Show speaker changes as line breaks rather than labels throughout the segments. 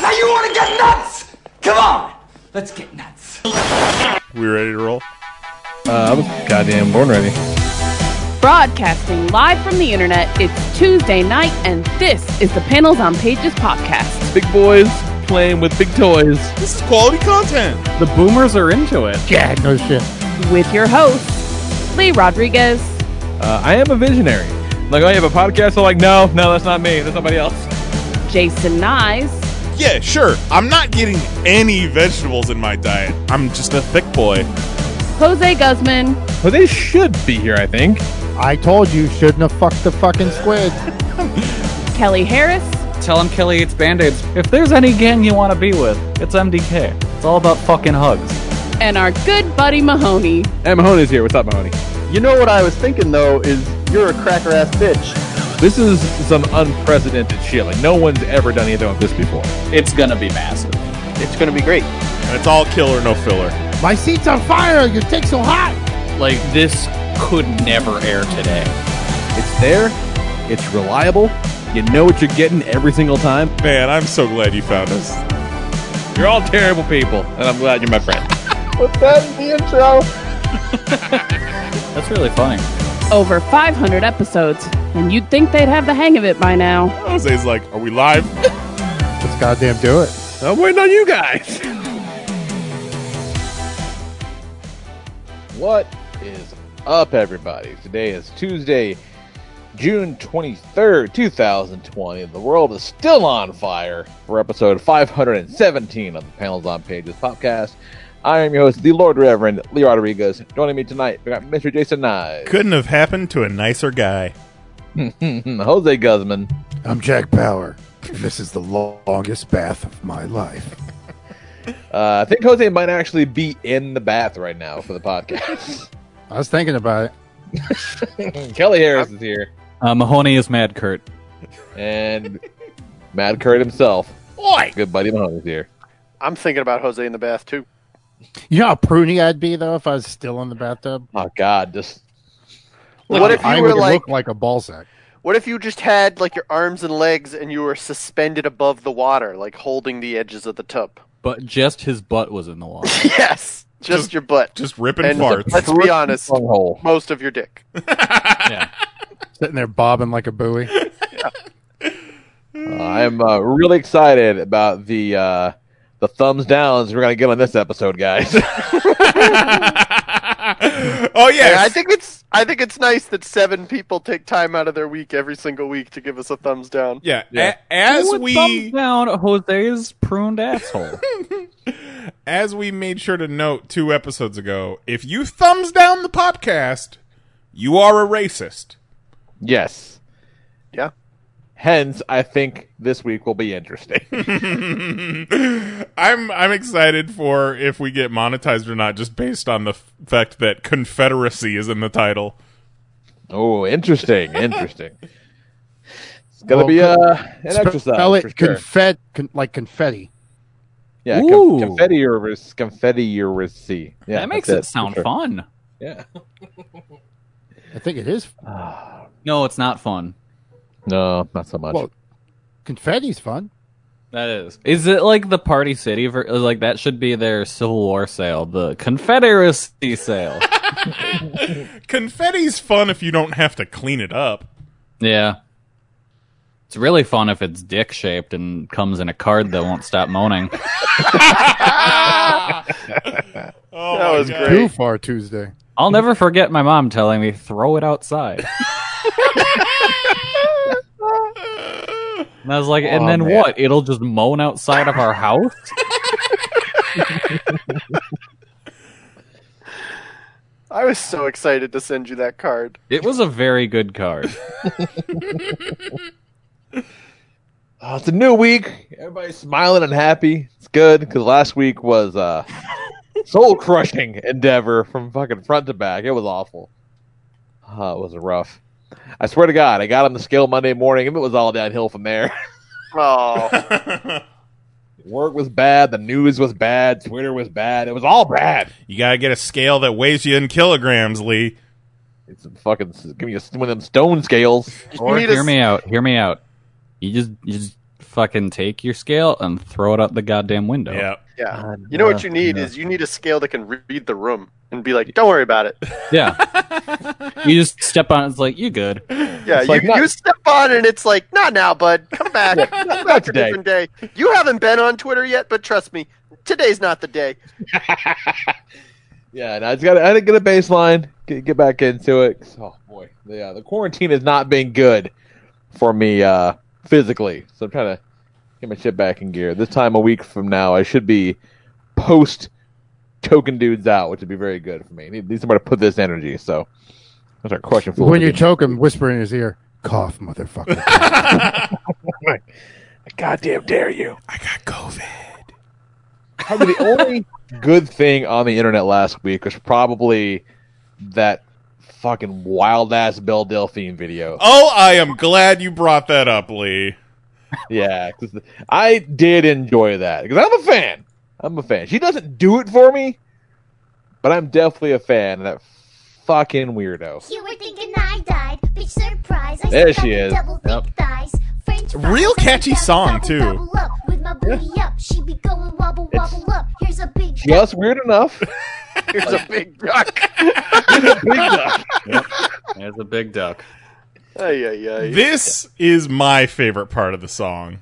Now you want to get nuts? Come on, let's get nuts.
We ready to roll?
Goddamn, born ready.
Broadcasting live from the internet, it's Tuesday night, and this is the Panels on Pages podcast.
Big boys playing with big toys.
This is quality content.
The boomers are into it. Yeah, no shit.
With your hosts, Lee Rodriguez,
Uh, I am a visionary. Like, oh, you have a podcast? I'm like, no, no, that's not me. That's somebody else.
Jason Nyes,
Yeah, sure. I'm not getting any vegetables in my diet. I'm just a thick boy.
Jose Guzman,
Well, they should be here, I think.
I told you shouldn't have fucked the fucking squid.
Kelly Harris,
Tell him, Kelly, it's Band Aids. If there's any gang you want to be with, it's MDK. It's all about fucking hugs.
and our good buddy Mahoney.
And Mahoney's here. What's up, Mahoney?
You know what I was thinking though is you're a cracker ass bitch.
This is some unprecedented shit. Like, no one's ever done anything like this before.
It's gonna be massive.
It's gonna be great.
And it's all killer, no filler.
My seat's on fire. Your take's so hot.
Like, this could never air today.
It's there, it's reliable, you know what you're getting every single time.
Man, I'm so glad you found us.
You're all terrible people, and I'm glad you're my friend.
Was that the intro?
That's really funny.
Over 500 episodes, and you'd think they'd have the hang of it by now.
Jose's like, are we live?
Let's goddamn do it.
I'm waiting on you guys. What is up, everybody? Today is Tuesday, June 23rd, 2020. The world is still on fire for episode 517 of the Panels on Pages podcast. I am your host, the Lord Reverend Lee Rodriguez. Joining me tonight, we got Mr. Jason Nye,
Couldn't have happened to a nicer guy.
Hmm, Jose Guzman,
I'm Jack Bauer. This is the longest bath of my life.
Uh, I think Jose might actually be in the bath right now for the podcast.
I was thinking about it.
Kelly Harris is here,
Uh, Mahoney is mad, Kurt.
and Mad Kurt himself,
Boy,
good buddy Mahoney, is here.
I'm thinking about Jose in the bath too.
You know how pruny I'd be though if I was still in the bathtub.
Oh God, just
what if you
I
were
would
like?
look like a ball sack?
What if you just had like your arms and legs and you were suspended above the water, like holding the edges of the tub?
But just his butt was in the water.
Yes, just,
Just-
your butt.
Just ripping
and
farts.
let's be honest,
hole.
most of your dick.
yeah.
Sitting there bobbing like a buoy.
I'm uh, really excited about the uh, the thumbs downs we're gonna get on this episode, guys.
oh,
And
yeah.
I think it's I think it's nice that seven people take time out of their week every single week to give us a thumbs down.
yeah.
Yeah.
a- as
Who would
we
thumb down Jose's pruned asshole.
as we made sure to note two episodes ago, if you thumbs down the podcast, you are a racist.
yes.
Yeah.
Hence, I think this week will be interesting.
I'm I'm excited for if we get monetized or not, just based on the f- fact that Confederacy is in the title.
oh, interesting, interesting. It's gonna
Well,
be uh, an
Spe-
exercise.
Spell it
for sure.
confet, con- like confetti.
Yeah, com-
Ooh.
confetti or confetti or C. Yeah,
that makes it
that's
sound
for sure.
fun.
Yeah.
I think it is.
No, it's not fun.
No, not so much.
Well, confetti's fun.
That is. Is it like the Party City? Ver- like that should be their Civil War sale, the Confederacy sale.
Confetti's fun if you don't have to clean it up.
yeah, it's really fun if it's dick shaped and comes in a card that won't stop moaning.
Oh,
That
my
was
God.
Too far Tuesday.
I'll never forget my mom telling me throw it outside. And I was like, and
Aw,
then
man.
what? It'll just moan outside of our house?
I was so excited to send you that card.
It was a very good card.
Uh, it's a new week. Everybody's smiling and happy. It's good because last week was uh, soul crushing endeavor from fucking front to back. It was awful. Uh, it was rough. I swear to God, I got on the scale Monday morning and it was all downhill from there.
Oh,
Work was bad. The news was bad. Twitter was bad. It was all bad.
You gotta get a scale that weighs you in kilograms, Lee.
It's fucking give me a, one of them stone scales.
you need
Hear
a,
me out. Hear me out. You just you just fucking take your scale and throw it out the goddamn window.
Yeah.
yeah. You know what you need is you need a scale that can re- read the room and be like, "Don't worry about it."
Yeah. you just step on it, it's like you good.
Yeah,
like
you,
not-
you step on and it's like, "Not now, bud. Come back. Come back a
today."
different day." You haven't been on Twitter yet, but trust me, today's not the day.
Yeah, and I just got I had to get a baseline, get, get back into it. 'Cause, Oh boy, the uh, the quarantine has not been good for me uh, physically, so I'm trying to get my shit back in gear. This time a week from now, I should be post token dudes out, which would be very good for me. need, need somebody to put this energy. So that's our question for
When you choke him, whisper in his ear, cough, motherfucker.
goddamn dare you.
I got COVID.
Probably the only good thing on the internet last week was probably that fucking wild ass Belle Delphine video.
Oh, I am glad you brought that up, Lee.
Yeah, 'cause I did enjoy that because I'm a fan. I'm a fan. She doesn't do it for me, but I'm definitely a fan of that fucking weirdo.
You were thinking I died. Big surprise. I
There
still
she
got the
is.
Double thick thighs. French fries.
Real
I
catchy
double,
song,
double,
too.
double up with my booty up. She be going wobble, wobble up. Here's a big
Just weird enough.
Here's a big duck.
There's a big duck.
Ay, ay, ay.
This is my favorite part of the song,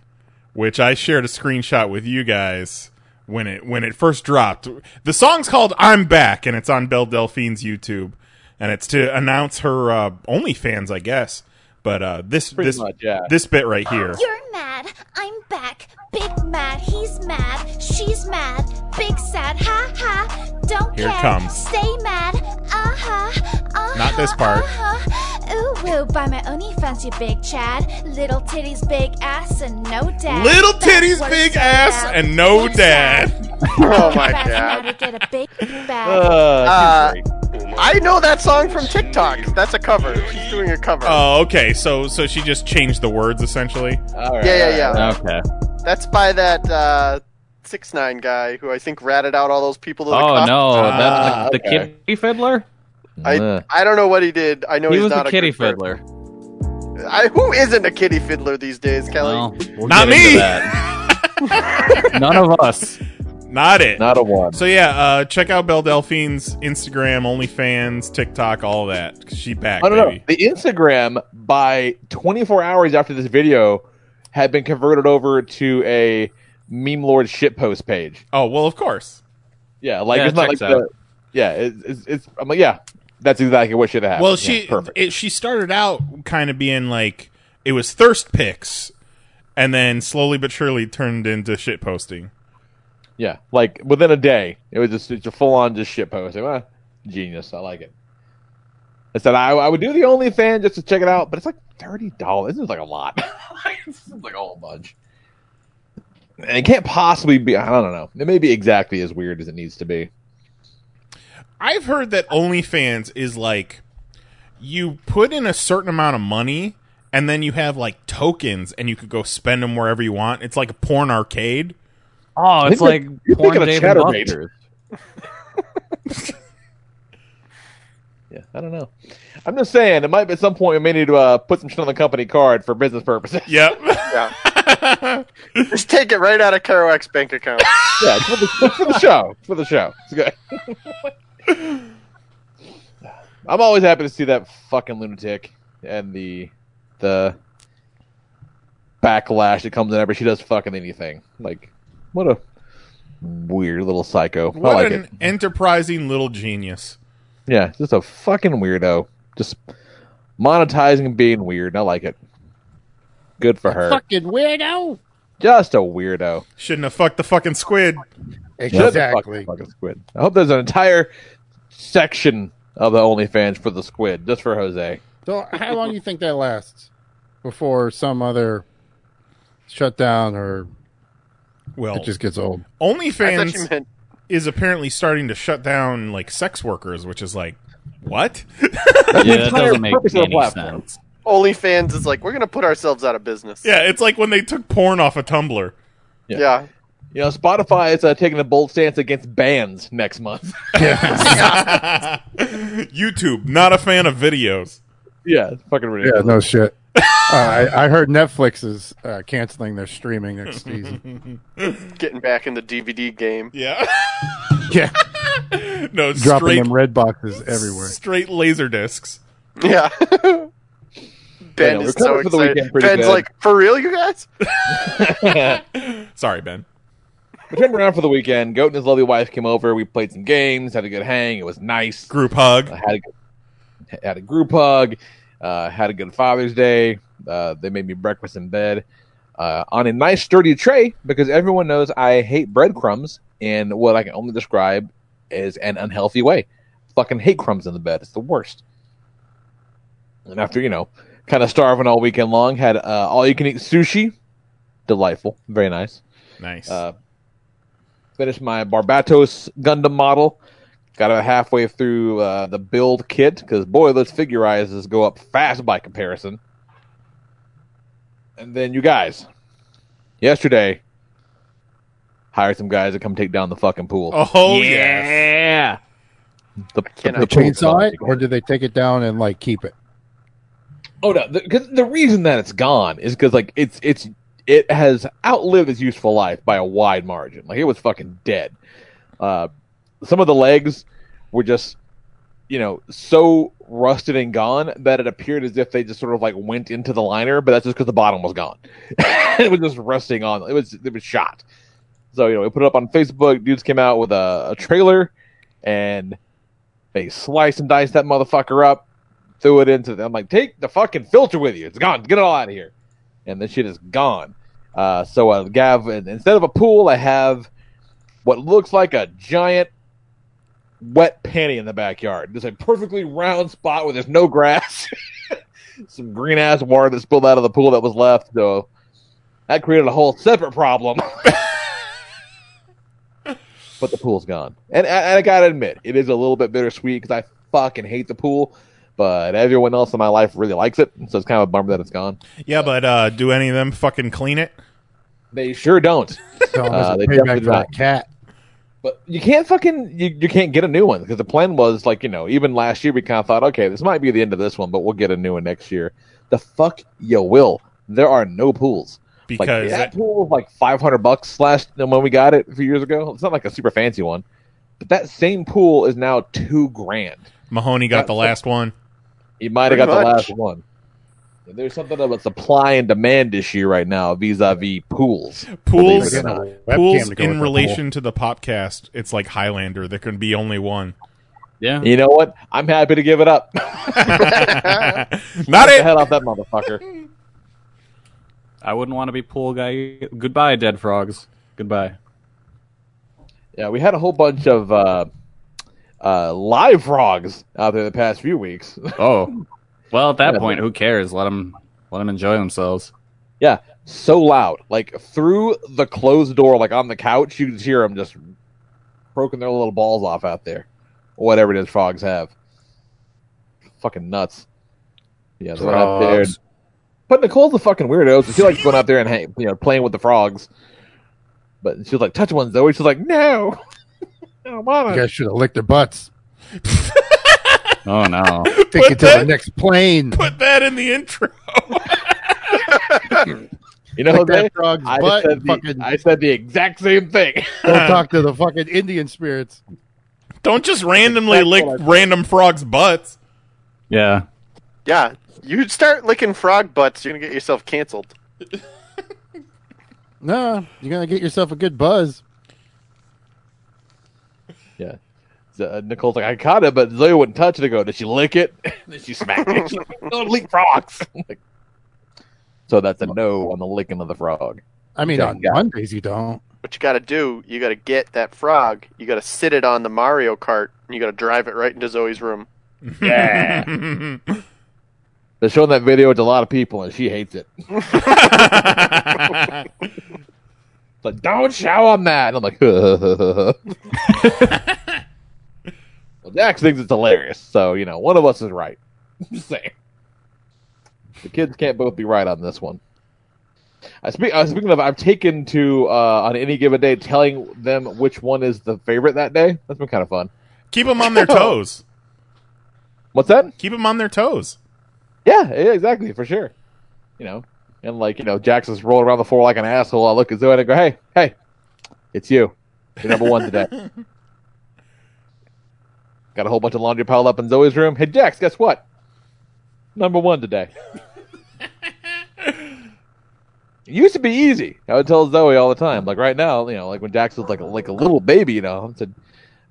which I shared a screenshot with you guys when it when it first dropped. The song's called "I'm Back" and it's on Belle Delphine's YouTube, and it's to announce her uh, OnlyFans, I guess. But uh, this
Pretty
this
much, yeah.
this bit right here.
You're mad. I'm back. Big mad. He's mad. She's mad. Big sad. Ha ha. Don't
Here it
care.
comes.
Stay mad. Uh huh. Uh
Not this part.
Uh-huh. Ooh woo. Buy my only fancy big Chad. Little titties, big ass, and no
Uh,
dad.
Little
That's
titties,
what
big
it's all
ass,
about.
and no
Big
dad.
sad.
Oh my
Fast
god.
matter, Get a big bag.
Uh,
Uh,
she's great.
I know that song from TikTok. That's a cover. She's doing a cover.
Oh, okay. So so she just changed the words essentially.
All right,
yeah,
all right.
yeah, yeah.
Okay.
That's by that uh, six nine guy who I think ratted out all those people to the
Oh
cops.
no,
Ah,
that's the
okay.
kitty fiddler?
I,
Ugh.
I don't know what he did. I know
he
he's
was
not
the kitty
good person.
fiddler.
I, who isn't a kitty fiddler these days, Kelly?
Well, we'll
Not
get into
me!
that. None of us.
Not it.
Not a one.
So yeah, uh, check out Belle Delphine's Instagram, OnlyFans, TikTok, all that. 'cause She back,
I don't know.
baby.
The Instagram by 24 hours after this video had been converted over to a meme lord shitpost page.
Oh well, of course.
Yeah, like
Yeah,
it's not like
checks
the,
out.
yeah, it's, it's, it's I'm like yeah, that's exactly what should have happened.
Well,
Yeah,
she
perfect.
it, she started out kind of being like it was thirst picks, and then slowly but surely turned into shit posting.
Yeah, like within a day, it was just it's a full on just shit post. Ah, genius, I like it. I said I, I would do the OnlyFans just to check it out, but it's like thirty dollars. This is like a lot. this is like a whole bunch. And it can't possibly be. I don't know. It may be exactly as weird as it needs to be.
I've heard that OnlyFans is like you put in a certain amount of money, and then you have like tokens, and you could go spend them wherever you want. It's like a porn arcade.
Oh, it's
You're
like
thinking- you're
porn
thinking of
Dave and
Chatterbait.
Buster's.
Yeah, I don't know. I'm just saying it might be at some point we may need to uh, put some shit on the company card for business purposes.
Yep.
Yeah. Just take it right out of Kerouac's bank account.
yeah, it's for the, it's for the show. It's for the show. It's good. I'm always happy to see that fucking lunatic and the the backlash that comes whenever she does fucking anything. Like, what a weird little psycho.
what
I like
an
it.
enterprising little genius.
Yeah, just a fucking weirdo. Just monetizing and being weird. I like it. Good for her.
Fucking weirdo.
Just a weirdo.
Shouldn't have fucked the fucking squid.
Shut the fuck up,
Exactly.
fucking squid. I hope there's an entire section of the OnlyFans for the squid, just for Jose.
So, how long do you think that lasts before some other shut down or
well,
it just gets old.
I thought you
OnlyFans
meant-
is apparently starting to shut down like sex workers, which is like what?
Yeah, that doesn't make
purpose of the
any
platform.
sense.
OnlyFans is like, we're going to put ourselves out of business.
yeah, it's like when they took porn off a Tumblr.
Yeah.
You know, Spotify is uh, taking a bold stance against bans next month.
YouTube, not a fan of videos.
yeah, it's fucking
Yeah,
ridiculous.
no shit. uh, I, I heard Netflix is uh, canceling their streaming next season.
Getting back in the DVD game.
Yeah,
yeah,
no
dropping
straight
them red boxes everywhere.
straight laser discs.
Yeah.
Yeah,
ben
we're
is so
covered for the weekend
excited. Ben's
pretty good.
like, for real, you guys?
Sorry, Ben.
We turned around for the weekend. Goat and his lovely wife came over. We played some games, had a good hang. It was nice.
Group hug.
I uh,
Uh,
had a, had a group hug. Uh, had a good Father's Day. Uh, they made me breakfast in bed uh, on a nice sturdy tray because everyone knows I hate breadcrumbs in what I can only describe as an unhealthy way. Fucking hate crumbs in the bed. It's the worst. And after you know, kind of starving all weekend long, had uh, all you can eat sushi. Delightful, very nice.
Nice.
Uh, finished my Barbatos Gundam model. Got about halfway through uh, the build kit because boy, those figurizes go up fast by comparison. And then you guys, yesterday, hired some guys to come take down the fucking pool.
oh yes.
yeah.
the,
Can I
pool
Chainsaw
itself.
it, or did they take it down and like keep it?
Oh no, because the, reason that it's gone is because like it's it's it has outlived its useful life by a wide margin. Like it was fucking dead. Uh, some of the legs were just you know so rusted and gone that it appeared as if they just sort of like went into the liner, but that's just because the bottom was gone. it was just rusting on. It was it was shot. So you know we put it up on Facebook. Dudes came out with a, a trailer, and they sliced and diced that motherfucker up threw it into them. I'm like, take the fucking filter with you. It's gone. Get it all out of here. And this shit is gone. Uh, so, uh, Gav, and instead of a pool, I have what looks like a giant wet panty in the backyard. There's a perfectly round spot where there's no grass. Some green ass water that spilled out of the pool that was left, though. That created a whole separate problem. but the pool's gone. And, and I gotta admit, it is a little bit bittersweet because I fucking hate the pool but everyone else in my life really likes it, so it's kind of a bummer that it's gone.
Yeah, but uh, do any of them fucking clean it?
They sure don't.
So it was
Uh,
a
they
payback
definitely
for that
not.
cat.
But you can't fucking you, you can't get a new one because the plan was like you know even last year we kind of thought okay this might be the end of this one but we'll get a new one next year. The fuck you will. There are no pools. Like
Because
that
it-
pool was like five hundred bucks last when we got it a few years ago. It's not like a super fancy one, but that same pool is now two grand.
Mahoney got the last one.
You might have
Pretty
got the
much.
last one. There's something about supply and demand issue right now vis-a-vis pools.
Pools,
They're getting a webcam
pools
to go with
in
the
relation to the podcast, it's like Highlander. There can be only one.
Yeah.
You know what? I'm happy to give it up. Get
Not
the
it.
head off that motherfucker.
I wouldn't want to be pool guy. Goodbye, dead frogs. Goodbye.
Yeah, we had a whole bunch of uh, uh, live frogs out there the past few weeks.
Oh. Well, at that point, who cares? Let them let them enjoy themselves.
yeah, so loud, like through the closed door, like on the couch, you could hear them just broken their little balls off out there. Whatever it is, frogs have. Fucking nuts. Yeah, they went out there.
Frogs.
But Nicole's a fucking weirdo. So she likes going out there and hang, you know playing with the frogs. But she's like touch ones though. And she's like no, I don't want
You
to.
guys should have licked their butts.
Oh no.
Take it to the
that-
next plane.
Put that in the intro.
You know
Lick
Jose?
that frog's
I
butt.
said,
and
the,
Fucking
I said the exact same thing.
go talk to the fucking Indian spirits.
Don't just randomly lick random frogs' butts.
Yeah.
Yeah. You start licking frog butts, you're going to get yourself canceled.
No, you're gonna get yourself a good buzz.
yeah. So, uh, Nicole's like, I caught it, but Zoe wouldn't touch it. I go, did she lick it? And then she smacked it. She's like, don't lick frogs. I'm like, so that's a no on the licking of the frog.
I mean,
Yeah,
on
yeah.
Mondays you don't.
What you got to do, you got to get that frog, you got to sit it on the Mario Kart, and you got to drive it right into Zoe's room.
Yeah. They're showing that video to a lot of people, and she hates it. but don't show them that. And I'm like, well, Jax thinks it's hilarious, so you know, one of us is right. Just saying. The kids can't both be right on this one. I speak, uh, speaking of, I've taken to uh, on any given day telling them which one is the favorite that day. That's been kind of fun.
Keep them on their toes.
What's that?
Keep them on their toes.
Yeah, yeah, exactly, for sure. You know, and like you know, Jackson's rolling around the floor like an asshole. I look at Zoe and I go, "Hey, hey, it's you. You're number one today." Got a whole bunch of laundry piled up in Zoe's room. Hey, Jax, guess what? Number one today. It used to be easy. I would tell Zoe all the time. Like right now, you know, like when Jax was like a, like a little baby, you know, I said,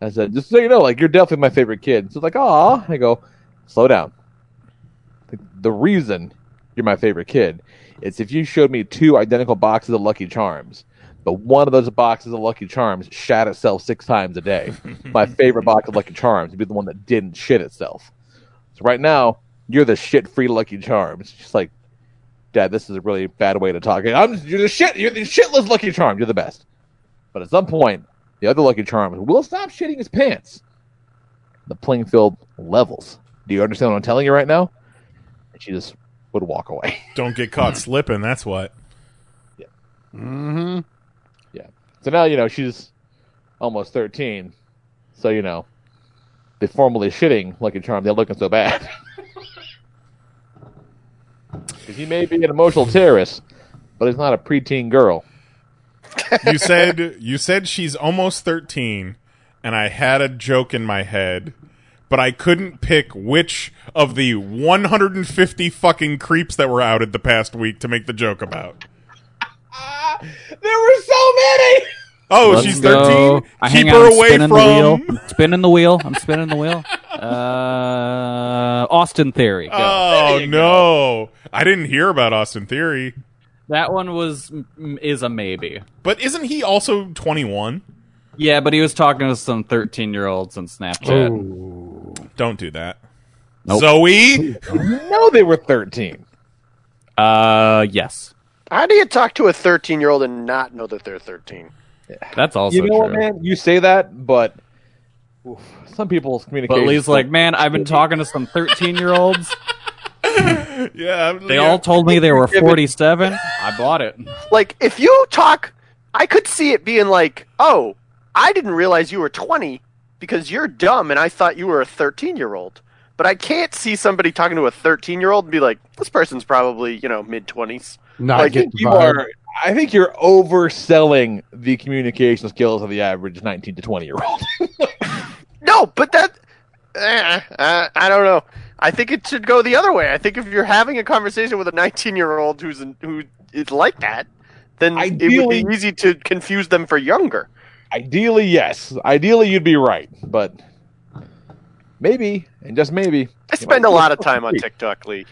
I said, just so you know, like you're definitely my favorite kid. And she's like, ah. I go, slow down. The, the reason you're my favorite kid is if you showed me two identical boxes of Lucky Charms, but one of those boxes of Lucky Charms shat itself six times a day. my favorite box of Lucky Charms would be the one that didn't shit itself. So right now, you're the shit-free Lucky Charms. She's like, Dad, this is a really bad way to talk. I'm you're the shit. You're the shitless Lucky Charm. You're the best. But at some point, the other Lucky Charm will stop shitting his pants. The playing field levels. Do you understand what I'm telling you right now? And she just would walk away.
Don't get
Mm.
caught slipping. That's what.
Mm-hmm.
yeah. So now you know she's almost 13. So you know they formally shitting Lucky Charm. They're looking so bad. 'Cause he may be an emotional terrorist, but he's not a preteen girl.
You said you said she's almost thirteen, and I had a joke in my head, but I couldn't pick which of the 150 fucking creeps that were outed the past week to make the joke about.
There were so many.
Oh,
Let's
she's
go.
13.
I
Keep
hang
her
on, I'm
away
spinning The
from.
wheel. I'm spinning the wheel. I'm spinning the wheel. Uh, Austin Theory.
Oh no! I didn't hear about Austin Theory,
That one was m- is a maybe.
but isn't he also 21?
Yeah, but he was talking to some 13 year olds on Snapchat.
Don't do that,
Nope.
Zoe.
No, they were 13.
Uh, yes,
How do you talk to a 13 year old and not know that they're 13?
that's also
you know
true.
what, man? You say that, but oof, some people's
But
communication.
Lee's like, man, I've been talking to some 13 year olds.
Yeah, I'm-
They all told me they were 47. I bought it.
Like, if you talk, I could see it being like, oh, I didn't realize you were 20 because you're dumb and I thought you were a 13 year old. But I can't see somebody talking to a 13 year old and be like, this person's probably, you know, mid 20s.
Not
I
Like,
get
think
the
you
vibe.
are. I think you're overselling the communication skills of the average 19 to 20 year old.
No, but that. Eh, uh, I don't know. I think it should go the other way. I think if you're having a conversation with a 19 year old who's in, who is like that, then it would
Ideally-
be easy to confuse them for younger.
Ideally, yes. Ideally, you'd be right, but maybe and just maybe.
I spend a lot of time on TikTok, Lee.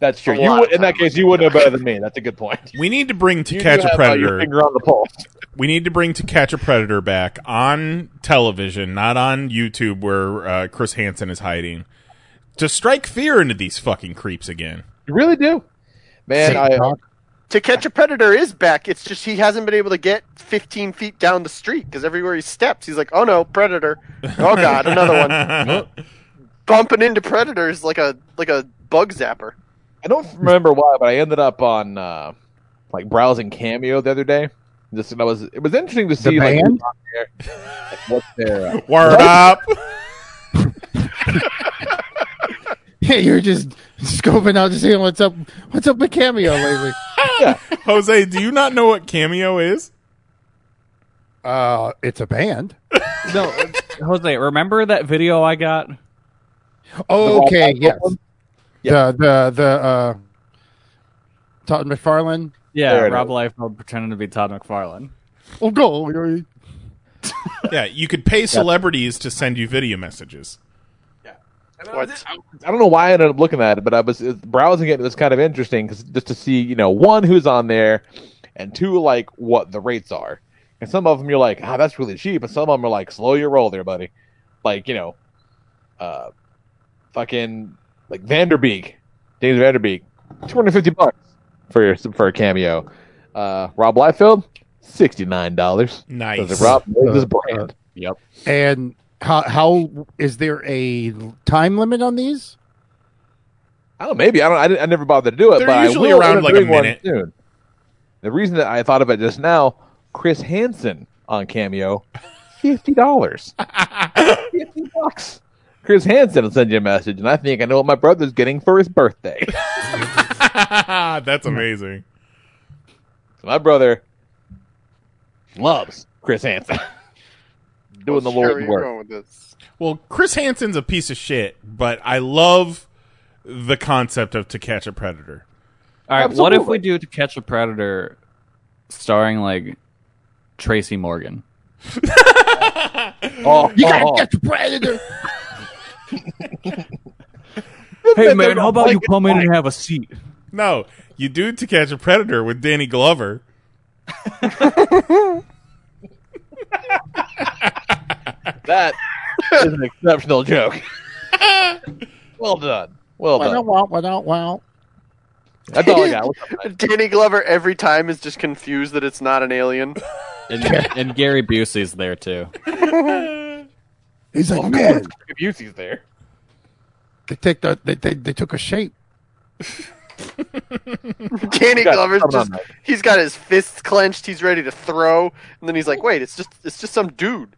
That's true.
a
You
lot
would,
of
in that
time.
case, you would know better than me. That's a good point.
we need to bring to
You
catch
do
a
have, uh, your
predator.
finger on the pulse.
we need to bring to catch a predator back on television, not on YouTube where uh, Chris Hansen is hiding, to strike fear into these fucking creeps again.
You really do, man.
uh,
I,
TikTok.
To Catch a Predator is back. It's just he hasn't been able to get 15 feet down the street because everywhere he steps, he's like, oh no, Predator. Oh god, another one. Bumping into Predators like a like a bug zapper.
I don't remember why, but I ended up on uh, like browsing Cameo the other day. Just and I was it was interesting to see like,
band?
what's on there, like, what's there. Uh,
Word up!
Yeah, you're just scoping out to see what's up. What's up with Cameo lately?
Jose, do you not know what Cameo is?
Uh, it's a band.
No, Jose, remember that video I got?
Oh, okay,
Bob
yes.
Hoskins?
The the the uh, Todd McFarlane.
Yeah,
There it
Rob
is.
Liefeld pretending to be Todd McFarlane.
Oh, go. You're-
Yeah, you could pay celebrities to send you video messages.
What?
I don't know why I ended up looking at it, but I was uh, browsing it. It was kind of interesting 'cause just to see you know one who's on there, and two like what the rates are. And some of them you're like, ah, that's really cheap, and some of them are like, slow your roll there, buddy. Like you know, uh, fucking like Vanderbeek James Vanderbeek, two hundred fifty bucks for your, for a cameo. Uh, Rob Liefeld, sixty nine dollars.
Nice.
Rob knows his
Uh,
brand. yep.
And how how is there a time limit on these?
Oh, maybe I don't. I, didn't, I never bothered to do it.
They're
but I
usually
will
around,
end up
like, a
doing one
minute.
soon. The reason that I thought of it just now, Chris Hansen on Cameo, fifty dollars, fifty bucks. Chris Hansen will send you a message, and I think I know what my brother's getting for his birthday.
That's amazing.
my brother loves Chris Hansen doing the
Sure,
Lord's
you're
work.
going with this.
Well, Chris Hansen's a piece of shit, but I love the concept of To Catch a Predator.
All right, what if
Absolutely.
we do To Catch a Predator, starring like Tracy Morgan?
Oh,
You
oh,
gotta
oh.
catch the predator.
Hey
man, how about you
come in and have a seat?
No, you do To Catch a Predator with Danny Glover.
that is an exceptional joke. well done. Well
Wow,
done.
wow, wow, wow.
That's all I got. What's up, man?
Danny Glover every time is just confused that it's not an alien.
And, and Gary Busey's there too.
He's like, man,
Busey's there.
they take the they, they, they took a shape.
Danny
Got
Glover's
something on
just he's got his fists clenched, he's ready to throw, and then he's like, "Wait, it's just it's just some dude."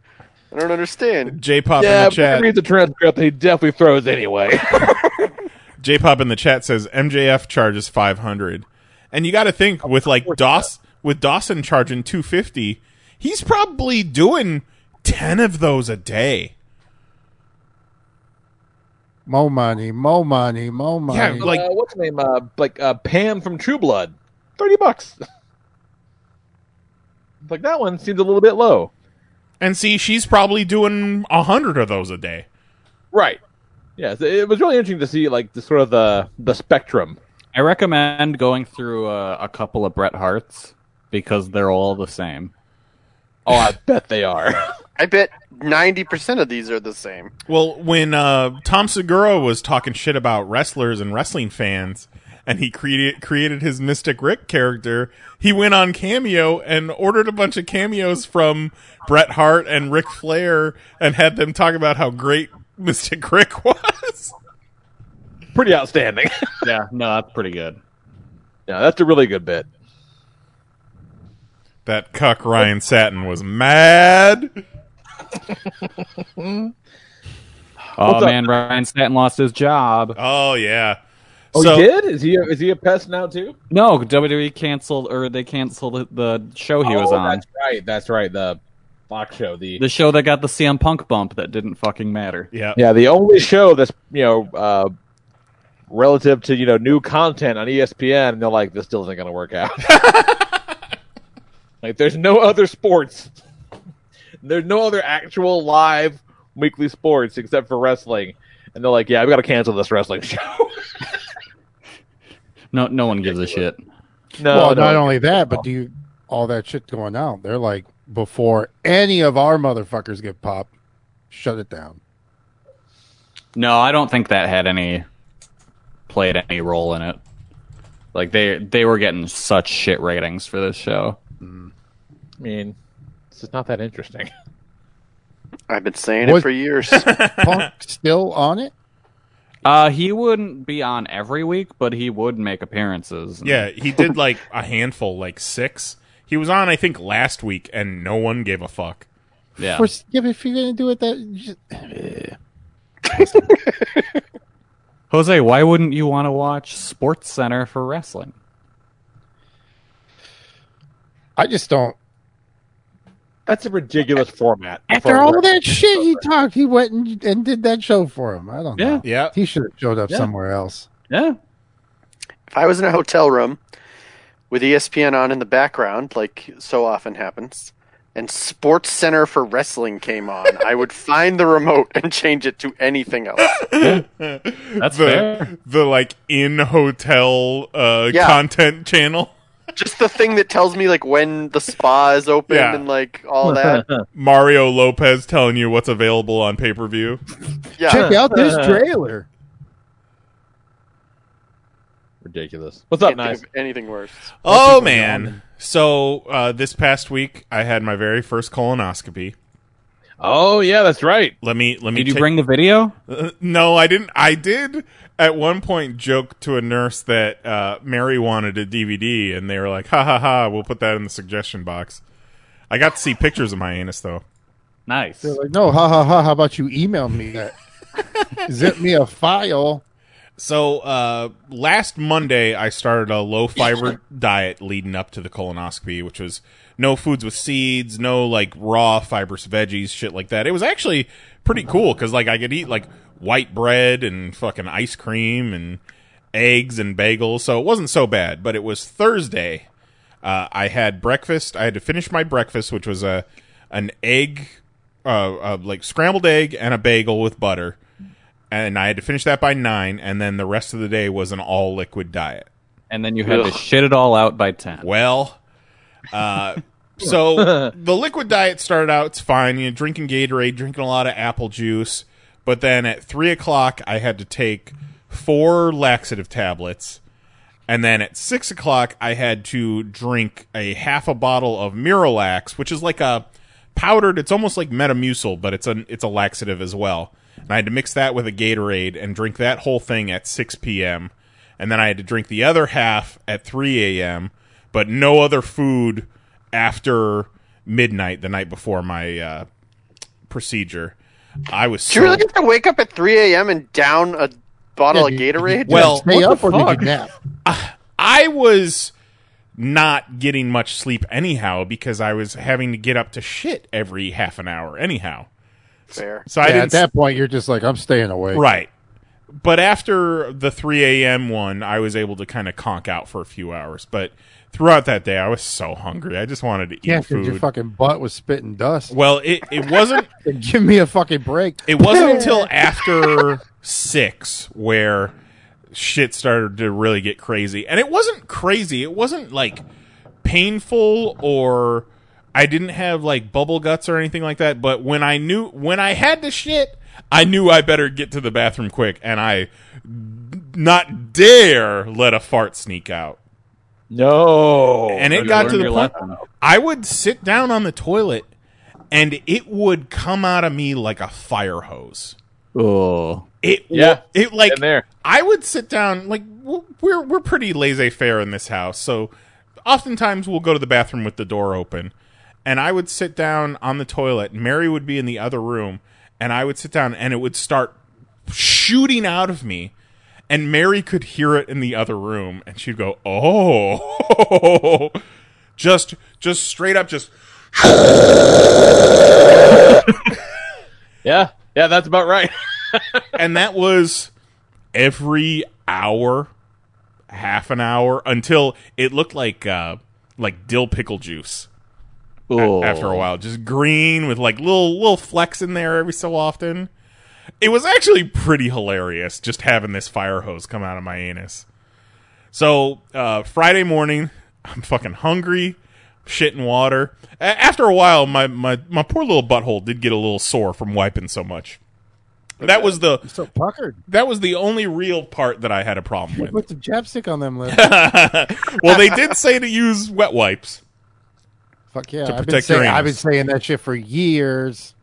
I don't understand.
J Pop
Yeah, Uh,
in the
but
chat.
read the transcript. He definitely throws anyway.
J Pop in the chat says MJF charges five hundred, and you got to think with like Dawson with Dawson charging two fifty, he's probably doing ten of those a day.
Mo money, mo money, mo money.
like-
uh, what's her name? Uh, like uh, Pam from True Blood, thirty bucks. like that one seems a little bit low.
And see, she's probably doing a hundred of those a day.
Right. Yes, it was really interesting to see like the sort of the the spectrum.
I recommend going through uh, a couple of Bret Harts because they're all the same.
Oh, I bet they are.
I bet 90% of these are the same.
Well, when uh, Tom Segura was talking shit about wrestlers and wrestling fans, and he created created his Mystic Rick character, he went on Cameo and ordered a bunch of cameos from Bret Hart and Ric Flair, and had them talk about how great Mystic Rick was.
Pretty outstanding.
Yeah, no, that's pretty good.
yeah, that's a really good bit.
That cuck Ryan Satin was mad.
Oh
What's up?
man, Ryan Stanton lost his job.
Oh yeah.
Oh,
so
he did? Is he a, is he a pest now too?
No, WWE canceled or they canceled the show he was
Oh,
on.
That's right. That's right. The Fox show. The,
The show that got the CM Punk bump that didn't fucking matter.
yeah.
yeah, the only show that's you know uh, relative to you know new content on E ESPN. And they're like, this still isn't going to work out. like, there's no other sports. There's no other actual live weekly sports except for wrestling. And they're like, yeah, we got to cancel this wrestling show.
No, no one gives a shit.
no,
well,
no.
not only that, but do you all that shit going out? They're like before any of our motherfuckers get popped, shut it down.
No, I don't think that had any played any role in it. Like they they were getting such shit ratings for this show.
I mean, this is not that interesting.
I've been saying
What-
it for years.
Punk still on it?
Uh, he wouldn't be on every week, but he would make appearances.
Yeah, he did like a handful, like six. He was on, I think, last week, and no one gave a fuck.
yeah.
Of course, yeah, but if you're gonna do it, that just,
Jose, why wouldn't you want to watch Sports Center for wrestling?
I just don't.
That's a ridiculous format.
After all that shit he talked, he went and, and did that show for him. I don't know.
Yeah.
He should have showed up
Yeah.
somewhere else.
Yeah.
if I was in a hotel room with E ESPN on in the background, like so often happens, and Sports Center for Wrestling came on, I would find the remote and change it to anything else.
That's
the
fair.
the like in hotel uh
Yeah.
content channel.
Just the thing that tells me like when the spa is open
Yeah.
and like all that.
Mario Lopez telling you what's available on pay per view.
Yeah.
Check out this trailer.
Ridiculous. What's up,
Can't think
nice?
of anything worse.
Oh man! So uh, this past week, I had my very first colonoscopy.
Oh yeah, that's right.
Let me let me.
Did you
take-
bring the video?
Uh, no, I didn't. I did at one point joke to a nurse that uh, Mary wanted a DVD, and they were like, "Ha ha ha! We'll put that in the suggestion box." I got to see pictures of my anus though.
Nice.
They're like, no, ha ha ha. How about you email me that? Zip me a file.
So uh, last Monday, I started a low fiber diet leading up to the colonoscopy, which was no foods with seeds, no like raw fibrous veggies, shit like that. It was actually pretty cool because like I could eat like white bread and fucking ice cream and eggs and bagels, so it wasn't so bad. But it was Thursday. Uh, I had breakfast. I had to finish my breakfast, which was a an egg, uh, uh, like scrambled egg and a bagel with butter and I had to finish that by nine, and then the rest of the day was an all liquid diet.
And then you had
Ugh.
to shit it all out by ten.
Well, uh, so the liquid diet started out it's fine. You know, drinking Gatorade, drinking a lot of apple juice, but then at three o'clock I had to take four laxative tablets, and then at six o'clock I had to drink a half a bottle of Miralax, which is like a powdered. It's almost like Metamucil, but it's a it's a laxative as well. And I had to mix that with a Gatorade and drink that whole thing at six p.m. And then I had to drink the other half at three a.m. But no other food after midnight the night before my uh, procedure. I was
Do you really
so-
have to wake up at 3 a.m. and down a bottle of Gatorade?
Well,
Did you stay
what
up
the
or
fuck?
did you nap?
I was not getting much sleep anyhow because I was having to get up to shit every half an hour anyhow.
Fair.
So
yeah,
I
at
didn't
that point, you're just like, I'm staying away.
right. But after the 3 a.m. one, I was able to kind of conk out for a few hours. But throughout that day, I was so hungry. I just wanted to eat
Yeah, 'cause
food.
your fucking butt was spitting dust.
well, it, it wasn't
Give me a fucking break.
it wasn't until after six where shit started to really get crazy and it wasn't crazy it wasn't like painful or i didn't have like bubble guts or anything like that but when i knew when i had to shit i knew i better get to the bathroom quick and i not dare let a fart sneak out
No.
and it
you
got
learned
to the
your
point
lesson.
I would sit down on the toilet and it would come out of me like a fire hose.
Oh.
It
Yeah,
yeah. It like
been there.
I would sit down like w- we're we're pretty laissez faire in this house, so oftentimes we'll go to the bathroom with the door open, and I would sit down on the toilet. Mary would be in the other room, and I would sit down, and it would start shooting out of me. And Mary could hear it in the other room, and she'd go, "Oh, just, just straight up, just
Yeah. Yeah, that's about right.
and that was every hour, half an hour until it looked like uh, like dill pickle juice. a- After a while, just green with like little little flecks in there every so often. It was actually pretty hilarious just having this fire hose come out of my anus. So uh, Friday morning, I'm fucking hungry, shit and water. A- after a while, my, my my poor little butthole did get a little sore from wiping so much. That was the
So puckered.
that was the only real part that I had a problem with.
Put some chapstick on them lips.
well, they did say to use wet wipes.
Fuck yeah.
To
I've been,
protect your
saying, I've been
anus.
saying that shit for years.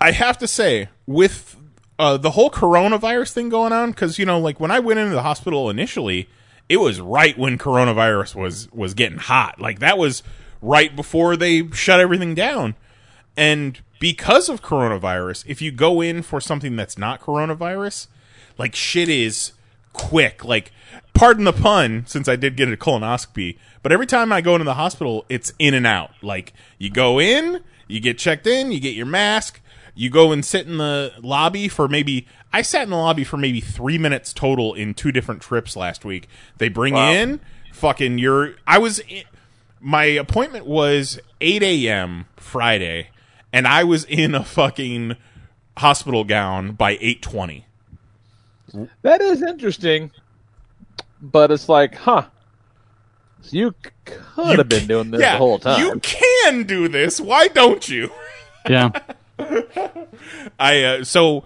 I have to say, with uh, the whole coronavirus thing going on, because you know, like when I went into the hospital initially, it was right when coronavirus was was getting hot. Like that was right before they shut everything down. And because of coronavirus, if you go in for something that's not coronavirus, like shit is quick. Like, pardon the pun, since I did get a colonoscopy, but every time I go into the hospital, it's in and out. Like, you go in, you get checked in, you get your mask, you go and sit in the lobby for maybe. I sat in the lobby for maybe three minutes total in two different trips last week. They bring you in, fucking, you're. I was. In, my appointment was 8 a.m. Friday, and I was in a fucking hospital gown by 8:20.
That is interesting. But it's like, huh. So you c- could have been doing this
yeah,
the whole time.
you can do this. Why don't you?
Yeah.
I uh, so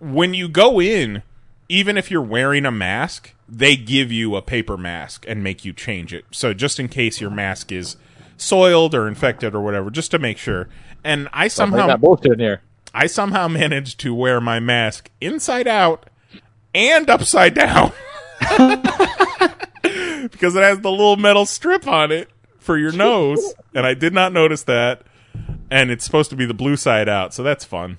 when you go in, even if you're wearing a mask, they give you a paper mask and make you change it. So just in case your mask is soiled or infected or whatever, just to make sure. And I somehow
got bullshit in here.
I somehow managed to wear my mask inside out and upside down because it has the little metal strip on it for your nose, and I did not notice that. And it's supposed to be the blue side out, so that's fun.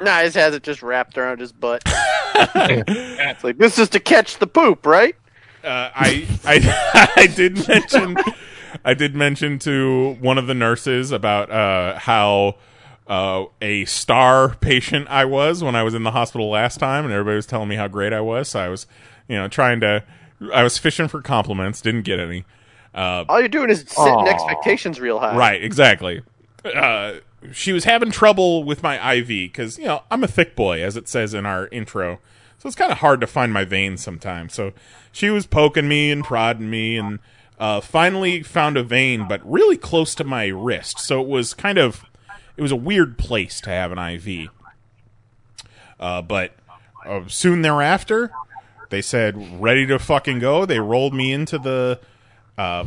Nah, his has it just wrapped around his butt. it's like this is to catch the poop, right?
Uh, I I I did mention I did mention to one of the nurses about uh, how uh, a star patient I was when I was in the hospital last time, and everybody was telling me how great I was. So I was, you know, trying to I was fishing for compliments, didn't get any. Uh,
All you're doing is setting expectations real high.
Right, exactly. Uh, she was having trouble with my IV because you know I'm a thick boy, as it says in our intro. So it's kind of hard to find my veins sometimes. So she was poking me and prodding me, and uh, finally found a vein, but really close to my wrist. So it was kind of it was a weird place to have an IV. Uh, but uh, soon thereafter, they said ready to fucking go. They rolled me into the uh,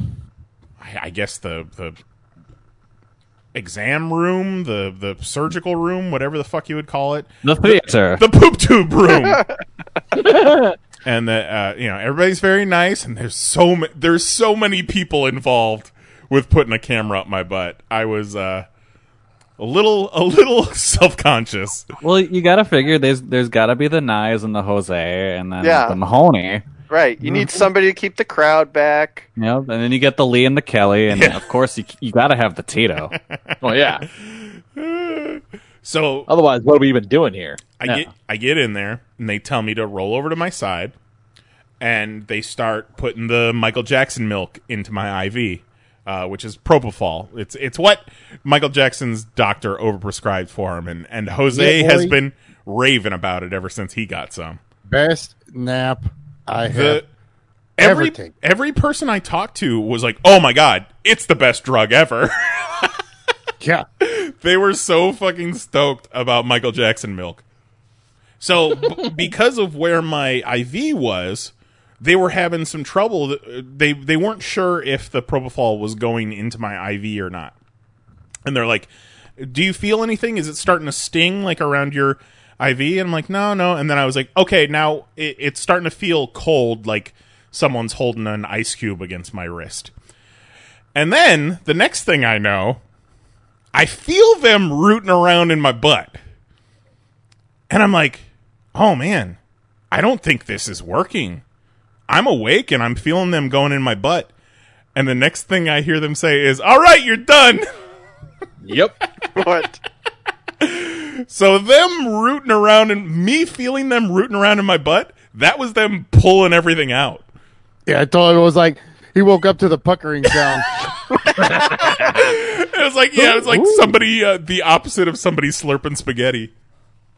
I, I guess the the exam room, the the surgical room, whatever the fuck you would call it,
The theater.
the poop tube room. and the uh, you know everybody's very nice, and there's so ma- there's so many people involved with putting a camera up my butt. I was uh, a little a little self conscious.
well, you gotta figure there's there's gotta be the Nyes and the Jose and then
Yeah.
the Mahoney.
Right. You
Mm-hmm.
need somebody to keep the crowd back.
You know, and then you get the Lee and the Kelly, and of course you you gotta have the Tito.
Well, Oh, yeah.
So
Otherwise, what are we even doing here?
I get I get in there and they tell me to roll over to my side and they start putting the Michael Jackson milk into my IV, uh, which is propofol. It's it's what Michael Jackson's doctor overprescribed for him and, and Jose
Yeah, boy.
has been raving about it ever since he got some.
Best nap I have.
The every
Everything.
every person I talked to was like, "Oh my god, it's the best drug ever."
Yeah.
they were so fucking stoked about Michael Jackson milk. So b- because of where my IV was, they were having some trouble. th- uh, They they weren't sure if the propofol was going into my IV or not, and they're like, "Do you feel anything? Is it starting to sting like around your IV?" And I'm like, "No, no." And then I was like, "Okay, now it, it's starting to feel cold, like someone's holding an ice cube against my wrist." And then the next thing I know, I feel them rooting around in my butt. And I'm like, oh man, I don't think this is working. I'm awake and I'm feeling them going in my butt. And the next thing I hear them say is, all right, you're done.
Yep.
What?
So them rooting around and me feeling them rooting around in my butt, that was them pulling everything out.
Yeah, I told him it was like he woke up to the puckering sound.
It was like, yeah, it was like somebody, uh, the opposite of somebody slurping spaghetti.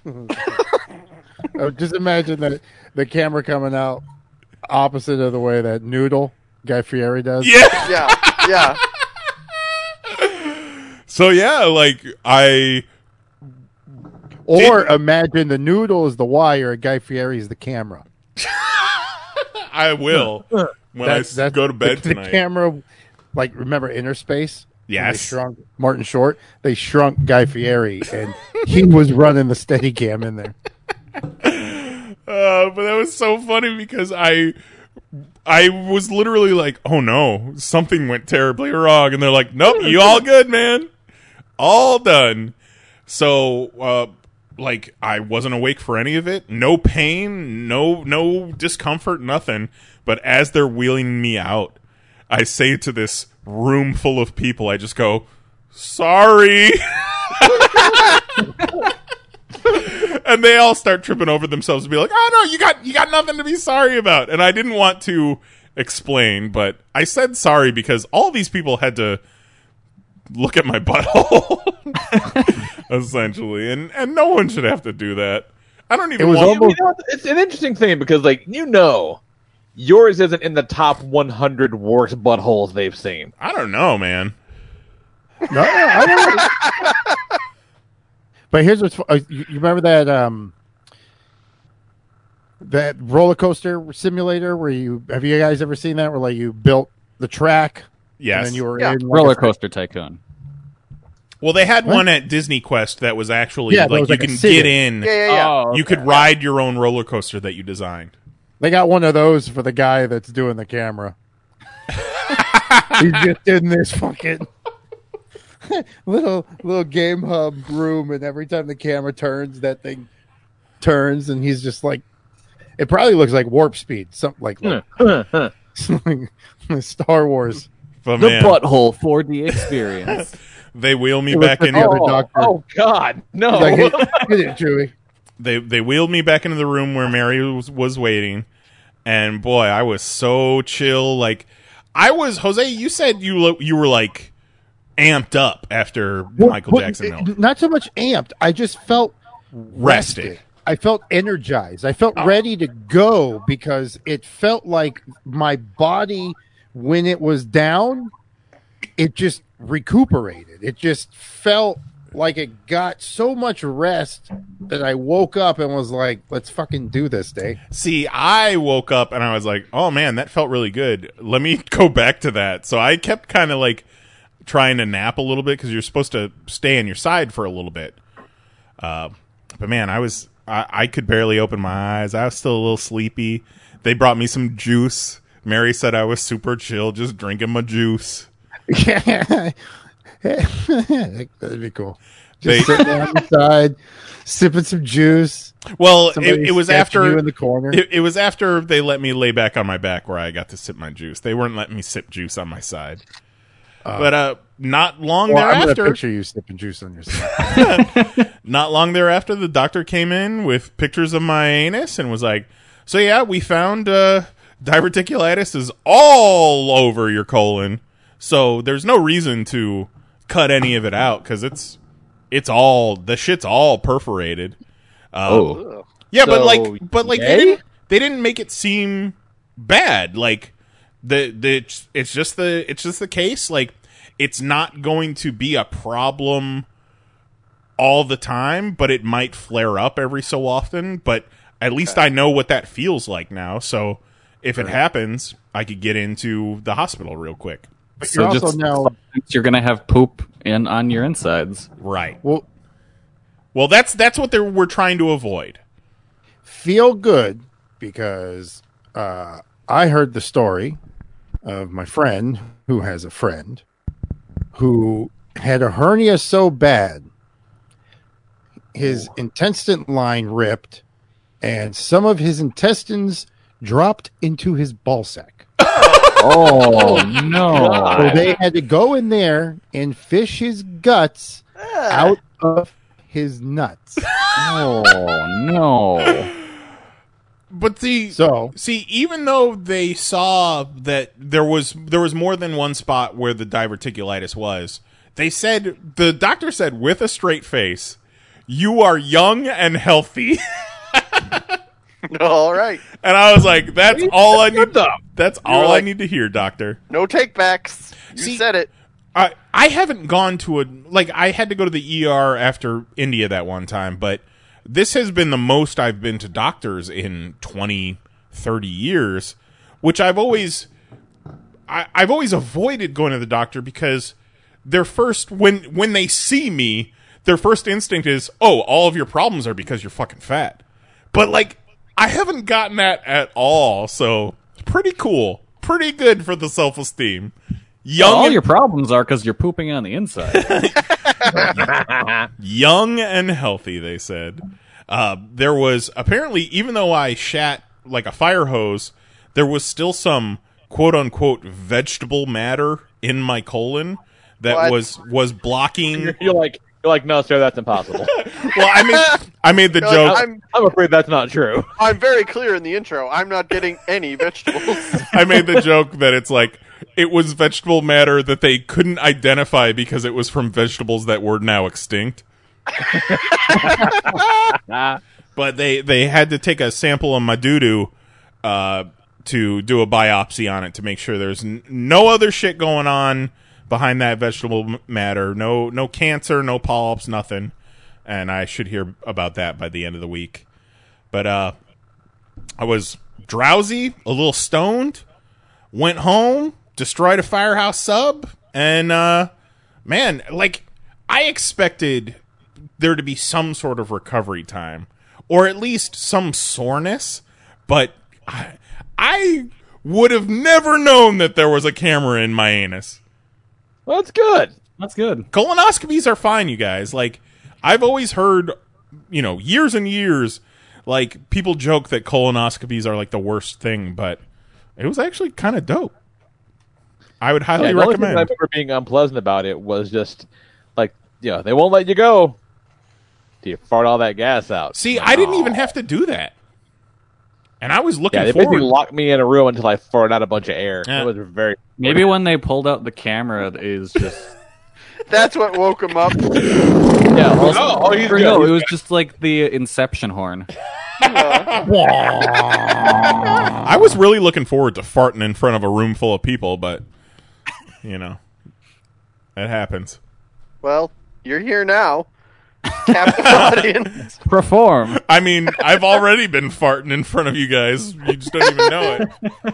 Uh, Just imagine that the camera coming out opposite of the way that noodle Guy Fieri does.
Yeah.
Yeah. Yeah.
So yeah, like I,
Or imagine the noodle is the wire, and Guy Fieri is the camera.
I will when I
That-
s- go to bed
the,
tonight.
The camera, like remember Inner Space? When They
Yes.
shrunk Martin Short. They shrunk Guy Fieri, and he was running the steady cam in there.
Uh, but that was so funny because I I was literally like, "Oh no, something went terribly wrong," and they're like, "Nope, you all good, man, all done." So, uh, like, I wasn't awake for any of it. No pain, no no discomfort, nothing. But as they're wheeling me out, I say to this room full of people, I just go, "Sorry." and they all start tripping over themselves and be like, "Oh no, you got you got nothing to be sorry about." And I didn't want to explain, but I said sorry because all these people had to look at my butthole, essentially, and and no one should have to do that. I don't even.
It was
want-
almost-
You know, it's an interesting thing because, like, you know, yours isn't in the top 100 worst buttholes they've seen.
I don't know, man.
No, no, I don't. but here's what's fu- uh, you, you remember that um that roller coaster simulator where you have you guys ever seen that where like you built the track?
Yes.
And then you were
Yeah.
in like,
Roller
a-
Coaster Tycoon.
Well, they had one at Disney Quest that was actually
Yeah, that
like
was
you
like a
can
city.
get in.
Yeah, yeah, yeah.
Oh,
You could ride your own roller coaster that you designed.
They got one of those for the guy that's doing the camera. He's just in this fucking little little game hub room, and every time the camera turns, that thing turns, and he's just like, it probably looks like warp speed, something like that. Star Wars.
But
The
man,
butthole.
for the experience.
they wheel me
It was
back
for
in.
the other
Oh,
doctor.
oh, God, no!
He's like, hit, hit it, Chewie.
They they wheeled me back into the room where Mary was, was waiting, and boy, I was so chill. Like I was, Jose. You said you lo- you were like amped up after Michael
Well,
Jackson.
it-
melted.
Not so much amped. I just felt
Rested. Oh.
I felt energized. I felt ready to go because it felt like my body, when it was down, it just recuperated. It just felt like it got so much rest that I woke up and was like, let's fucking do this day.
See, I woke up and I was like, "Oh man, that felt really good. Let me go back to that." So I kept kind of like trying to nap a little bit because you're supposed to stay on your side for a little bit. Uh, but man, I was I, I could barely open my eyes. I was still a little sleepy. They brought me some juice. Mary said I was super chill, just drinking my juice.
Yeah. That'd be cool. Just
They-
sitting there on the side, sipping some juice.
Well,
Somebody
it, it was
sketching
after
you in the corner.
It, it was after they let me lay back on my back where I got to sip my juice. They weren't letting me sip juice on my side. but uh, not long
Well, I'm going to
thereafter,
picture you sipping juice on your side.
not long thereafter, the doctor came in with pictures of my anus and was like, "So yeah, we found uh, diverticulitis is all over your colon. So there's no reason to cut any of it out because it's it's all the shit's all perforated." Uh,
oh,
Yeah, but
So,
like, but like, they
yay?
didn't, they didn't make it seem bad. Like the the it's just the it's just the case. Like it's not going to be a problem all the time, but it might flare up every so often. But at least I know what that feels like now. So if it happens, I could get into the hospital real quick.
But
so
you're
just
also now
you're gonna have poop in on your insides.
Right.
well
Well, that's that's what they we're trying to avoid.
feel good because uh, I heard the story of my friend who has a friend who had a hernia so bad his intestine line ripped and some of his intestines dropped into his ball sack.
Oh no!
So they had to go in there and fish his guts out of his nuts.
Oh no!
But the
So
See, even though they saw that there was there was more than one spot where the diverticulitis was, they said the doctor said with a straight face, "You are young and healthy." Oh.
All right.
and I was like, "That's all I need. That's all
like-
I need to hear, doctor."
No takebacks. You
See-
said it.
I I haven't gone to a like I had to go to the ER after India that one time, but this has been the most I've been to doctors in 20 30 years, which I've always I, I've always avoided going to the doctor because their first when when they see me, their first instinct is, "Oh, all of your problems are because you're fucking fat." But like I haven't gotten that at all, so it's pretty cool. Pretty good for the self-esteem.
Oh,
Young
All
and
your problems are because you're pooping on the inside.
young and healthy they said uh, there was apparently even though i shat like a fire hose there was still some quote unquote vegetable matter in my colon that
What?
was was blocking
You're like, you're like, no, sir, that's impossible.
well i made i made the
You're
joke
like, I'm
I'm afraid that's not true.
I'm very clear in the intro. I'm not getting any vegetables.
i made the joke that it's like it was vegetable matter that they couldn't identify because it was from vegetables that were now extinct but they they had to take a sample of my doo doo uh, to do a biopsy on it to make sure there's n- no other shit going on behind that vegetable m- matter. No no cancer, no polyps, nothing. And I should hear about that by the end of the week. But uh, I was drowsy, a little stoned, went home, destroyed a firehouse sub, and uh man, like I expected there to be some sort of recovery time or at least some soreness, but I, I would have never known that there was a camera in my anus.
Well, that's good.
That's good.
Colonoscopies are fine, you guys. Like I've always heard, you know, years and years like people joke that colonoscopies are like the worst thing, but it was actually kind of dope. I would highly
Yeah, the only thing
recommend.
I remember being unpleasant about it was just like, you know, they won't let you go. Do you fart all that gas out? Oh.
See, I didn't even have to do that. And I was looking
Yeah, they
forward.
basically locked me in a room until I farted out a bunch of air.
Yeah.
It was very
Maybe when they pulled out the camera, it is just
That's what woke him up.
yeah. Also,
Oh,
oh, he's
no,
good.
it was just like the Inception horn.
I was really looking forward to farting in front of a room full of people, but you know, it happens.
Well, you're here now. Captain audience.
Perform.
I mean, I've already been farting in front of you guys. You just don't even know it.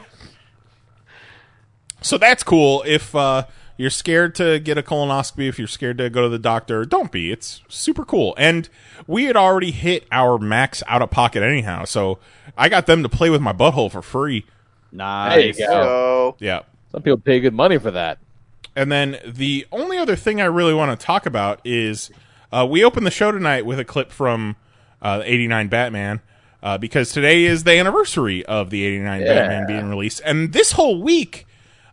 So that's cool. If uh, you're scared to get a colonoscopy, if you're scared to go to the doctor, don't be. It's super cool. And we had already hit our max out of pocket anyhow, so I got them to play with my butthole for free.
Nice.
Oh.
There you go.
So,
Yeah.
Some people pay good money for that.
And then the only other thing I really want to talk about is uh, we opened the show tonight with a clip from uh, 89 Batman uh, because today is the anniversary of the 89 Batman being released. And this whole week,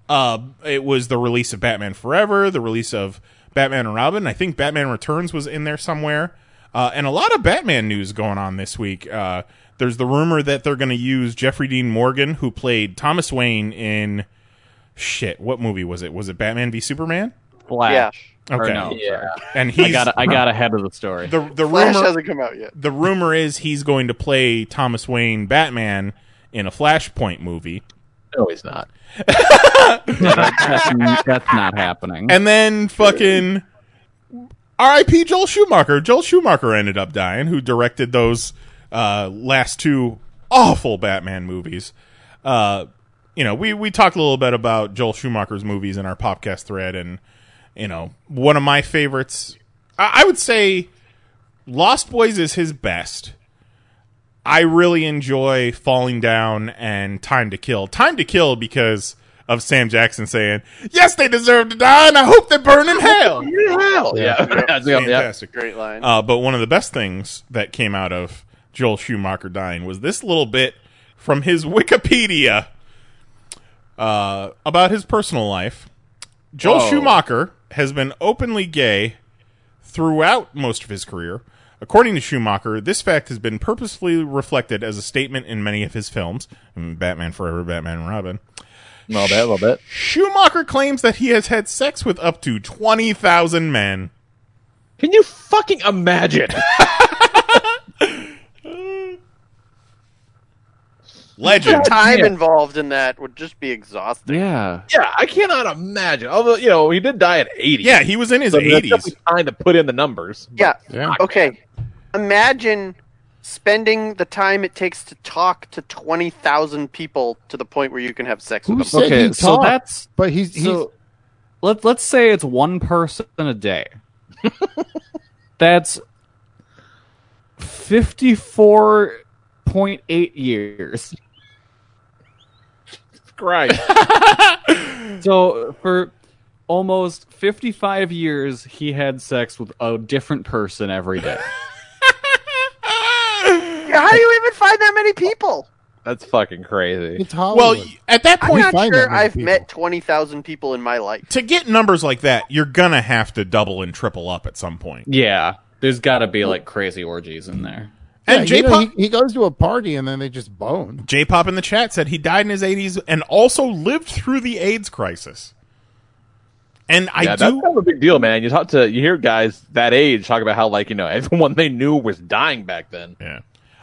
uh, it was the release of Batman Forever, the release of Batman and Robin. I think Batman Returns was in there somewhere. Uh, and a lot of Batman news going on this week. Uh, there's the rumor that they're going to use Jeffrey Dean Morgan, who played Thomas Wayne in shit. What movie was it? Was it Batman v Superman?
Flash. Or
Okay.
no, sorry.
And he's
I got I got ahead of the story.
the the
Flash
rumor
hasn't come out yet.
the rumor is he's going to play Thomas Wayne Batman in a Flashpoint movie.
No, he's not.
that's, that's not happening.
And then fucking R.I.P. Joel Schumacher. Joel Schumacher ended up dying, who directed those uh, last two awful Batman movies. Uh, you know, we we talked a little bit about Joel Schumacher's movies in our podcast thread, and you know, one of my favorites. I, I would say Lost Boys is his best. I really enjoy Falling Down and Time to Kill. Time to Kill because of Sam Jackson saying, "Yes, they deserve to die, and I hope they burn in hell."
Hell yeah. Yeah, yeah.
Fantastic.
Great line.
Uh, but one of the best things that came out of Joel Schumacher dying was this little bit from his Wikipedia uh, about his personal life. Joel
Whoa.
Schumacher has been openly gay throughout most of his career. According to Schumacher, this fact has been purposefully reflected as a statement in many of his films, Batman Forever, Batman and Robin.
A little bit, a little bit.
Schumacher claims that he has had sex with up to 20,000 men.
Can you fucking imagine?
Legend.
Time involved in that would just be exhausting.
yeah.
yeah, I cannot imagine. Although you know, he did die at eighty.
Yeah, he was in his
so there's
80s.
definitely time to put in the numbers.
Yeah.
Yeah.
Okay. Imagine spending the time it takes to talk to 20,000 people to the point where you can have sex with
Who
them.
said
Okay,
he
so
talked?
that's-
but he's he's
So let let's say it's one person a day. that's fifty four point eight years.
Right.
So for almost fifty five years, he had sex with a different person every day.
How do you even find that many people?
That's fucking crazy.
it's Hollywood.
Well, at that
I'm
point,
not
find that
sure
many
I've
people.
met 20,000 people in my life.
to get numbers like that, you're gonna have to double and triple up at some point.
Yeah, there's got to be like crazy orgies in there.
Yeah,
And
you know,
J-pop,
he, he goes to a party and then they just bone.
J-pop in the chat said he died in his 80s and also lived through the AIDS crisis. And I
yeah, that's
do,
kind of a big deal, man. You talk to you hear guys that age talk about how like you know everyone they knew was dying back then.
yeah,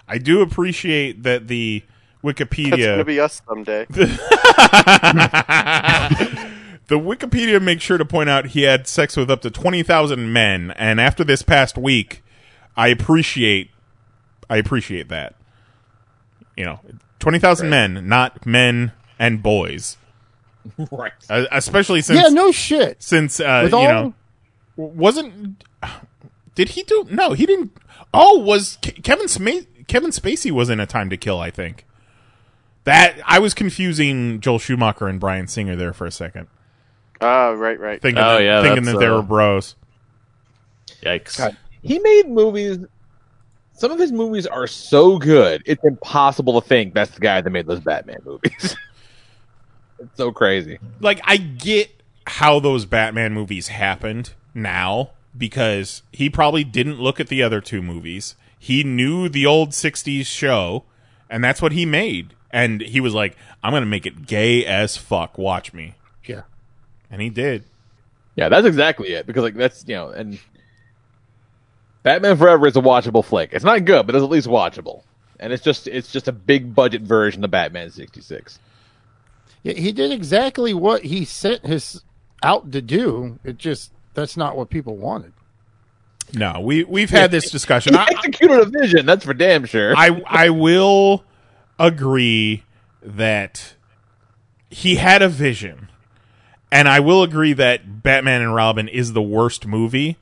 I do appreciate that the
That's going to
Wikipedia,
be us someday.
the Wikipedia makes sure to point out he had sex with up to twenty thousand men. And after this past week, I appreciate, I appreciate that. you know, twenty thousand men, not men and boys.
Right.
Uh, especially since
yeah, no shit.
since uh,
With
you
all-
know w- wasn't did he do no he didn't oh was Ke- kevin Sma- kevin spacey was in a time to kill i think that i was confusing joel schumacher and brian singer there for a second
Oh, right, right.
thinking,
Oh,
that,
yeah,
thinking
that's,
that they
uh,
were bros
Yikes.
God, he made movies. Some of his movies are so good, it's impossible to think that's the guy that made those Batman movies. it's so crazy.
like i get how those batman movies happened now because he probably didn't look at the other two movies he knew the old 60s show and that's what he made and he was like i'm gonna make it gay as fuck watch me
Yeah.
And he did.
Yeah, that's exactly it. Because like that's you know, and Batman Forever is a watchable flick. It's not good, but it's at least watchable. And it's just it's just a big budget version of Batman sixty six.
Yeah, he did exactly what he sent his out to do. It just that's not what people wanted.
No, we we've had this discussion. I,
Executed a vision, that's for damn sure.
I I will agree that he had a vision, and I will agree that Batman and Robin is the worst movie.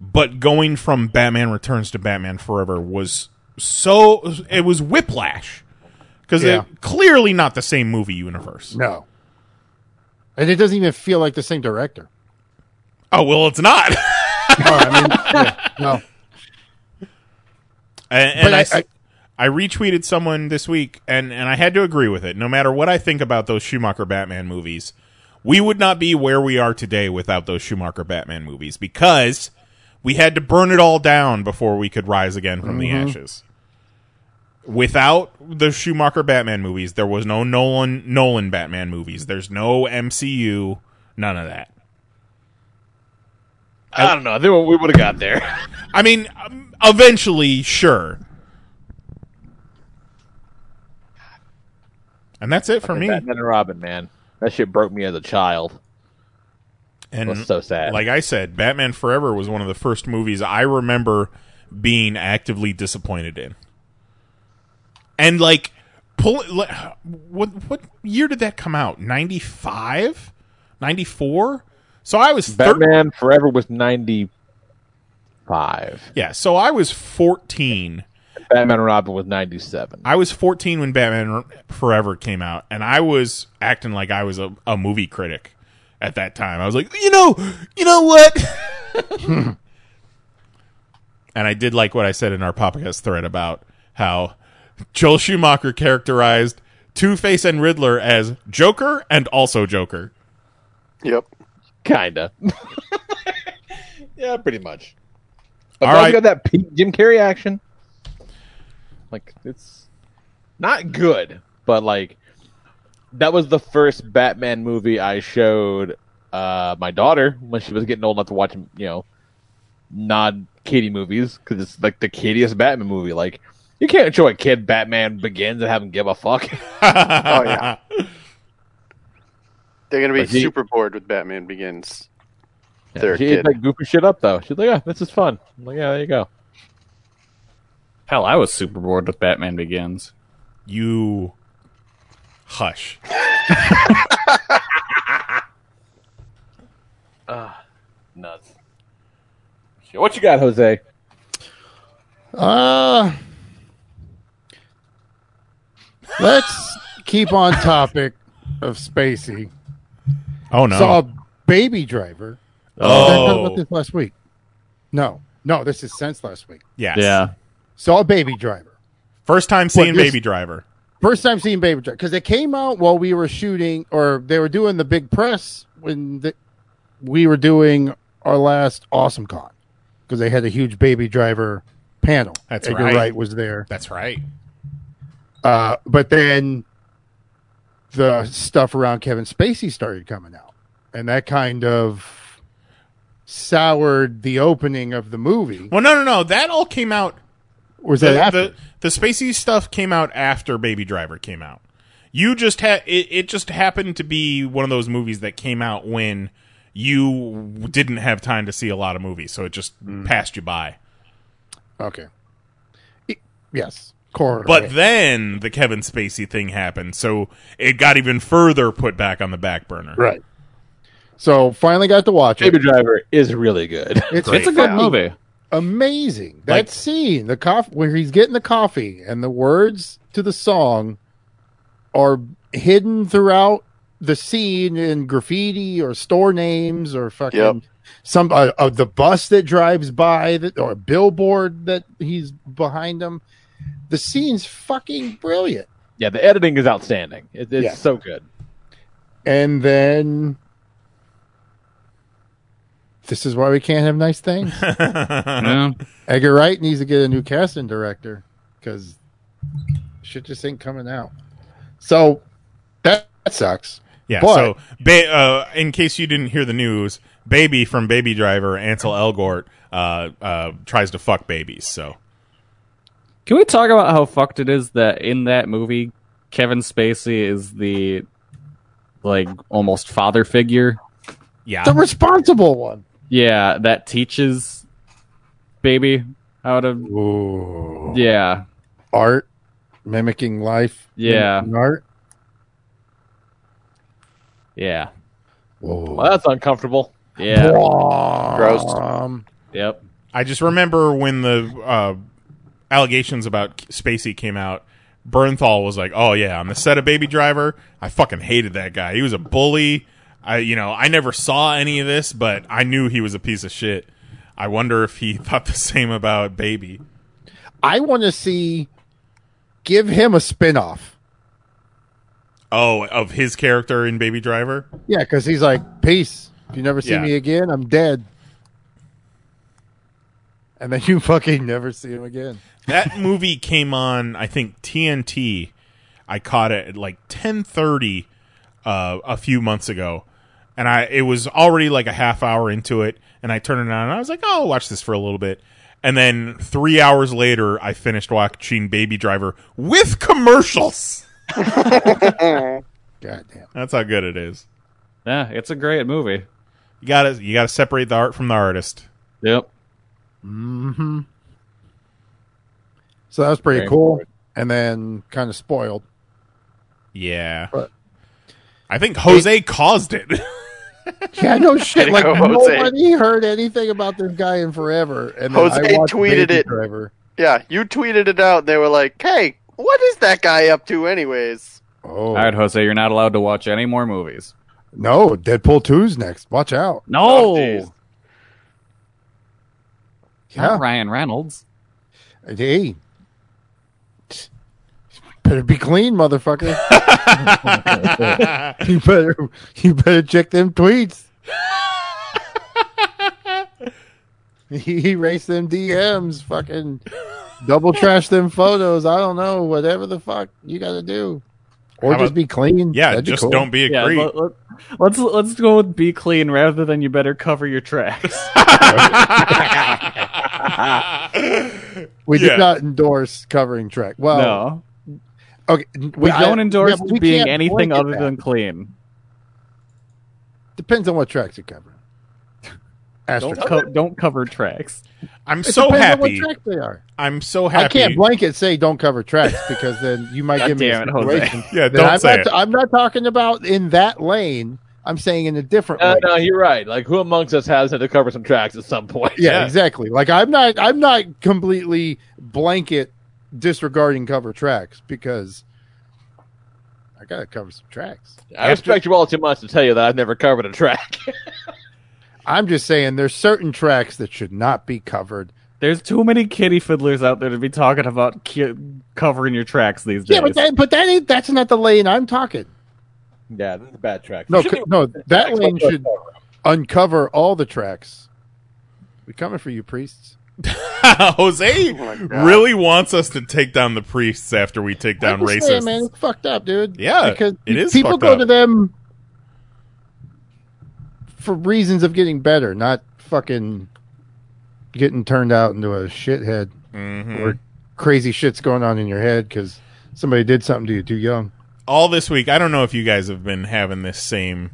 But going from Batman Returns to Batman Forever was so it was whiplash because
Yeah.
clearly not the same movie universe.
No. And it doesn't even feel like the same director.
Oh well, it's not.
No, I mean, yeah, no.
And, and
But
I,
I-
s- I, retweeted someone this week, and, and I had to agree with it. No matter what I think about those Schumacher Batman movies, we would not be where we are today without those Schumacher Batman movies because we had to burn it all down before we could rise again from the ashes. Without the Schumacher Batman movies, there was no Nolan Nolan Batman movies. There's no MCU, none of that.
I don't know. I think we would have got there.
I mean, um, eventually, sure. And that's it for me.
Batman and Robin, man. That shit broke me as a child.
And
was so sad.
Like I said, Batman Forever was one of the first movies I remember being actively disappointed in. And like, pull like, what what year did that come out? 95? 94? So I was thir-
Batman Forever was ninety five.
Yeah, so I was 14
Batman and Robin was ninety seven.
I was 14 when Batman Forever came out, and I was acting like I was a, a movie critic at that time. I was like, you know, you know what? and I did like what I said in our podcast thread about how Joel Schumacher characterized Two Face and Riddler as Joker and also Joker.
Yep.
Kinda. yeah, pretty much. But
All
now
right.
you got that peak Jim Carrey action. Like it's not good, but like that was the first Batman movie I showed uh, my daughter when she was getting old enough to watch, you know, non kiddie movies because it's like the kiddiest Batman movie. Like you can't show a kid Batman Begins and have him give a fuck.
Oh yeah. They're gonna be
But he-
super bored with Batman Begins.
Yeah,
They're a
she
kid.
like goofy shit up though. She's like, yeah, this is fun. I'm like, yeah, there you go.
Hell, I was super bored with Batman Begins.
You hush.
nuts. What you got, Jose?
Uh, let's keep on topic of Spacey.
Oh no.
uh,
Saw Baby Driver. Did I talk about
oh
this last week? No, no, this is since last week.
yes.
Yeah.
Saw Baby Driver.
First time seeing
you're-
Baby Driver.
First time seeing Baby Driver because it came out while we were shooting, or they were doing the big press when the, we were doing our last Awesome Con because they had a huge Baby Driver panel.
That's
Edgar
right.
Wright was there,
That's right.
uh, but then the stuff around Kevin Spacey started coming out, and that kind of soured the opening of the movie.
Well, no, no, no. That all came out
Was that
the,
after?
the the spacey stuff came out after Baby Driver came out. You just had it, it. just happened to be one of those movies that came out when you didn't have time to see a
Mm.
lot of movies, so it just passed you by.
Okay. It- yes. corridor.
But then the Kevin Spacey thing happened, so it got even further put back on the back burner.
right. So finally got to watch it.
Baby Driver is really good.
It's,
It's a good
fucking
movie.
Amazing. That
Like-
scene, the coffee where he's getting the coffee and the words to the song are hidden throughout the scene in graffiti or store names or fucking
Yep.
some uh, of the bus that drives by that or a billboard that he's behind him. The scene's fucking brilliant.
yeah, the editing is outstanding. It, it's
Yeah.
so good.
And then this is why we can't have nice things.
Yeah.
Edgar Wright needs to get a new casting director because shit just ain't coming out. So that, that sucks.
Yeah.
But-
so, ba- uh, in case you didn't hear the news, Baby from Baby Driver, Ansel Elgort, uh, uh, tries to fuck babies. So
Can we talk about how fucked it is that in that movie, Kevin Spacey is the like almost father figure?
yeah,
The responsible one.
Yeah, that teaches baby how to.
Ooh.
Yeah,
Art mimicking life.
Yeah.
mimicking Art.
yeah,
Well,
Whoa.
that's uncomfortable.
yeah.
Gross.
Um,
Yep.
I just remember when the uh, allegations about K- Spacey came out. Bernthal was like, "Oh yeah, on the set of Baby Driver, I fucking hated that guy. He was a bully. I, you know, I never saw any of this, but I knew he was a piece of shit. I wonder if he thought the same about Baby.
I want to see give him a spinoff.
Oh, of his character in Baby Driver.
Yeah, because he's like, peace. If you never see
Yeah.
me again, I'm dead. And then you fucking never see him again.
that movie came on i think tnt i caught it at like 10.30 uh, a few months ago and i it was already like a half hour into it and i turned it on and i was like oh I'll watch this for a little bit and then three hours later i finished watching baby driver with commercials
Goddamn.
that's how good it is
Yeah, it's a great movie.
you gotta you gotta separate the art from the artist
Yep.
Mm-hmm. So that was pretty
Very
cool. And then kind of spoiled.
yeah i think jose caused it
Yeah, no shit. Like
Go, Jose.
nobody heard anything about this guy in forever. And then
Jose
I watched
tweeted
Baby
it.
Driver.
Yeah, you tweeted it out, and they were like, "Hey, what is that guy up to, anyways?"
Oh
All right, Jose, you're not allowed to watch any more movies.
no, Deadpool 2's next. Watch out.
Oh,
No,
jeez.
not
Yeah.
Ryan Reynolds.
Hey. Better be clean, motherfucker. you better you better check them tweets. he erased them DMs, fucking double trash them photos. I don't know, whatever the fuck you gotta do. Or
How
just
about-
be clean.
yeah
That'd
just
cool.
don't be a
Yeah,
creep
let, let, let's let's go with be clean rather than you better cover your tracks.
We
Yeah.
did not endorse covering track. Well,
no,
okay, n-
we
I-
don't endorse
yeah, but we
being
can't
anything
blanket
other
that.
than clean.
depends on what tracks you're covering. Astro-
Don't co- don't cover tracks.
i'm
It
so
depends on
happy
what tracks they are.
i'm so
I
happy
can't blanket say don't cover tracks because then you might
God
give me a
damn it, Jose.
situation.
yeah
that
don't
I'm,
say
not,
it.
I'm not talking about in that lane. I'm saying in a different
No,
lane.
no, you're right. Like, who amongst us has had to cover some tracks at some point?
yeah,
yeah.
exactly. Like I'm not. I'm not completely blanket disregarding cover tracks because I gotta cover some tracks.
I respect you all too much to tell you that I've never covered a track.
I'm just saying there's certain tracks that should not be covered.
There's too many kitty fiddlers out there to be talking about ki- covering your tracks these days.
Yeah, but that, but that ain't, that's not the lane I'm talking.
yeah, that's a bad track.
No,
You shouldn't
c- no,
even-
that
Tracks
lane
whatsoever.
should uncover all the tracks. We coming for you, priests.
Jose
Oh my God.
really wants us to take down the priests after we take down
I'm just saying,
racists.
man, it's fucked up, dude.
Yeah,
because
it is
people
fucked
go
up.
to them for reasons of getting better, not fucking getting turned out into a shithead
Mhm.
or crazy shit's going on in your head because somebody did something to you too young.
All this week, I don't know if you guys have been having this same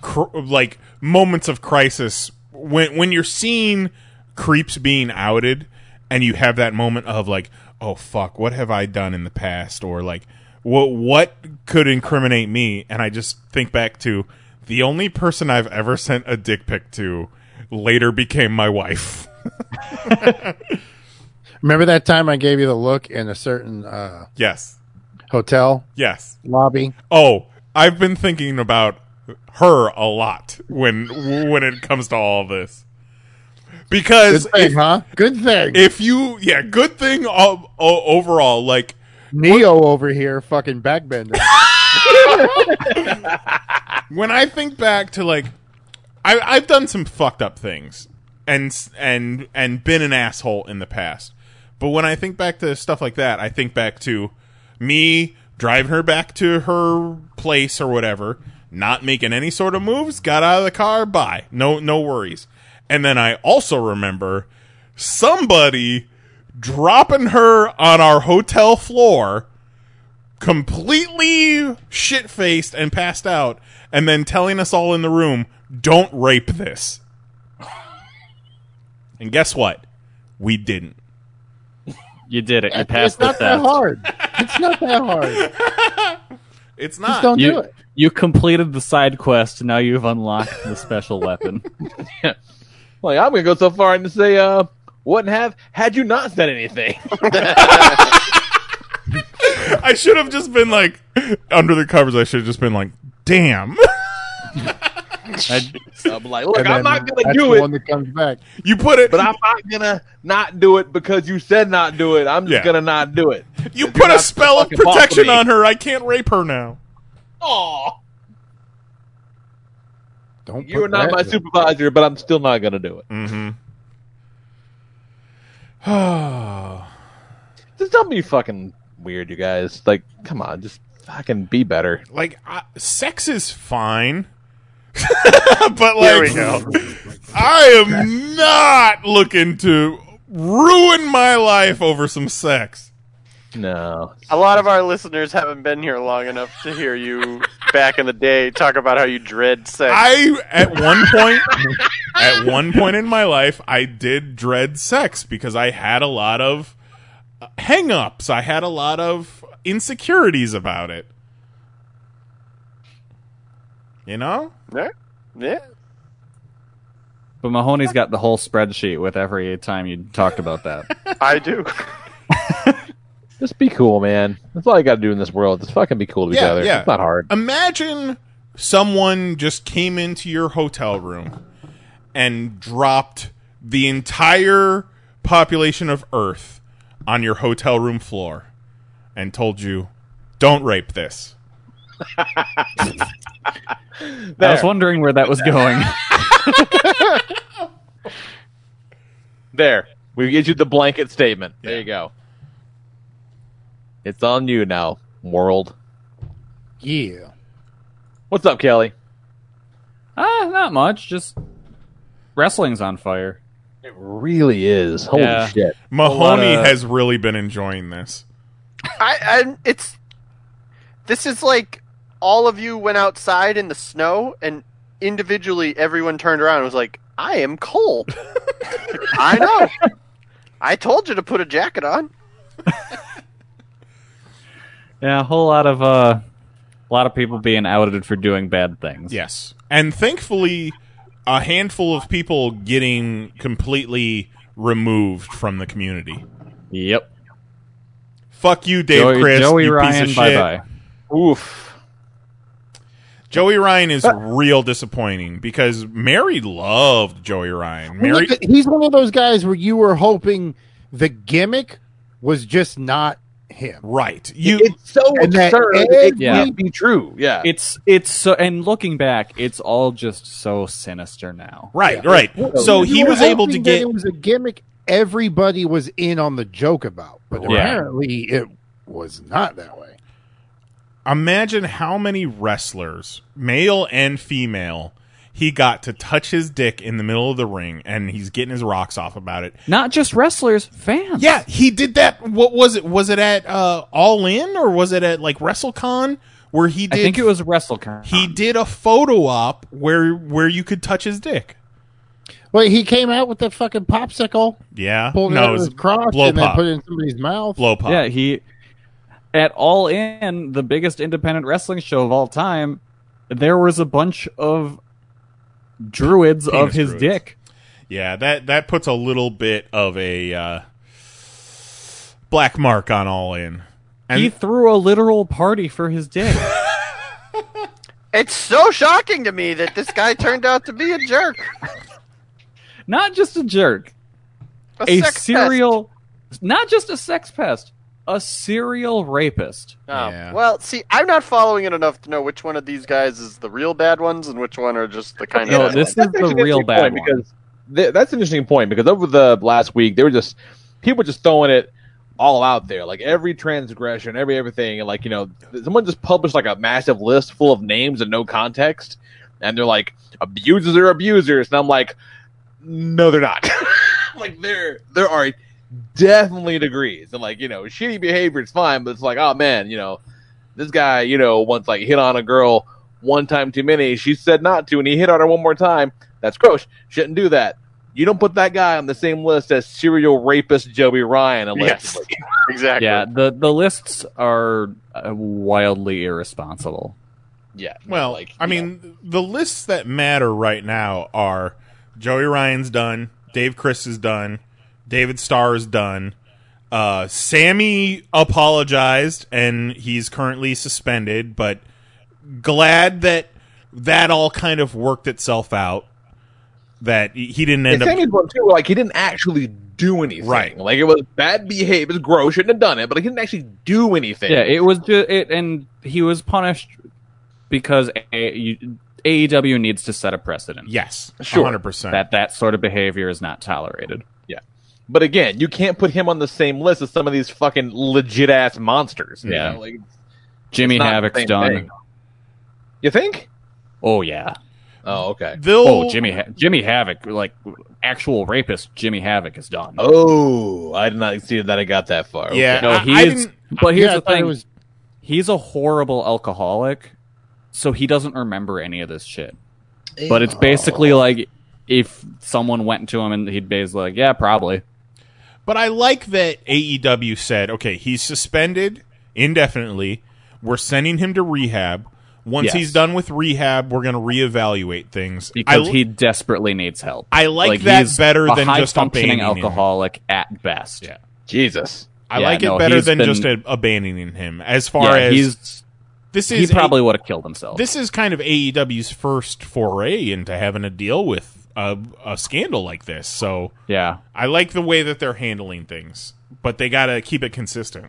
cr- like moments of crisis when when you're seeing creeps being outed and you have that moment of like, oh fuck, what have I done in the past, or like, what what could incriminate me? And I just think back to the only person I've ever sent a dick pic to later became my wife.
Remember that time I gave you the look in a certain uh,
yes,
hotel
yes.
lobby?
Oh, I've been thinking about her a lot when when it comes to all this
Good
because
thing, huh? Good thing.
if you yeah good thing o- o- overall like
Neo over here, fucking backbender.
when i think back to like I, i've done some fucked up things and s- and and been an asshole in the past but when i think back to stuff like that i think back to me driving her back to her place or whatever not making any sort of moves got out of the car bye no no worries and then i also remember somebody dropping her on our hotel floor completely shit faced and passed out, and then telling us all in the room, don't rape this. and guess what? We didn't.
You did it. You
it's
passed the
not that
test.
hard. It's not that hard.
It's
Just
not.
don't do
You,
it.
you completed the side quest. Now you've unlocked the special weapon.
Like I'm gonna go so far and to say, uh, wouldn't have had you not said anything.
I should have just been like, under the covers, I should have just been like, damn.
I,
I'm like, look,
And
I'm
then
not gonna
that's
do
the
it,
one that comes back.
you put it,
but I'm not gonna not do it because you said not do it. I'm just
Yeah.
gonna not do it.
you put a
not
spell of
fucking boss to
protection
me.
on her. I can't rape her now.
Aw,
Don't
you
put
are not
that
my
in.
supervisor, but I'm still not gonna do it.
Oh.
Just don't be fucking weird, you guys. Like, come on, just fucking be better.
like I, sex is fine but like
we go.
i am not looking to ruin my life over some sex
No,
A lot of our listeners haven't been here long enough to hear you back in the day talk about how you dread sex.
i at one point at one point in my life i did dread sex because i had a lot of uh, hang-ups i had a lot of insecurities about it you know
Yeah. yeah.
but Mahoney's got the whole spreadsheet with every time you talked about that.
I do.
just be cool, man. That's all you gotta do in this world. Just fucking be cool to each other. It's not hard.
Imagine someone just came into your hotel room and dropped the entire population of Earth on your hotel room floor and told you, don't rape this.
I was wondering where that was going.
There. We get you the blanket statement. There you go. It's on you now, world.
Yeah.
What's up, Kelly?
Ah, not much. Just wrestling's on fire.
It really is. Holy
Yeah.
shit.
Mahoney
of-
has really been enjoying this.
I, I it's this is like all of you went outside in the snow and individually everyone turned around and was like, I am cold. I know. I told you to put a jacket on.
Yeah, a whole lot of uh, a lot of people being outed for doing bad things.
Yes. And thankfully, a handful of people getting completely removed from the community.
Yep.
Fuck you, Dave
Joey,
Chris.
Joey
you
Ryan,
piece of
bye
shit.
bye.
Oof.
Joey Ryan is real disappointing because Mary loved Joey Ryan. Mary,
Look, he's one of those guys where you were hoping the gimmick was just not him.
right? You
It's so
And that
absurd. It
every-
can't be true. Yeah.
It's it's so and looking back, it's all just so sinister now.
right, right. So
You
he
were
was able to
hoping that
get
it was a gimmick everybody was in on the joke about, but
Yeah.
apparently it was not that way.
imagine how many wrestlers, male and female, he got to touch his dick in the middle of the ring and he's getting his rocks off about it.
Not just wrestlers, fans.
Yeah, he did that what was it? Was it at uh All In or was it at like WrestleCon where he
I
did
think it was WrestleCon.
he did a photo op where where you could touch his dick.
Well, he came out with that fucking popsicle,
Yeah.
pulled it
no,
out of
was
his crotch,
blow
and then
pop.
put it in somebody's mouth.
blow pop.
Yeah, he at all in the biggest independent wrestling show of all time. There was a bunch of druids of
Penis
his
druids.
dick.
Yeah, that that puts a little bit of a uh, black mark on all in. And
he threw a literal party for his dick.
It's so shocking to me that this guy turned out to be a jerk.
not just a jerk,
A,
a
sex pest.
serial, not just a sex pest, a serial rapist.
Oh,
Yeah.
Well, see, I'm not following it enough to know which one of these guys is the real bad ones and which one are just the kind
No,
of.
this is
That's
the
actually an
real
interesting
bad
point
one.
because th- that's an interesting point because over the last week they were just people were just throwing it all out there like every transgression every everything and like you know th- someone just published like a massive list full of names and no context and they're like abusers are abusers and i'm like no they're not like there there are definitely degrees and like you know shitty behavior is fine but it's like oh man you know this guy, you know, once like hit on a girl one time too many, she said not to, and he hit on her one more time. That's gross. Shouldn't do that. You don't put that guy on the same list as serial rapist Joey Ryan.
Yes,
Allegedly.
exactly.
Yeah, the the lists are uh, wildly irresponsible.
Yeah.
well,
like,
I mean, the lists that matter right now are Joey Ryan's done, Dave Chris is done, David Starr is done. Uh, Sammy apologized and he's currently suspended, but glad that that all kind of worked itself out. That he he didn't end
And
up
Sammy's one too. where, Like he didn't actually do anything.
Right.
Like it was bad behavior. It was gross. Shouldn't have done it. But like, he didn't actually do anything.
Yeah, it was just it, and he was punished because A, you, AEW needs to set a precedent
Yes,
Sure.
hundred percent.
that that sort of behavior is not tolerated.
But again, you can't put him on the same list as some of these fucking legit ass monsters. you
Yeah.
know, like,
Jimmy
not the
Havoc's
same
done.
thing. you think?
Oh yeah.
Oh, okay.
They'll
Oh, Jimmy ha- Jimmy Havoc, like actual rapist Jimmy Havoc is done.
Oh, I did not see that. I got that far.
Yeah,
No,
I-
he
I
is.
didn't-
But here's
yeah, I
the
thought
thing:
it was
he's a horrible alcoholic, so he doesn't remember any of this shit. But it's basically like if someone went to him and he'd be like, "Yeah, probably."
But I like that AEW said, okay, he's suspended indefinitely. We're sending him to rehab. Once
Yes.
he's done with rehab, we're going to reevaluate things.
Because
I,
he desperately needs help.
I like that
he's
better
a
than
high
just
functioning
abandoning him.
alcoholic at best.
Yeah.
Jesus.
I
yeah,
like it
no,
better
he's
than
been-
just a, abandoning him. As far
yeah
as
he's
this
he
is
probably would have killed himself.
this is kind of AEW's first foray into having to deal with a, a scandal like this. So
yeah,
I like the way that they're handling things, but they got to keep it consistent.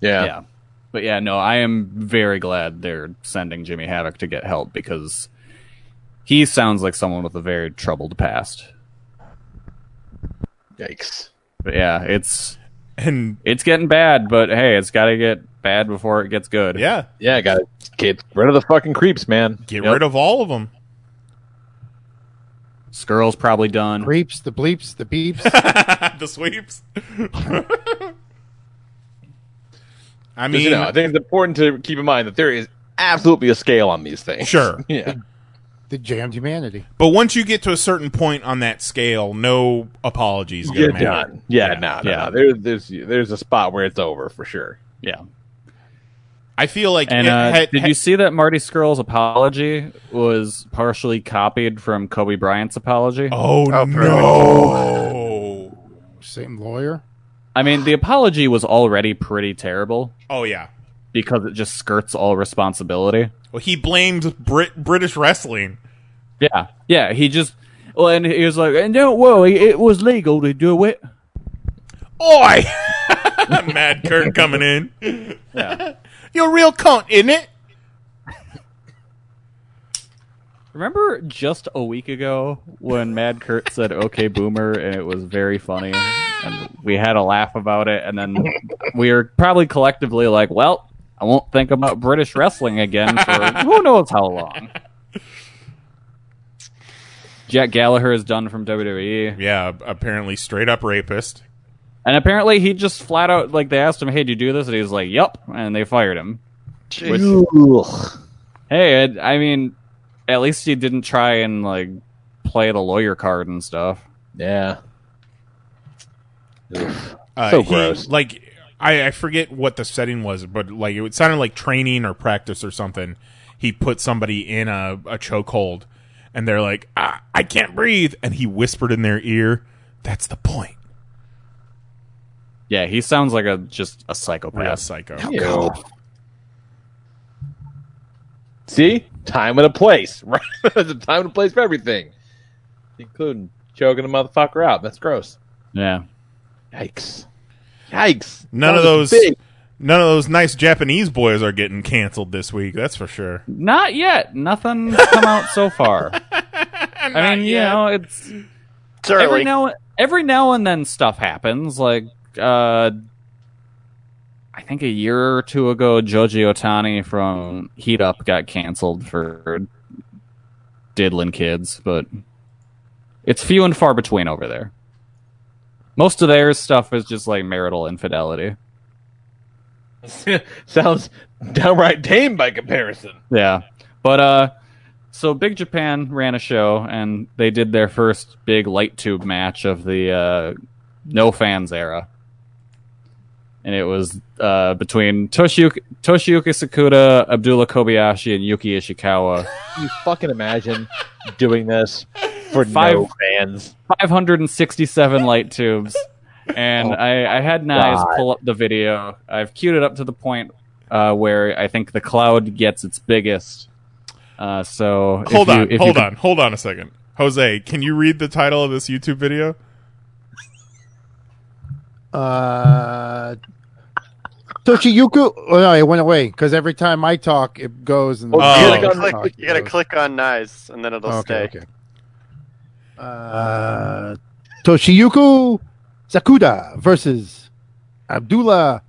Yeah.
yeah. But yeah, no, I am very glad they're sending Jimmy Havoc to get help because he sounds like someone with a very troubled past.
Yikes.
But yeah, it's
And
it's getting bad, but hey, it's got to get bad before it gets good.
yeah,
Yeah, got to get rid of the fucking creeps, man.
get
Yep.
rid of all of them.
Skrull's probably done.
creeps, the bleeps, the beeps.
the sweeps. I
'Cause,
mean,
you know, I think it's important to keep in mind that there is absolutely a scale on these things.
sure,
Yeah.
the jammed humanity.
but once you get to a certain point on that scale, no apologies. gonna
You're
matter.
done. Yeah, no, no,
Yeah.
no. There's, there's, there's a spot where it's over for sure.
Yeah.
I feel like
And
it
uh,
had-
did
had-
you see that Marty Skrull's apology was partially copied from Kobe Bryant's apology?
Oh no!
Same lawyer.
I mean, the apology was already pretty terrible
Oh yeah.
because it just skirts all responsibility.
Well, he blamed Brit- British wrestling.
Yeah, yeah. He just well, and he was like, and don't worry, it was legal to do it.
Oi! Mad Kurt coming in. You're a real cunt, isn't it?
Remember just a week ago when Mad Kurt said "Okay, Boomer" and it was very funny, and we had a laugh about it, and then we were probably collectively like, "Well, I won't think about British wrestling again for who knows how long." Jack Gallagher is done from WWE,
Yeah, apparently straight up rapist.
and apparently he just flat out like they asked him, "Hey, did you do this?" and he was like, "Yup," and they fired him. Which- hey, I, I mean, at least he didn't try and like play the lawyer card and stuff.
Yeah.
Uh,
So
he-
gross.
Like I, I forget what the setting was, but like it sounded like training or practice or something. He put somebody in a, a chokehold, and they're like, ah, "I can't breathe," and he whispered in their ear, "That's the point."
Yeah, he sounds like a just a
Real
psychopath.
psycho.
Ew. See? Time and a place. Right? There's a time and a place for everything, including choking a motherfucker out. That's gross.
Yeah.
Yikes. Yikes.
None of
That was
those.
big.
None of those nice Japanese boys are getting canceled this week. That's for sure.
Not yet. Nothing's come out so far. I mean, you know, it's
It's early.
every now every now and then stuff happens. Like uh I think a year or two ago Joji Otani from Heat Up got canceled for diddling kids, but it's few and far between over there. Most of their stuff is just like marital infidelity.
Sounds downright tame by comparison.
Yeah. But uh so Big Japan ran a show and they did their first big light tube match of the uh no fans era. And it was uh between Toshiyuki, Toshiyuki Sakuda, Abdullah Kobayashi and Yuki Ishikawa.
Can you fucking imagine doing this for no
Five-
fans?
567 light tubes. And
Oh
I, I had Nyes pull up the video. I've queued it up to the point uh, where I think the cloud gets its biggest. Uh, so if
Hold
you-
on,
if you
hold
could-
on, hold on a second. Jose, can you read the title of this YouTube video?
Uh, Toshiyuku. Oh, no, it went away because every time I talk, it goes. And
you
Oh.
gotta, click,
Oh,
you gotta
goes.
click on nice, and then it'll
Okay.
stay.
okay. Uh, Toshiyuku Sakuda versus Abdullah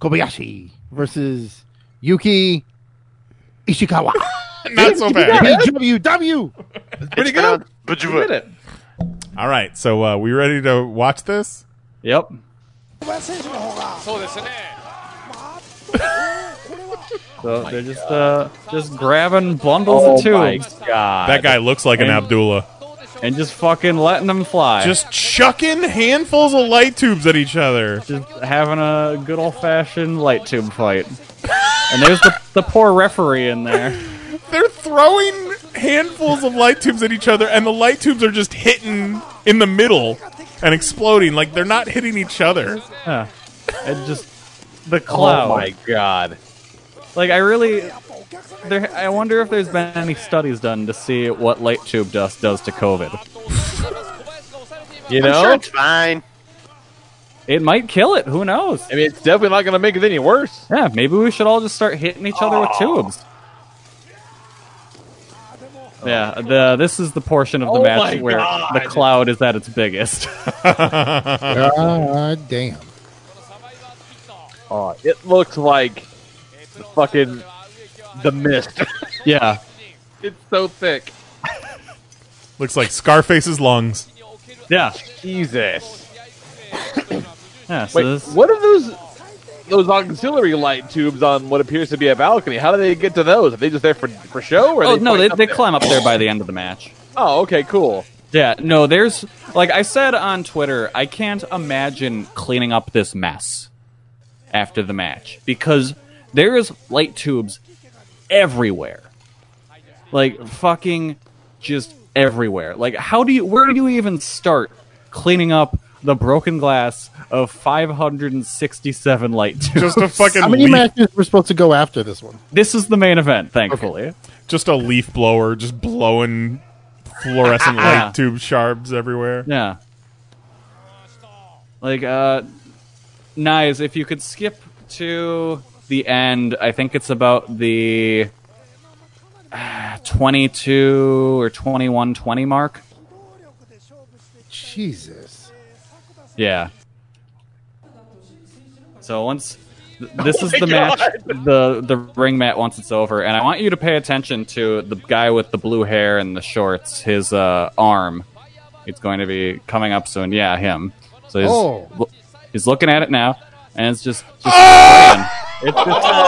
Kobayashi versus Yuki Ishikawa.
Not so bad.
PWW.
Pretty good. Bajua.
All right, so uh, we ready to watch this?
Yep. So they're just uh, just grabbing bundles
Oh
of tubes
God.
That guy looks like an Abdullah.
and just fucking letting them fly.
Just chucking handfuls of light tubes at each other.
Just having a good old fashioned light tube fight. and there's the, the poor referee in there.
They're throwing handfuls of light tubes at each other, and the light tubes are just hitting in the middle and exploding. Like they're not hitting each other.
Yeah. And just the
Oh
cloud.
my god.
Like I really there I wonder if there's been any studies done to see what light tube dust does to COVID.
You
I'm
know?
sure it's fine.
It might kill it, who knows?
I mean, it's definitely not going to make it any worse.
Yeah, maybe we should all just start hitting each other with tubes. Yeah, the this is the portion of the
Oh my
match where
God.
the cloud is at its biggest.
God damn.
Oh, it looks like the fucking the mist.
yeah,
it's so thick.
Looks like Scarface's lungs.
yeah,
Jesus.
yeah. So
Wait,
this,
what are those those auxiliary light tubes on what appears to be a balcony? How do they get to those? Are they just there for for show? Or are
oh no,
putting
they
up
they
there?
climb up there by the end of the match.
Oh, okay, cool.
Yeah, no, there's like I said on Twitter, I can't imagine cleaning up this mess after the match because there is light tubes everywhere. Like fucking just everywhere. Like how do you where do you even start cleaning up the broken glass of 567 light tubes?
Just a fucking
How many
leaf,
matches were supposed to go after this one?
This is the main event, thankfully.
just a leaf blower, just blowing fluorescent
Ah.
light tube shards everywhere.
Yeah. Like, uh, Knives, if you could skip to the end, I think it's about the ah, 22 or 21 20 mark.
Jesus.
Yeah. So once th- this is
Oh my
the match,
God.
the the ring mat once it's over, and I want you to pay attention to the guy with the blue hair and the shorts, his uh, arm. It's going to be coming up soon. Yeah, him. So he's
Oh.
lo- he's looking at it now, and it's just, just spraying. it's just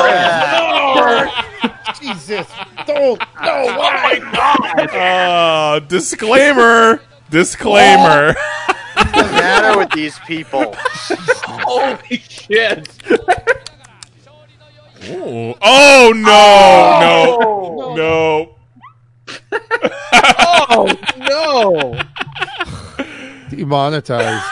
Oh, Jesus. Don't old. No, why?
Uh, disclaimer. Disclaimer.
What's the matter with these people?
Holy shit!
Ooh. Oh no! No! No!
Oh,
Oh no!
Demonetized.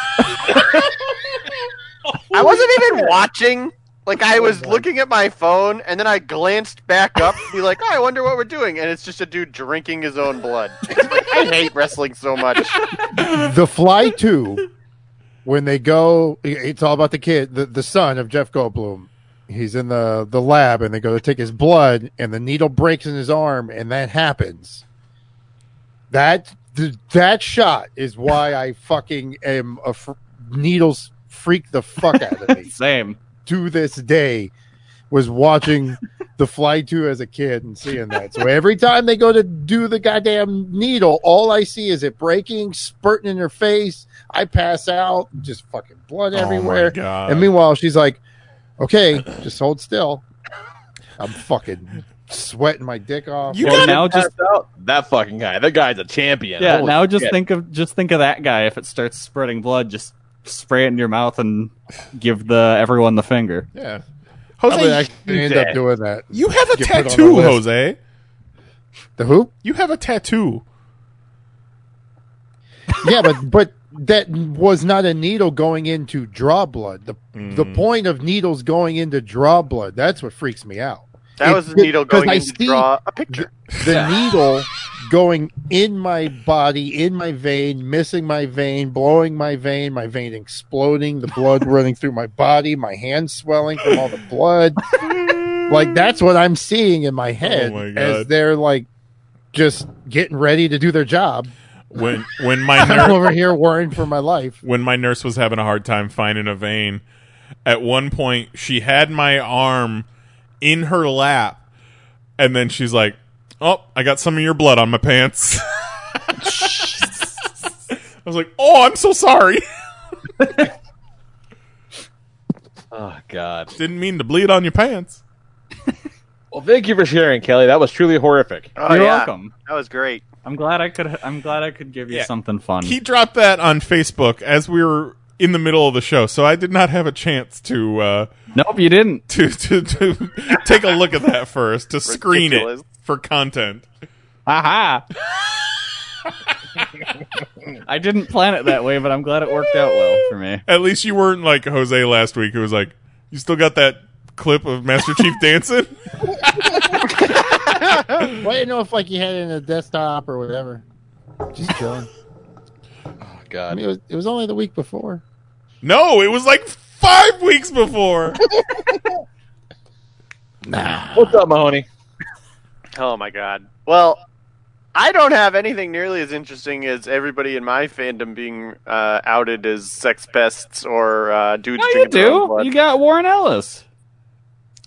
I wasn't even watching. Like I
Oh,
was looking at my phone, and then I glanced back up to be like, oh, "I wonder what we're doing," and it's just a dude drinking his own blood. Like, I hate wrestling so much.
the Fly Two, when they go, it's all about the kid, the, the son of Jeff Goldblum. He's in the the lab, and they go to take his blood, and the needle breaks in his arm, and that happens. That th- that shot is why I fucking am a fr- needles freak the fuck out of me
Same.
to this day. Was watching the Fly Two as a kid and seeing that. So every time they go to do the goddamn needle, all I see is it breaking, spurting in her face. I pass out, just fucking blood
my
everywhere.
God.
And meanwhile, she's like, "Okay, just hold still." I'm fucking sweating my dick off.
You
Well,
gotta-
now just
out that fucking guy. That guy's a champion.
yeah.
Holy
Now just
shit.
think of just think of that guy. If it starts spreading blood, just spray it in your mouth and give the everyone the finger.
yeah, probably
Jose,
actually end up doing that.
you have a
Get put on the
tattoo,
list.
Jose.
The hoop.
You have a tattoo.
yeah, but but that was not a needle going in to draw blood. The the
Mm.
point of needles going in to draw blood. That's what freaks me out.
That
It-
was the needle
'cause
going
I
in to
see
draw a picture.
The needle going in my body, in my vein, missing my vein, blowing my vein, my vein exploding, the blood running through my body, my hand swelling from all the blood. like that's what I'm seeing in my head
Oh, my God.
as they're like just getting ready to do their job.
When when my
I'm
nurse
over here worrying for my life.
when my nurse was having a hard time finding a vein, at one point she had my arm in her lap, and then she's like, "Oh, I got some of your blood on my pants." I was like, "Oh, I'm so sorry.
Oh god.
Didn't mean to bleed on your pants."
Well, thank you for sharing, Kelly. That was truly horrific.
Oh,
You're
yeah.
welcome.
That was great.
I'm glad I could. I'm glad I could give you
Yeah.
something fun.
He dropped that on Facebook as we were in the middle of the show, so I did not have a chance to uh,
nope, you didn't.
to, to to take a look at that first to screen
Ridiculous.
it for content.
Aha! I didn't plan it that way, but I'm glad it worked out well for me.
At least you weren't like Jose last week, who was like, "You still got that clip of Master Chief dancing?"
Well, I didn't know if like you had it in a desktop or whatever. Just chilling.
Oh
I
god.
mean, it was, it was only the week before.
No, it was like five weeks before.
What's up, Mahoney?
Oh my god. Well, I don't have anything nearly as interesting as everybody in my fandom being uh, outed as sex pests or uh, dudes
No, you
drinking their own
do.
blood.
You got Warren Ellis.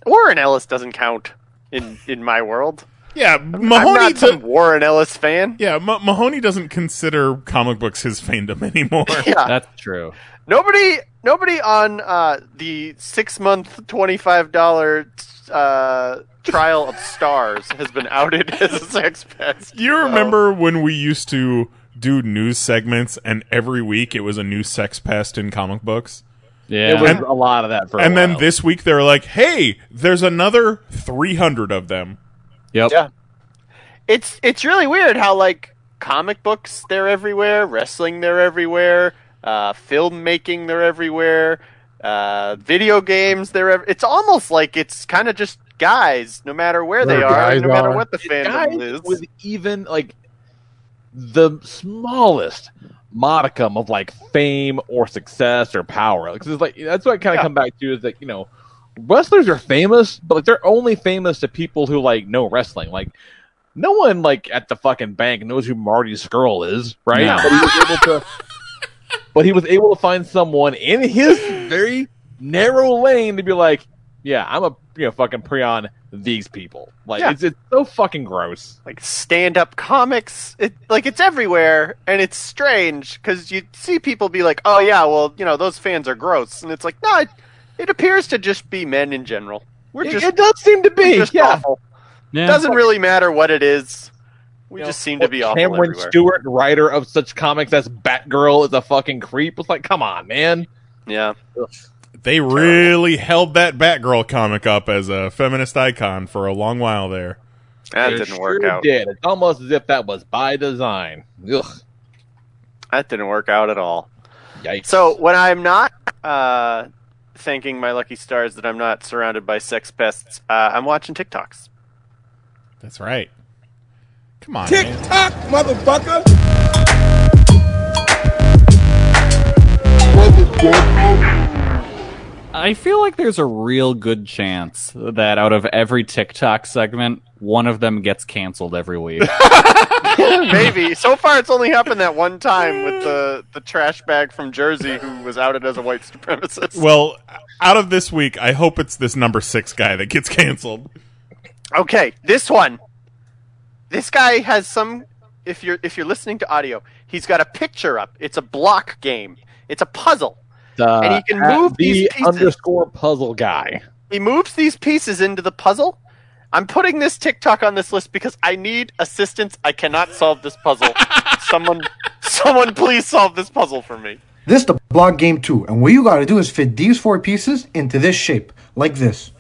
Warren Ellis doesn't count in in my world.
yeah,
I'm
Mahoney.
not some
do-
Warren Ellis fan.
yeah, Ma- Mahoney doesn't consider comic books his fandom anymore.
Yeah.
That's true.
Nobody, nobody on uh, the six month, twenty five dollar uh, trial of stars has been outed as a sex pest.
Do you remember when we used to do news segments and every week it was a new sex pest in comic books?
Yeah.
It was
And-
a lot of that for a
And then
while.
this week they were like, hey, there's another 300 of them.
yep.
Yeah. it's it's really weird how like comic books they're everywhere, wrestling they're everywhere, uh, filmmaking they're everywhere, uh, video games they're. Ev- it's almost like it's kind of just guys, no matter where they
Where
are, and
guys
no matter
are.
what the
guys
fandom is.
with even like the smallest modicum of like fame or success or power. Because it's like that's what I kind of
Yeah.
come back to is that you know wrestlers are famous, but like they're only famous to people who like know wrestling. Like no one like at the fucking bank knows who Marty Skrull is, right?
No.
But he was able to. But he was able to find someone in his very narrow lane to be like, yeah, I'm a you know fucking prion these people. Like
Yeah.
it's it's so fucking gross.
like stand-up comics it like it's everywhere and it's strange because you see people be like oh yeah well you know those fans are gross and it's like no it, it appears to just be men in general we're
It,
just,
it does seem to
we're
be,
just
yeah.
awful
Yeah.
Doesn't really matter what it is. We
You
just
know,
seem to be awful
Cameron
everywhere.
Stewart, writer of such comics as Batgirl, is a fucking creep. It's like, come on, man.
yeah.
They really held that Batgirl comic up as a feminist icon for a long while there.
That
It
didn't work
sure
out.
Did. It's almost as if that was by design. Ugh.
That didn't work out at all.
Yikes.
So when I'm not uh, thanking my lucky stars that I'm not surrounded by sex pests, uh, I'm watching TikToks.
That's right. Come on. man.
TikTok, motherfucker.
I feel like there's a real good chance that out of every TikTok segment, one of them gets canceled every week.
Maybe so far it's only happened that one time with the the trash bag from Jersey who was outed as a white supremacist.
Well, out of this week, I hope it's this number six guy that gets canceled.
Okay, this one. This guy has some. If you're if you're listening to audio, he's got a picture up. It's a block game. It's a puzzle.
Uh,
and he can
at
move
the
these pieces.
underscore puzzle guy.
He moves these pieces into the puzzle. I'm putting this TikTok on this list because I need assistance. I cannot solve this puzzle. someone, someone, please solve this puzzle for me.
This the block game two, and what you gotta do is fit these four pieces into this shape, like this.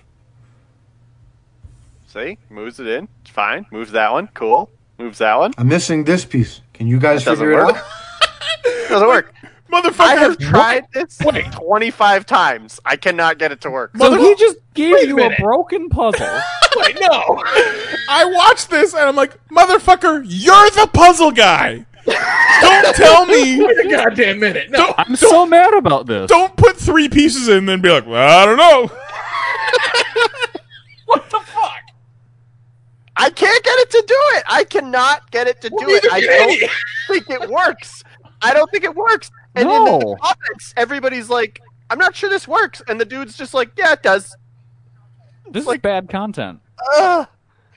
See, moves it in. It's fine. Moves that one. Cool. Moves that one.
I'm missing this piece. Can you guys
Doesn't
figure it
work.
out?
Doesn't work.
Motherfucker.
I have tried this 25 times. I cannot get it to work.
so he just gave
Wait a
you a
minute.
broken puzzle.
Wait, no.
I watched this and I'm like, motherfucker, you're the puzzle guy. Don't tell me.
Wait a goddamn minute. No.
I'm so mad about this.
Don't put three pieces in and then be like, well, I don't know.
What the fuck?
I can't get it to do it. I cannot get it to do it.
neither
I
can
don't
I.
think it works. I don't think it works. And in the
No.
comments, everybody's like, "I'm not sure this works," and the dude's just like, "Yeah, it does."
This
like-
is bad content.
Ugh.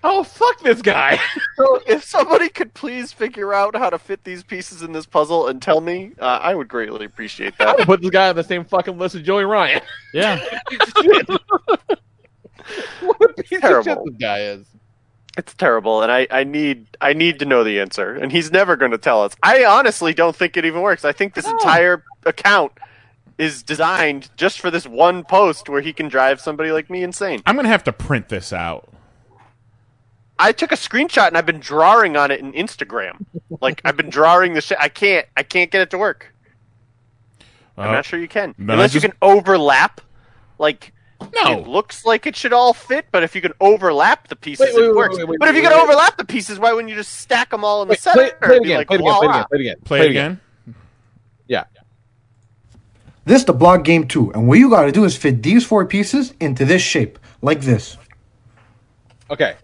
Oh, fuck this guy.
So if somebody could please figure out how to fit these pieces in this puzzle and tell me, uh, I would greatly appreciate
I would
that.
put this guy on the same fucking list as Joey Ryan.
Yeah.
Shit. what a piece of shit
Terrible.
this guy is.
It's terrible, and I, I need I need to know the answer. And he's never going to tell us. I honestly don't think it even works. I think this entire account is designed just for this one post where he can drive somebody like me insane.
I'm going to have to print this out.
I took a screenshot and I've been drawing on it in Instagram. Like I've been drawing the shit. I can't. I can't get it to work. I'm
Uh,
Oh.
not sure you can.
then I
Unless you
just-
can overlap. Like it
No.
looks like it should all fit, but if you can overlap the pieces,
Wait, wait,
it
wait,
works.
wait, wait,
but if you can
wait, wait.
overlap the pieces, why wouldn't you just stack them all in the
Wait,
center?
play, play it
and be
again,
like,
play it again, play it
voila.
again, play it again.
Uh, Play it again.
Yeah.
This the block game two, and what you gotta do is fit these four pieces into this shape, like this.
Okay.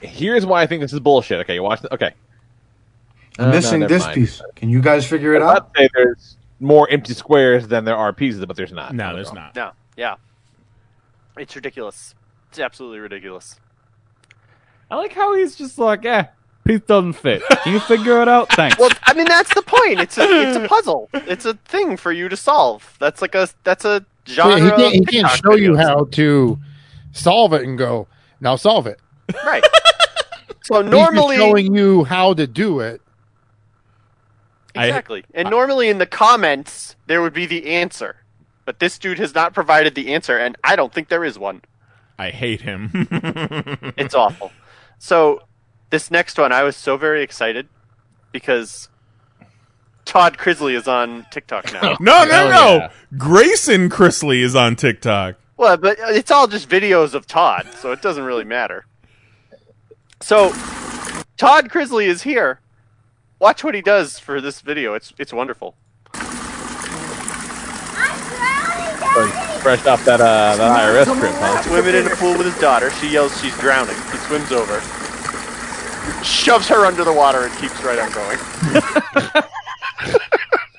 Here's why I think this is bullshit. Okay, you watch the, Okay.
I'm
Uh, no,
missing
never
this
mind.
piece. Can you guys figure it
I'd
out?
say there's more empty squares than there are pieces, but there's not.
No, there's not.
No, yeah, it's ridiculous. It's absolutely ridiculous.
I like how he's just like, eh, piece doesn't fit. Can you figure it out? Thanks.
Well, I mean that's the point. It's a it's a puzzle. It's a thing for you to solve. That's like a that's a genre.
he can't, he
of
can't
TikTok
show you
videos.
how to solve it and go now solve it.
Right. So
He's just
normally,
showing you how to do it.
I-
exactly, and normally in the comments there would be the answer, but this dude has not provided the answer, and I don't think there is one.
I hate him.
It's awful. So this next one, I was so very excited because Todd Crisley is on TikTok now.
no, no,
Hell
no.
yeah.
Grayson Chrisley is on TikTok.
well, but it's all just videos of Todd, so it doesn't really matter. So Todd Crisley is here. Watch what he does for this video. It's it's wonderful.
Fresh off that uh, that IRS trip, huh?
swimming in a pool with his daughter. She yells she's drowning. He swims over, shoves her under the water, and keeps right on going.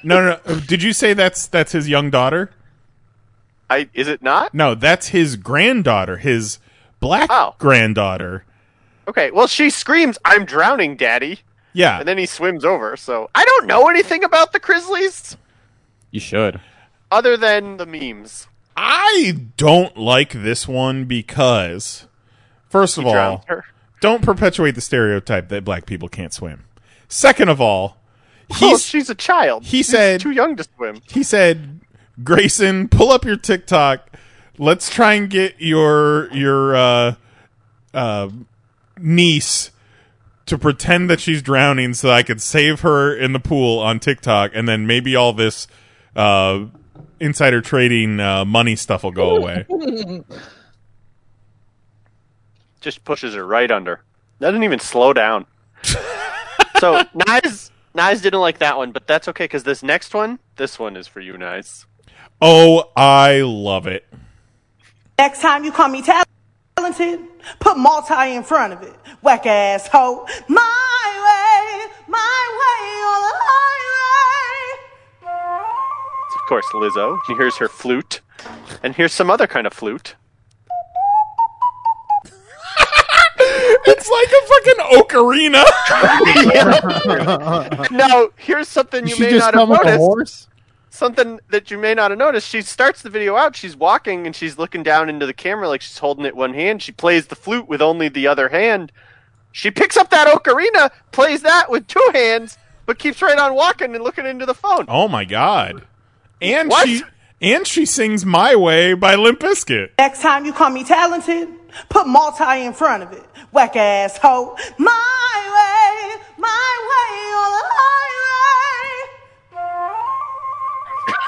No, no, no. Did you say that's that's his young daughter?
I is it not?
No, that's his granddaughter, his black
Oh.
granddaughter.
Okay. Well, she screams, "I'm drowning, Daddy!"
Yeah.
And then he swims over. So I don't know anything about the Grizzlies
you should.
other than the memes.
I don't like this one because first of
Drowned
all,
her.
don't perpetuate the stereotype that black people can't swim. Second of all,
Well, Oh, she's a child.
he
She's
said-
too young to swim.
he said, "Grayson, pull up your TikTok. Let's try and get your your uh, uh, niece to pretend that she's drowning, so I could save her in the pool on TikTok, and then maybe all this uh, insider trading uh, money stuff will go away."
Just pushes her right under. That didn't even slow down. so Nice Nice didn't like that one, but that's okay because this next one, this one is for you, Nice.
oh, I love it.
Next time you call me ta- talented, put multi in front of it. Whack ass hoe. My way, my way on the highway.
Of course, Lizzo. And here's her flute. And here's some other kind of flute.
it's like
a fucking ocarina. now, here's something
Did
you
she
may
just
not have
come with a
noticed.
horse?
Something that you may not have noticed. She starts the video out. She's walking and she's looking down into the camera like she's holding it one hand. She plays the flute with only the other hand. She picks up that ocarina, plays that with two hands, but keeps right on walking and looking into the phone.
Oh my god! And
What?
she and she sings "My Way" by Limp Bizkit.
Next time you call me talented, put multi in front of it. Whack ass hoe. My way, my way on the highway.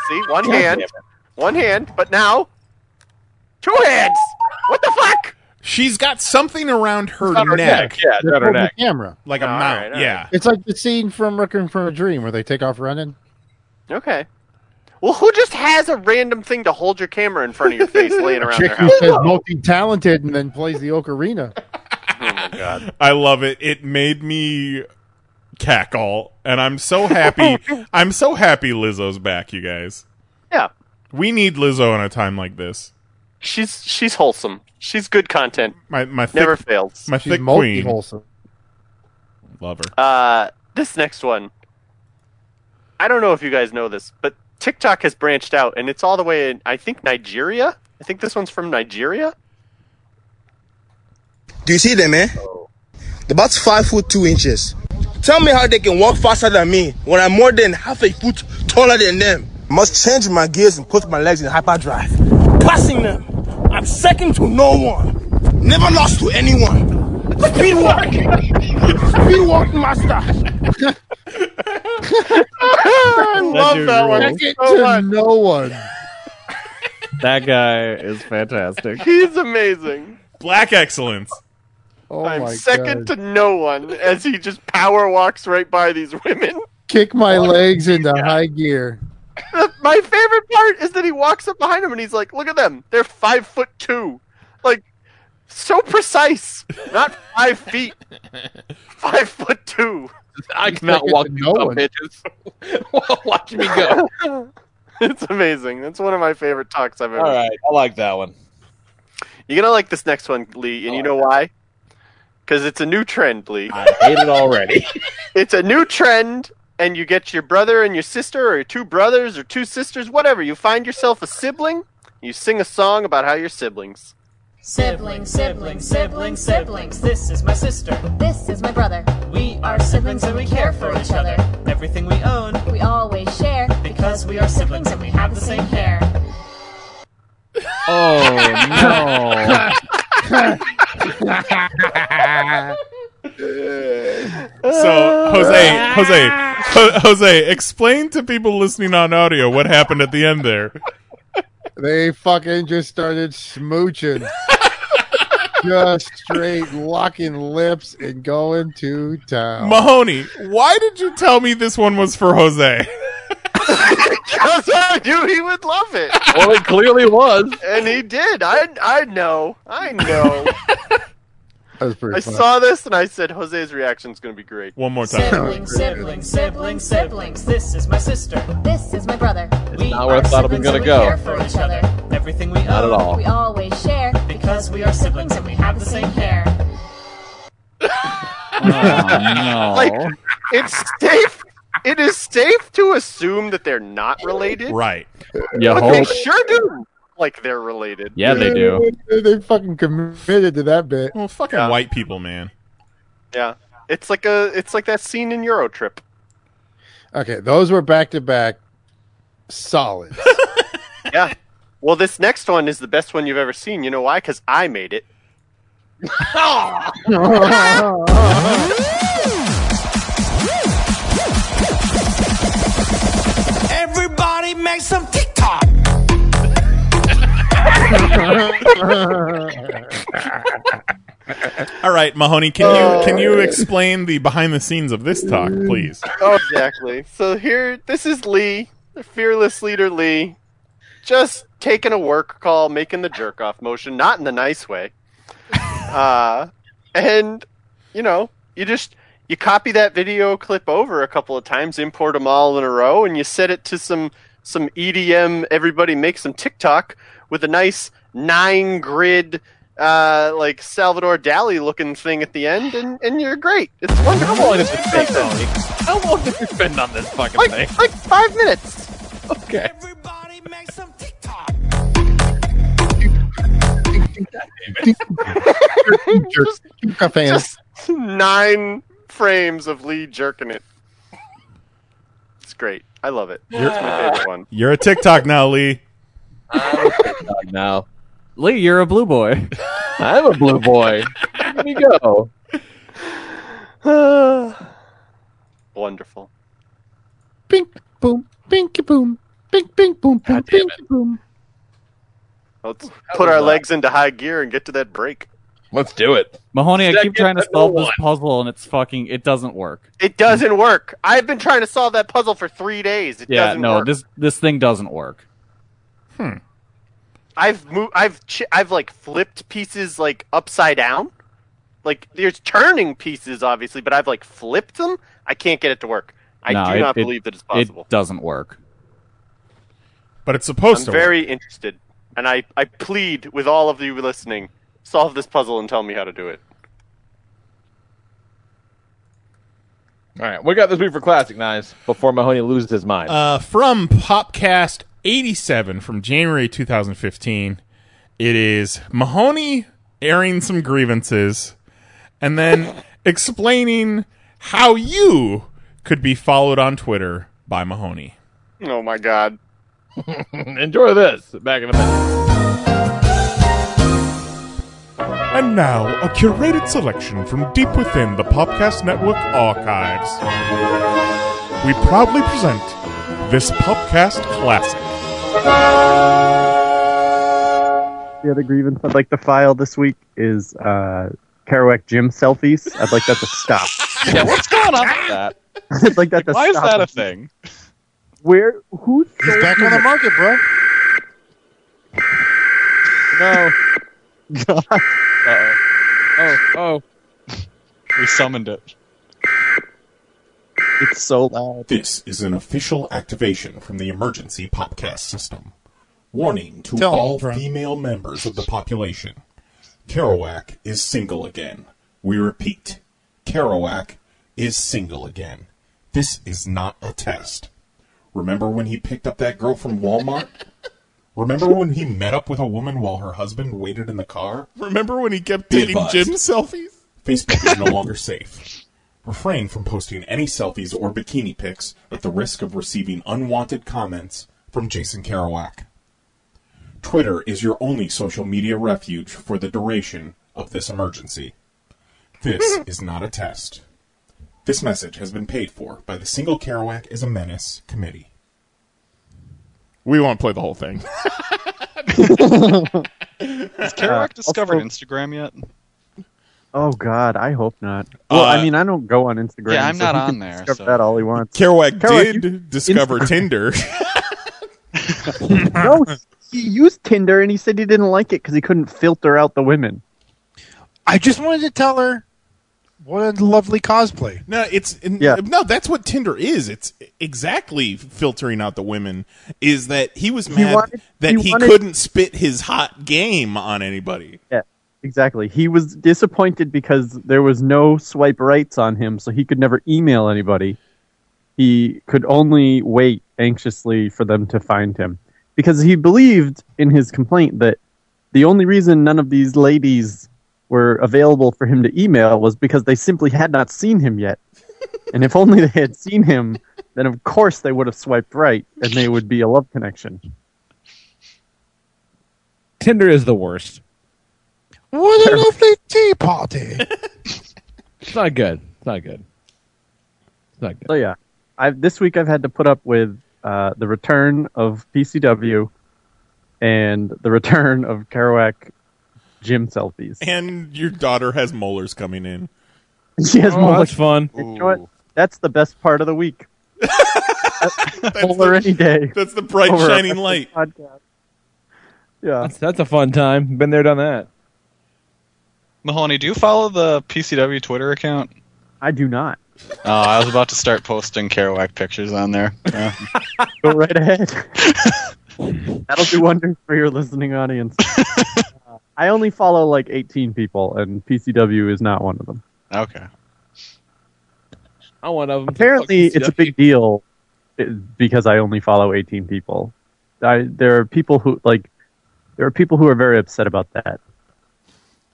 See, one
God
hand,
damn
one hand, but now two hands. What the fuck?
She's got something around her
Around her
neck.
neck, yeah, it's around her
Hold the
neck.
camera.
Like a
all
mount.
right, all
yeah.
It's like the scene from Requiem from a Dream where they take off running.
Okay. Well, who just has a random thing to hold your camera in front of your face laying around
Chick
their
who
house?
says multi-talented and then plays the ocarina.
I love it. It made me cackle and I'm so happy. I'm so happy Lizzo's back, you guys.
Yeah.
We need Lizzo in a time like this.
She's she's wholesome. She's good content.
My my thick,
Never fails.
My
She's
thick
multi-
queen.
wholesome.
Love her.
Uh, this next one. I don't know if you guys know this, but TikTok has branched out, and it's all the way in. I think Nigeria. I think this one's from Nigeria.
Do you see them, eh? About five foot two inches. Tell me how they can walk faster than me when I'm more than half a foot taller than them. Must change my gears and put my legs in hyperdrive. Passing them, I'm second to no one. Never lost to anyone. Speed walk, speed walk master.
I love
dude
that one
rules.
so much.
no one.
That guy is fantastic.
He's amazing.
Black excellence.
Oh
I'm
my
second to no one as he just power walks right by these women.
Kick my legs into high gear.
The- My favorite part is that he walks up behind him and he's like, "Look at them! They're five foot two, like so precise. Not five feet, five foot two.
I cannot walk these dumb bitches. Watch me go.
It's amazing. That's one of my favorite talks I've ever.
All right, I like that one.
You're gonna like this next one, Lee, and you know why? Because it's a new trend, Lee.
I hate it already.
it's a new trend and you get your brother and your sister or your two brothers or two sisters whatever you find yourself a sibling you sing a song about how you're siblings
Sibling, sibling, sibling, siblings. This is my sister. This is my brother. We are siblings and we care for each other. Everything we own, we always share because we are siblings and we have the same hair.
Oh
no.
So Jose, Jose, Ho- Jose, explain to people listening on audio what happened at the end there.
They fucking just started smooching. just straight locking lips and going to town.
Mahoney, why did you tell me this one was for Jose?
because i knew he would love it
well, it clearly was.
and he did i i know i know
That was pretty
i
funny.
saw this and i said jose's reaction's going to be great
one more
Sibling, sibling, sibling, siblings. This is my sister.
This is my brother.
We
not where I
are
thought it was
siblings
gonna
and we
go.
care for each other. Everything we
Not at
own,
all.
we always share because we are siblings and we have the same hair.
Oh, no.
like it's safe it is safe to assume that they're not related
right
You
but they
hope.
sure do like they're related
Yeah, they do.
They fucking committed to that bit.
Well, fucking white people, man.
Yeah, it's like a it's like that scene in Eurotrip.
Okay, those were back to back, solid.
yeah. Well, this next one is the best one you've ever seen. You know why? Because I made it.
Everybody make some TikTok.
All right, Mahoney, can
Uh.
you can you explain the behind the scenes of this talk, please?
oh, exactly. So here, this is Lee, the fearless leader Lee, just taking a work call, making the jerk off motion, not in the nice way. Uh, and you know, you just you copy that video clip over a couple of times, import them all in a row, and you set it to some some EDM. Everybody make some TikTok with a nice nine grid. Uh, like Salvador Dali looking thing at the end, and, and you're great. It's wonderful.
How long does it take, Tony? How long did you spend on this fucking
Like-
thing?
like five minutes.
Okay.
Jerk- jerk fans.
nine frames of Lee jerking it. It's great. I love it. It's my favorite one.
You're a TikTok now, Lee.
now.
Lee, you're a blue boy.
I'm a blue boy. There you go.
Wonderful.
Bink boom, binky boom, bink bink boom, boom, binky boom.
Let's put our legs into high gear and get to that break.
Let's do it.
Mahoney, I
Second
keep trying to
to no
solve this
one.
puzzle and it's fucking it doesn't work.
It doesn't work. I've been trying to solve that puzzle for three days. It
yeah,
doesn't
no,
work.
this this thing doesn't work.
I've moved. I've ch- I've like flipped pieces like upside down. Like there's turning pieces, obviously, but I've like flipped them. I can't get it to work. I
No,
do
it-
not
it-
believe that it's possible.
It doesn't work.
But it's supposed
I'm
to. work.
very interested, and I, I plead with all of you listening: solve this puzzle and tell me how to do it.
All right, we got this week for classic knives before Mahoney loses his mind.
Uh, from Popcast 87 from January 2015, it is Mahoney airing some grievances and then explaining how you could be followed on Twitter by Mahoney.
Oh my god!
Enjoy this. Back in a minute.
And now, a curated selection from deep within the Popcast Network archives. We proudly present this Popcast classic.
The other grievance I'd like to file this week is uh, Kerouac Jim selfies. I'd like that to stop.
yeah, what's going on with that?
I'd like that to
Why is
stop.
that a thing?
Where? Who?
He's back on the market, bro.
No.
God.
Uh-oh. Oh, oh. We summoned it.
It's so loud.
This is an official activation from the emergency popcast system. Warning to
Tell me,
all
Frank.
female members of the population. Kerouac is single again. We repeat, Kerouac is single again. This is not a test. Remember when he picked up that girl from Walmart? Remember when he met up with a woman while her husband waited in the car?
Remember when he kept
Be
taking
advised.
Jim selfies?
Facebook is no longer safe. Refrain from posting any selfies or bikini pics at the risk of receiving unwanted comments from Jason Kerouac. Twitter is your only social media refuge for the duration of this emergency. This is not a test. This message has been paid for by the Single Kerouac is a Menace Committee.
We won't play the whole thing.
Uh,
Has Kerouac discovered Instagram yet?
Oh God, I hope not. Well,
Uh,
I mean, I don't go on Instagram.
yeah, I'm
so
not
he
on
can
there,
discover
so-
That all he wants.
Kerouac,
Kerouac,
did discover Tinder.
you- no, he used Tinder and he said he didn't like it because he couldn't filter out the women.
I just wanted to tell her what a lovely cosplay.
No, it's in-
Yeah.
no. That's what Tinder is. It's exactly filtering out the women. Is that he was mad
wanted-
that
he
he,
wanted-
couldn't spit his hot game on anybody.
Yeah, exactly. He was disappointed because there was no swipe rights on him, so he could never email anybody. He could only wait anxiously for them to find him because he believed in his complaint that the only reason none of these ladies were available for him to email was because they simply had not seen him yet. and if only they had seen him, then of course they would have swiped right and they would be a love connection.
Tinder is the worst.
What a lovely tea party.
It's not good. It's not good.
So yeah, I've this week I've had to put up with uh, the return of PCW and the return of Kerouac gym selfies.
And your daughter has molars coming in.
She has
Oh,
molar-
that's fun.
You know what? That's the best part of the week. Molar any day.
That's the bright
Over a
shining
wrestling
light.
Podcast. Yeah.
That's, that's a fun time. Been there, done that.
Mahoney, do you follow the PCW Twitter account?
I do not.
Oh, I was about to start posting Kerouac pictures on there. Yeah.
Go right ahead. That'll do wonders for your listening audience. Uh, I only follow like 18 people, and PCW is not one of them.
okay.
I want of them.
Apparently, it's a big deal uh, because I only follow 18 people. I, there are people who like there are people who are very upset about that,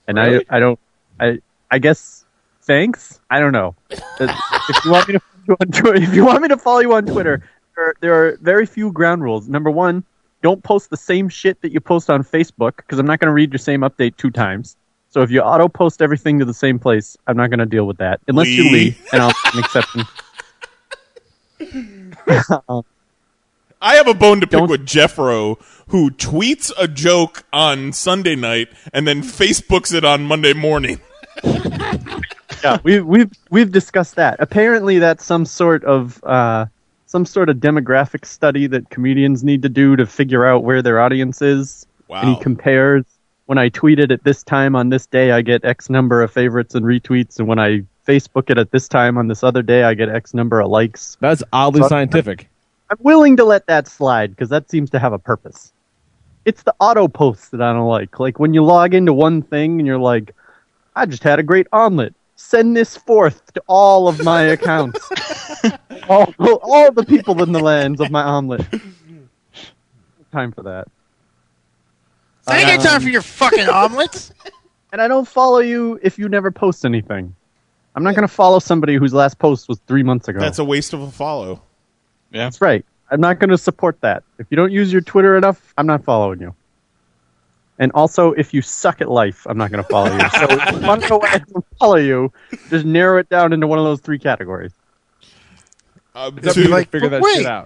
and
Really?
I I don't I I guess thanks I don't know. if you want me to follow you on Twitter, if you want me to follow you on Twitter, there are, there are very few ground rules. Number one, don't post the same shit that you post on Facebook because I'm not going to read your same update two times. So if you auto post everything to the same place, I'm not going to deal with that unless you
Lee.
leave, and I'll make an exception.
I have a bone to pick with Jeffro, who tweets a joke on Sunday night and then Facebooks it on Monday morning.
yeah, we, we've we've discussed that. Apparently, that's some sort of uh, some sort of demographic study that comedians need to do to figure out where their audience is. And he
Wow.
compares when I tweet it at this time on this day, I get X number of favorites and retweets, and when I Facebook it at this time on this other day, I get X number of likes.
That's oddly scientific.
I'm willing to let that slide because that seems to have a purpose. It's the auto posts that I don't like. Like when you log into one thing and you're like, I just had a great omelet. Send this forth to all of my accounts. all, all the people in the lands of my omelet. Time for that.
I ain't got time
Um,
for your fucking omelets.
And I don't follow you if you never post anything. I'm not going to follow somebody whose last post was three months ago.
That's a waste of a follow.
That's right. I'm not going to support that. If you don't use your Twitter enough, I'm not following you. And also, if you suck at life, I'm not going to follow you. So if you want to know why I don't follow you, just narrow it down into one of those three categories.
Uh,
That'd be like, but wait, I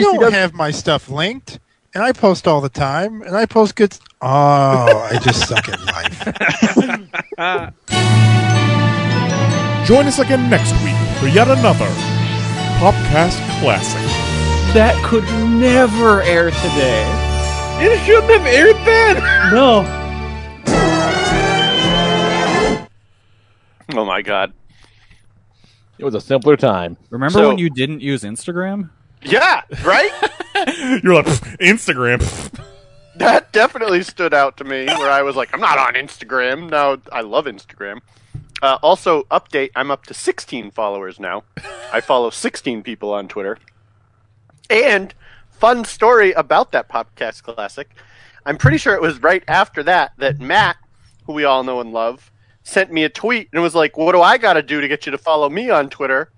don't have my stuff linked, and I post all the time, and I post good. St- oh, I just suck at life.
Join us again next week for yet another Popcast Classic.
That could never air today. It shouldn't have aired then. No.
Oh my god.
It was a simpler time.
Remember
So-
when you didn't use Instagram?
Yeah, right?
You're like, "Pff, Instagram. pff."
that definitely stood out to me where I was like, I'm not on Instagram. Now I love Instagram. Uh, also, update I'm up to 16 followers now. I follow 16 people on Twitter. And fun story about that podcast classic. I'm pretty sure it was right after that that Matt, who we all know and love, sent me a tweet and was like, What do I got to do to get you to follow me on Twitter?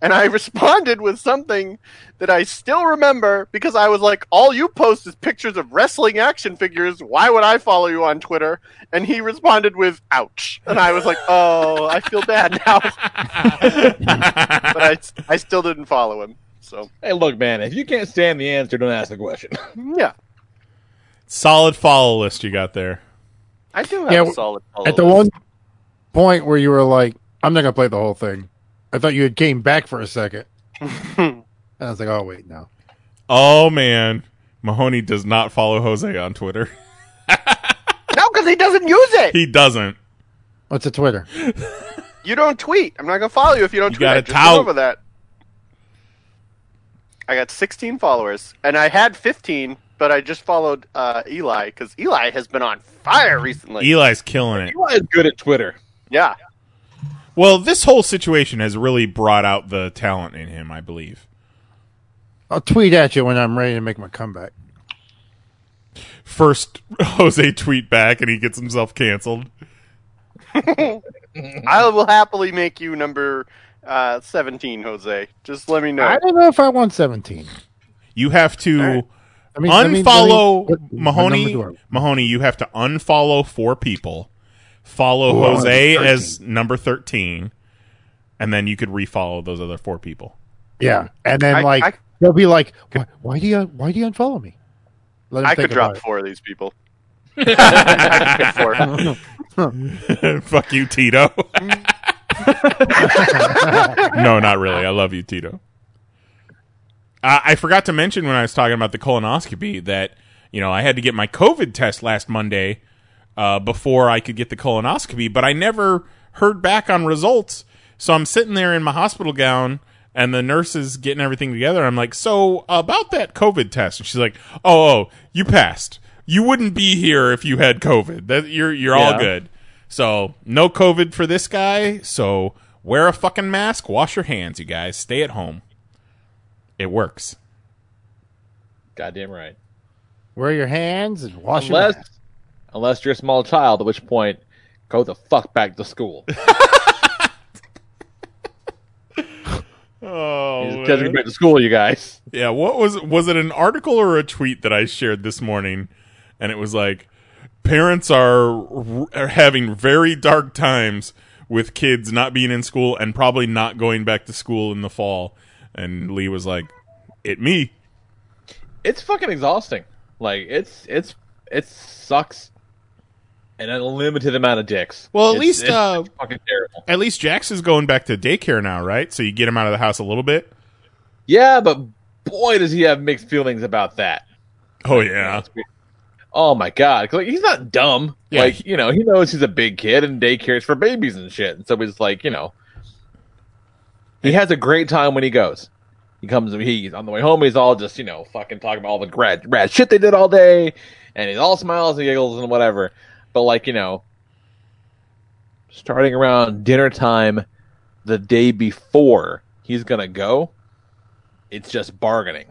And I responded with something that I still remember because I was like, All you post is pictures of wrestling action figures. Why would I follow you on Twitter? And he responded with, Ouch. And I was like, Oh, I feel bad now. but I, I still didn't follow him. So,
Hey, look, man, if you can't stand the answer, don't ask the question.
yeah.
Solid follow list you got there.
I do
Yeah, w- At the one point where you were like, I'm not going to play the whole thing. I thought you had came back for a second. and I was like, oh, wait, no.
Oh, man. Mahoney does not follow Jose on Twitter.
No, because he doesn't use it.
He doesn't.
What's a Twitter?
You don't tweet. I'm not gonna follow you if you don't
You
tweet.
gotta
I Just went
tout.
over that. I got 16 followers, and I had 15, but I just followed uh, Eli because Eli has been on fire recently.
Eli's killing it.
Eli's good at Twitter.
Yeah.
Well, this whole situation has really brought out the talent in him, I believe.
I'll tweet at you when I'm ready to make my comeback.
First Jose tweet back and he gets himself canceled.
I will happily make you number uh, 17, Jose. Just let me know.
I don't know if I want 17.
You have to
me- let me-
unfollow
let me- what
Mahoney.
number do
Mahoney, you have to unfollow four people. Follow
Ooh, I wanna
Jose
do 13.
as number thirteen, and then you could refollow those other four people.
Yeah, and then
I-
like
I-
they'll be like, why, why do you why do you unfollow me? Let 'em
I could
think about
drop
it.
four of these people. I could four.
Fuck you, Tito. no, not really. I love you, Tito. Uh, I forgot to mention when I was talking about the colonoscopy that you know I had to get my COVID test last Monday uh, before I could get the colonoscopy, but I never heard back on results. So I'm sitting there in my hospital gown, and the nurse is getting everything together. I'm like, "So about that COVID test?" And she's like, "Oh, oh you passed. You wouldn't be here if you had COVID. That, you're you're all
Yeah.
good." So no COVID for this guy. So wear a fucking mask. Wash your hands, you guys. Stay at home. It works.
Goddamn right.
Wear your hands and wash your
unless, unless you're a small child, at which point, go the fuck back to school.
Oh,
He's doesn't get back to school, you guys.
Yeah, what was was it an article or a tweet that I shared this morning? And it was like parents are, r- are having very dark times with kids not being in school and probably not going back to school in the fall. And Lee was like, "It me."
It's fucking exhausting. Like it's it's it sucks. An unlimited amount of dicks.
Well, at
It's-
least,
it's
uh,
fucking terrible.
At least Jax is going back to daycare now, right? So you get him out of the house a little bit.
Yeah, but boy, does he have mixed feelings about that.
Oh yeah.
Oh my god, 'Cause, like, he's not dumb. Like you know, he knows he's a big kid and daycare's for babies and shit. And so he's like, you know, he has a great time when he goes. He comes, he's on the way home. He's all just you know, fucking talking about all the grad rad shit they did all day, and he's all smiles and giggles and whatever. But like you know, starting around dinner time, the day before he's gonna go, it's just bargaining.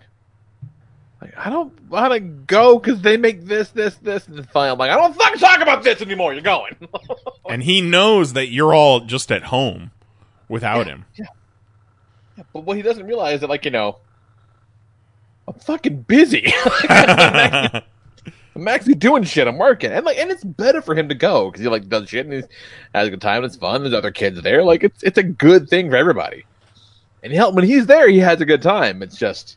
I don't want to go because they make this, this, this, and fine. I'm like, I don't fucking talk about this anymore. You're going.
And he knows that you're all just at home without him.
but what he doesn't realize that, like, you know, I'm fucking busy. I'm actually doing shit. I'm working, and like, and it's better for him to go because he like does shit and he has a good time. And it's fun. There's other kids there. Like, it's it's a good thing for everybody. And hell, when he's there, he has a good time. It's just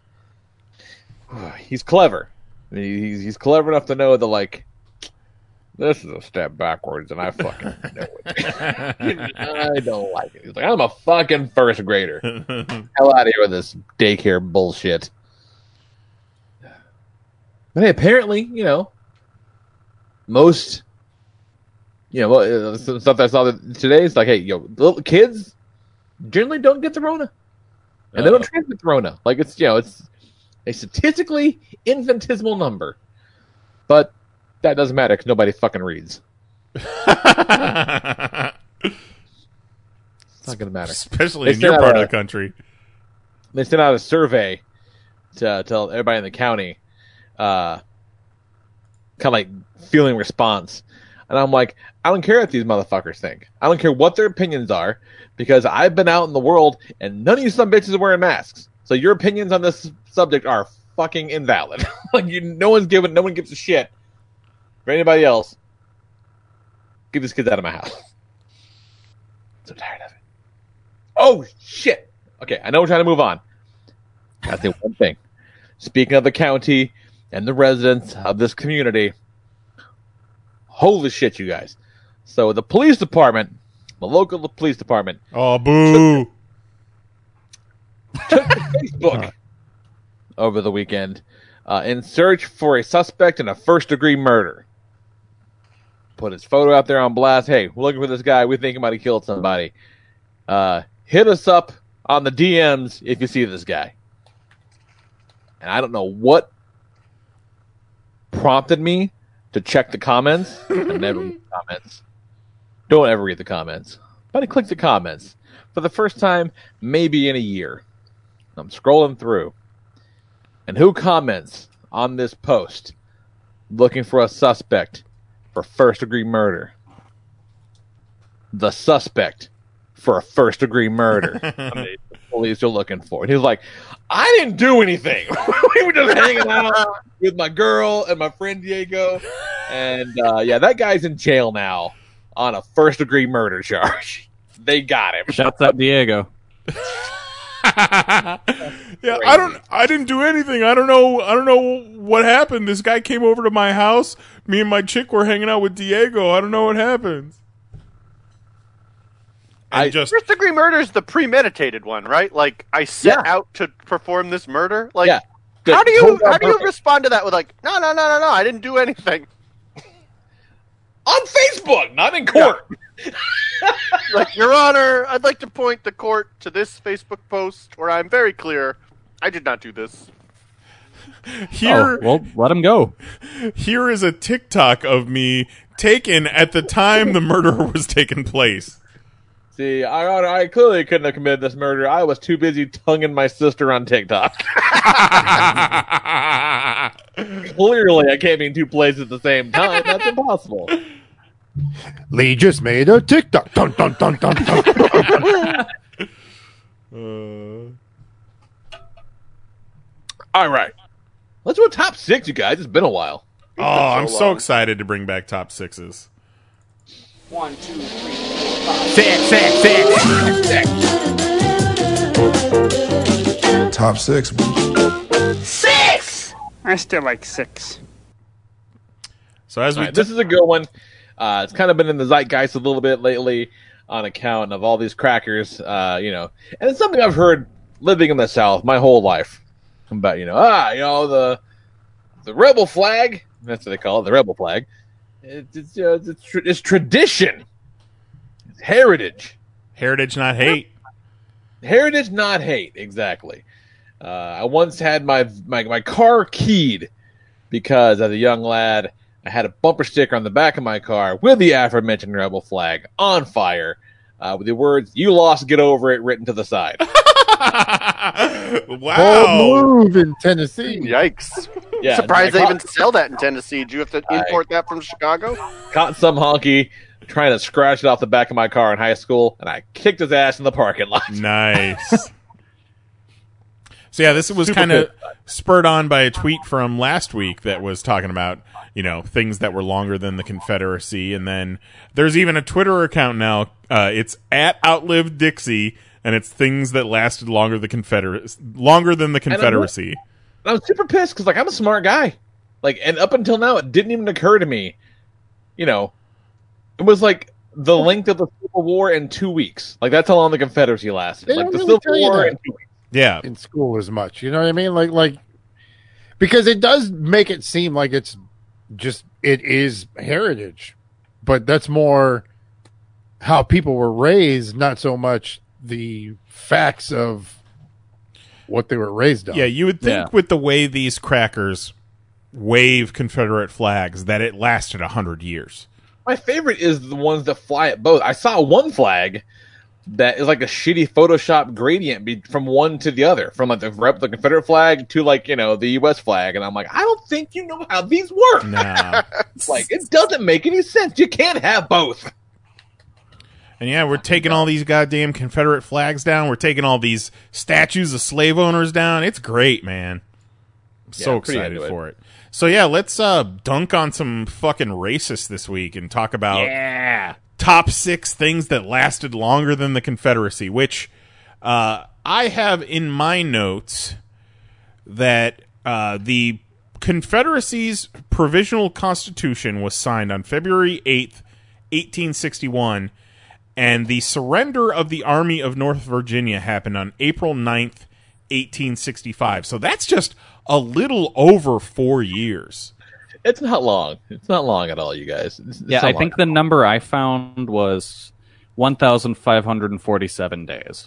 he's clever. He- He's he's clever enough to know that like this is a step backwards, and I fucking know it. I don't like it. He's like, I'm a fucking first grader. Hell out of here with this daycare bullshit. But hey, apparently, you know, most, you know, well, uh, some stuff I saw that today is like, hey, yo, little kids generally don't get the Rona, and they don't transmit the Rona. Like it's, you know, it's a statistically infinitesimal number, but that doesn't matter because nobody fucking reads. it's not gonna matter,
Especially
They
in
sent
your
out
part of
a-
the country.
they sent out a survey to tell everybody in the county, uh, kind of like feeling response. And I'm like, I don't care what these motherfuckers think. I don't care what their opinions are because I've been out in the world and none of you some bitches are wearing masks. So your opinions on this subject are fucking invalid. like you, no one's giving, no one gives a shit for anybody else. Get these kids out of my house. so tired of it. Oh shit. Okay, I know we're trying to move on. I think one thing. Speaking of the county and the residents of this community, holy shit, you guys! So the police department, the local police department,
Oh boo.
Facebook over the weekend uh, in search for a suspect in a first degree murder. Put his photo out there on blast. Hey, we're looking for this guy. We think he might have killed somebody. Uh, hit us up on the DMs if you see this guy. And I don't know what prompted me to check the comments. I never read the comments. Don't ever read the comments. But I clicked the comments for the first time, maybe in a year. I'm scrolling through. And who comments on this post looking for a suspect for first degree murder? the suspect for a first degree murder. I mean, the police are looking for. And he's like, I didn't do anything. we were just hanging out with my girl and my friend Diego. And uh, yeah, that guy's in jail now on a first degree murder charge. They got him.
Shouts out Diego.
Yeah, I don't. I didn't do anything. I don't know. I don't know what happened. This guy came over to my house. Me and my chick were hanging out with Diego. I don't know what happened. I just
First degree murder is the premeditated one, right? Like I set out to perform this murder. Like
Yeah.
how do you
Totally
how do you
perfect.
respond to that with like no no no no no I didn't do anything
on Facebook, not in court.
like Your Honor, I'd like to point the court to this Facebook post where I'm very clear I did not do this.
Here-
Oh, well, let him go.
Here is a TikTok of me taken at the time the murder was taking place.
See, I, I clearly couldn't have committed this murder. I was too busy tonguing my sister on TikTok. clearly, I can't be in two places at the same time. That's impossible.
Lee just made a TikTok. Dun, dun, dun, dun, dun.
Uh, oh,
All right. Let's do a top six, you guys. It's been a while.
Oh, I'm so excited to bring back top sixes.
One, two, three.
Six, six, six, six.
Top six.
Six! I still like six.
So as
we this is a good one. Uh, it's kind of been in the zeitgeist a little bit lately on account of all these crackers, uh, you know, and it's something I've heard living in the South my whole life about you know ah you know the the rebel flag that's what they call it the rebel flag it's it's, you know, it's, it's, tr- it's tradition it's heritage
heritage not hate
heritage not hate exactly uh, I once had my, my my car keyed because as a young lad I had a bumper sticker on the back of my car with the aforementioned rebel flag on fire uh, with the words "You lost, get over it" written to the side.
Bold move in Tennessee.
Yikes.
Yeah,
Surprised they
I
even sell that in Tennessee. Do you have to import that from Chicago?
caught some honky trying to scratch it off the back of my car in high school, and I kicked his ass in the parking lot.
Nice. So yeah, this was
Super
kind of
good.
spurred on by a tweet from last week that was talking about you know things that were longer than the Confederacy, and then there's even a Twitter account now. Uh, it's at outlived Dixie, and it's things that lasted longer the Confederacy, longer than the
And I'm-
Confederacy.
And I was super pissed because, like, I'm a smart guy. Like, and up until now, it didn't even occur to me. You know, it was like the length of the Civil War in two weeks. Like, that's how long the Confederacy lasted.
They
like,
don't
the
really
Civil
tell you
War
that.
in two weeks.
Yeah.
In school as much. You know what I mean? Like like because it does make it seem like it's just it is heritage. But that's more how people were raised, not so much the facts of what they were raised on.
Yeah, you would think with the way these crackers wave Confederate flags that it lasted a hundred years.
My favorite is the ones that fly at both. I saw one flag that is like a shitty Photoshop gradient be- from one to the other, from like the, rep- the Confederate flag to like you know the U.S. flag, and I'm like, I don't think you know how these work.
No.
like it doesn't make any sense. You can't have both.
And yeah, we're taking all these goddamn Confederate flags down. We're taking all these statues of slave owners down. It's great, man. I'm so
Yeah, pretty
excited
into it.
for it. So yeah, let's uh dunk on some fucking racists this week and talk about
yeah.
top six things that lasted longer than the Confederacy, which uh, I have in my notes that uh, the Confederacy's provisional constitution was signed on February 8th, 1861, and the surrender of the Army of North Virginia happened on April 9th, 1865. So that's just a little over four years.
It's not long. It's not long at all, you guys. It's- it's
Yeah,
not
I
long.
think the number I found was 1,547 days.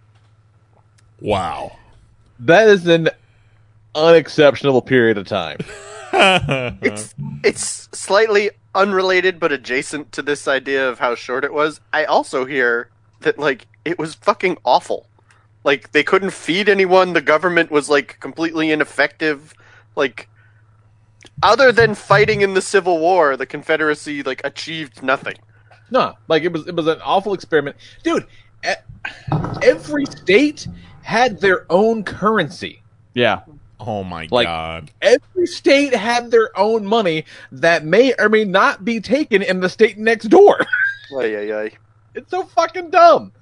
Wow.
That is an unexceptional period of time.
it's it's slightly unrelated but adjacent to this idea of how short it was. I also hear that like it was fucking awful. Like they couldn't feed anyone, the government was like completely ineffective. Like other than fighting in the Civil War, the Confederacy like achieved nothing.
No, like it was it was an awful experiment, dude. e- Every state had their own currency.
Yeah.
Oh my god.
Every state had their own money that may or may not be taken in the state next door.
Ay, ay, ay.
It's so fucking dumb.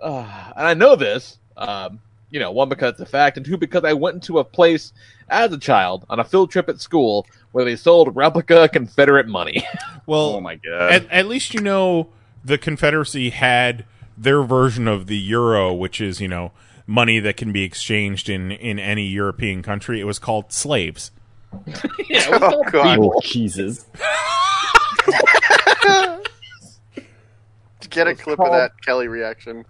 Uh, and I know this, um, you know, one because it's a fact, and two because I went into a place as a child on a field trip at school where they sold replica Confederate money.
Well,
oh my god!
At, at least you know the Confederacy had their version of the euro, which is you know money that can be exchanged in in any European country. It was called slaves.
oh
God.
Jesus.
Get a clip of that Kelly reaction.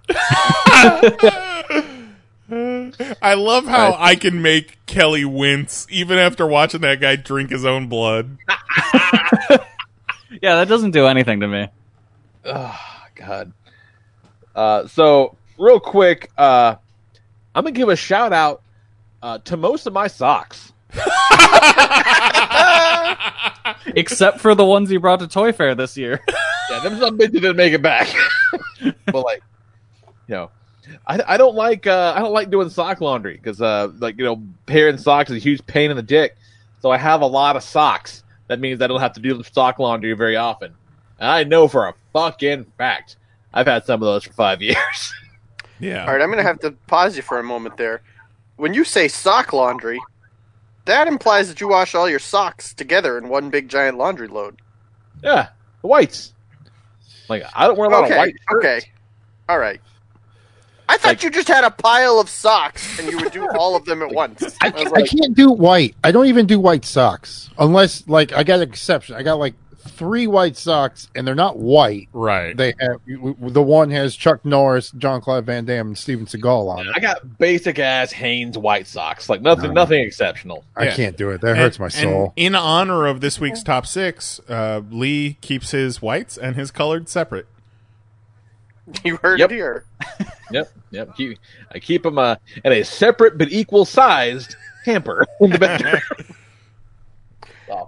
I love how I can make Kelly wince even after watching that guy drink his own blood.
Yeah, that doesn't do anything to me.
Oh, God. Uh, so, real quick, uh, I'm going to give a shout out uh, to most of my socks.
Except for the ones you brought to Toy Fair this year.
Yeah, them some bitches didn't make it back. but like, you know, I, I don't like uh, I don't like doing sock laundry because uh, like you know, pairing socks is a huge pain in the dick. So I have a lot of socks. That means I don't have to do sock laundry very often. And I know for a fucking fact I've had some of those for five years.
Yeah.
All right, I'm going to have to pause you for a moment there. When you say sock laundry, that implies that you wash all your socks together in one big giant laundry load.
Yeah, the whites. Like I don't wear a lot
okay,
of white.
Okay. All right. I thought you just had a pile of socks and you would do all of them at once. I, was
I
like,
can't do white. I don't even do white socks unless like I got an exception. I got like three white socks and th're not white.
Right.
They have w- w- the one has Chuck Norris, John Claude Van Damme, and Steven Seagal on it.
I got basic ass Hanes white socks. Like nothing, nothing exceptional.
I can't do it. That hurts my
And-
soul.
and in honor of this week's top six, uh, Lee keeps his whites and his colored separate.
you heard here.
Yep, yep. Keep, I keep them uh, in a separate but equal sized hamper in the bedroom.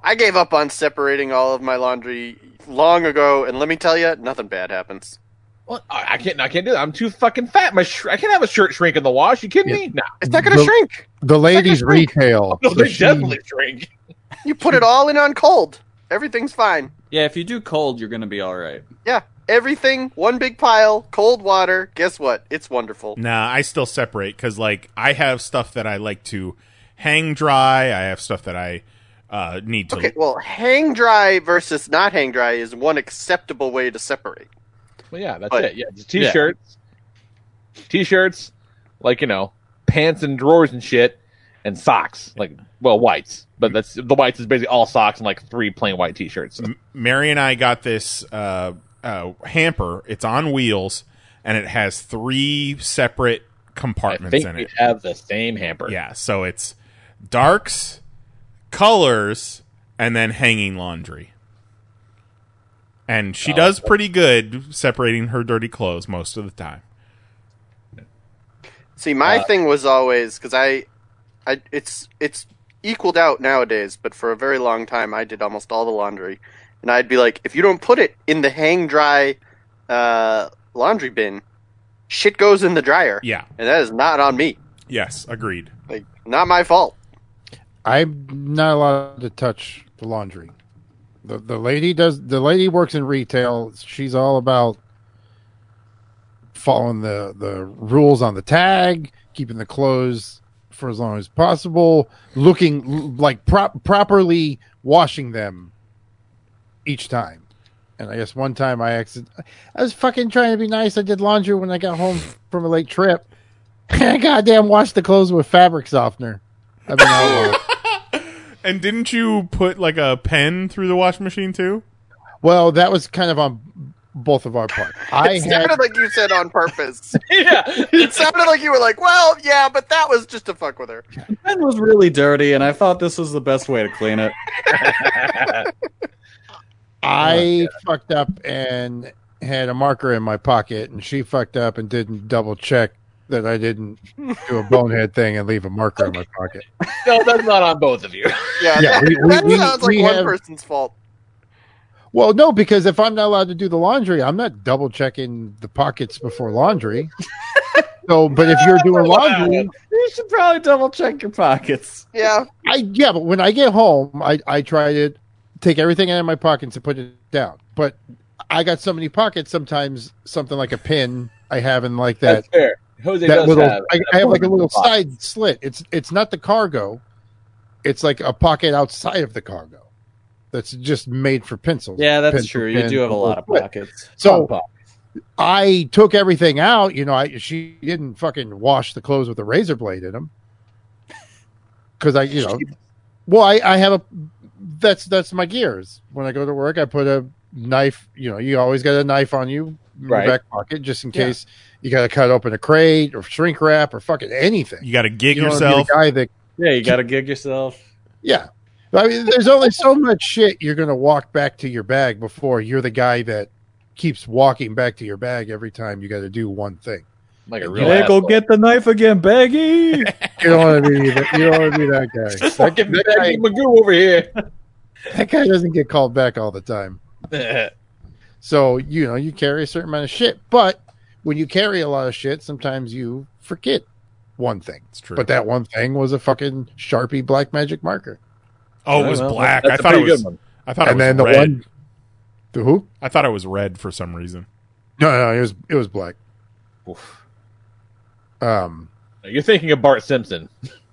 I gave up on separating all of my laundry long ago, and let me tell you, nothing bad happens.
Well, I I can't. I can't do that. I'm too fucking fat. My sh- I can't have a shirt shrink in the wash. You kidding me? No,
It's not going to
The-
shrink.
The ladies retail.
No,
so
they
she-
definitely shrink.
You put it all in on cold. Everything's fine.
Yeah, if you do cold, you're gonna be all right.
Yeah, everything, one big pile, cold water. Guess what? It's wonderful.
Nah, I still separate because like I have stuff that I like to hang dry. I have stuff that I uh, need to.
Okay, well, hang dry versus not hang dry is one acceptable way to separate.
Well, yeah, that's
But-
it. Yeah, just t-shirts, t-shirts, like you know, pants and drawers and shit, and socks. Like, well, whites, but that's the whites is basically all socks and like three plain white t-shirts.
Mary and I got this uh, uh, hamper. It's on wheels and it has three separate
I
compartments
think
in
we
it.
have the same hamper.
Yeah, so it's darks, colors, and then hanging laundry. And she
Oh,
does
okay.
pretty good separating her dirty clothes most of the time.
See, my
Uh,
thing was always because I, I it's it's equaled out nowadays, but for a very long time I did almost all the laundry, and I'd be like, if you don't put it in the hang dry uh, laundry bin, shit goes in the dryer.
Yeah.
and that is not on me.
Yes, agreed.
Like, not my fault.
I'm not allowed to touch the laundry. The the lady does the lady works in retail. She's all about following the, the rules on the tag, keeping the clothes for as long as possible, looking l- like prop, properly washing them each time. And I guess one time I accident I was fucking trying to be nice. I did laundry when I got home from a late trip. I goddamn washed the clothes with fabric softener. I've been all over it.
And didn't you put like a pen through the washing machine too?
Well, that was kind of on both of our part. I
it
had
sounded like you said on purpose.
yeah,
it sounded like you were like, well, yeah, but that was just to fuck with her.
Mine was really dirty, and I thought this was the best way to clean it.
I fucked up and had a marker in my pocket, and she fucked up and didn't double check that I didn't do a bonehead thing and leave a marker in my pocket.
No, that's not on both of you.
Yeah,
Yeah,
that,
we- we-
that
we-
sounds like
we
one
have-
person's fault.
Well, no, because if I'm not allowed to do the laundry, I'm not double checking the pockets before laundry. so, but if you're doing laundry,
you should probably double check your pockets.
Yeah,
I yeah, but when I get home, I I try to take everything out of my pockets and put it down. But I got so many pockets. Sometimes something like a pin I have in like that.
That's fair. Jose
that
does
little,
have
I,
an
I have like a
abundant
little
pocket.
side slit. It's it's not the cargo. It's like a pocket outside of the cargo. That's just made for pencils.
Yeah, that's
Pencil
true. You
pin,
do have a lot of
slit.
pockets.
So I took everything out. You know, I she didn't fucking wash the clothes with a razor blade in them because I, Uh, you know, well, I, I have a that's that's my gears. When I go to work, I put a knife. You know, you always got a knife on you in
Right.
your back pocket just in
Yeah.
case you got to cut open a crate or shrink wrap or fucking anything.
You got to gig
You don't wanna be the
yourself.
guy that
Yeah, you got to gig yourself.
yeah. I mean, there's only so much shit you're going to walk back to your bag before you're the guy that keeps walking back to your bag every time you got to do one thing.
Like a
real asshole.
get the knife again, Baggy.
You don't want to be that, you don't want to be that guy. That,
Fucking Baggy Magoo over here.
that guy doesn't get called back all the time.
Oh,
So, you know, you carry a certain amount of shit, but when you carry a lot of shit, sometimes you forget one thing. It's
true.
But that one thing was a fucking Sharpie black magic marker.
Oh, it was black. I thought it was. I thought it
And
was
then the
red.
one- The who?
I thought it was red for some reason.
No, no, it was it was black. Um,
You're thinking of Bart Simpson.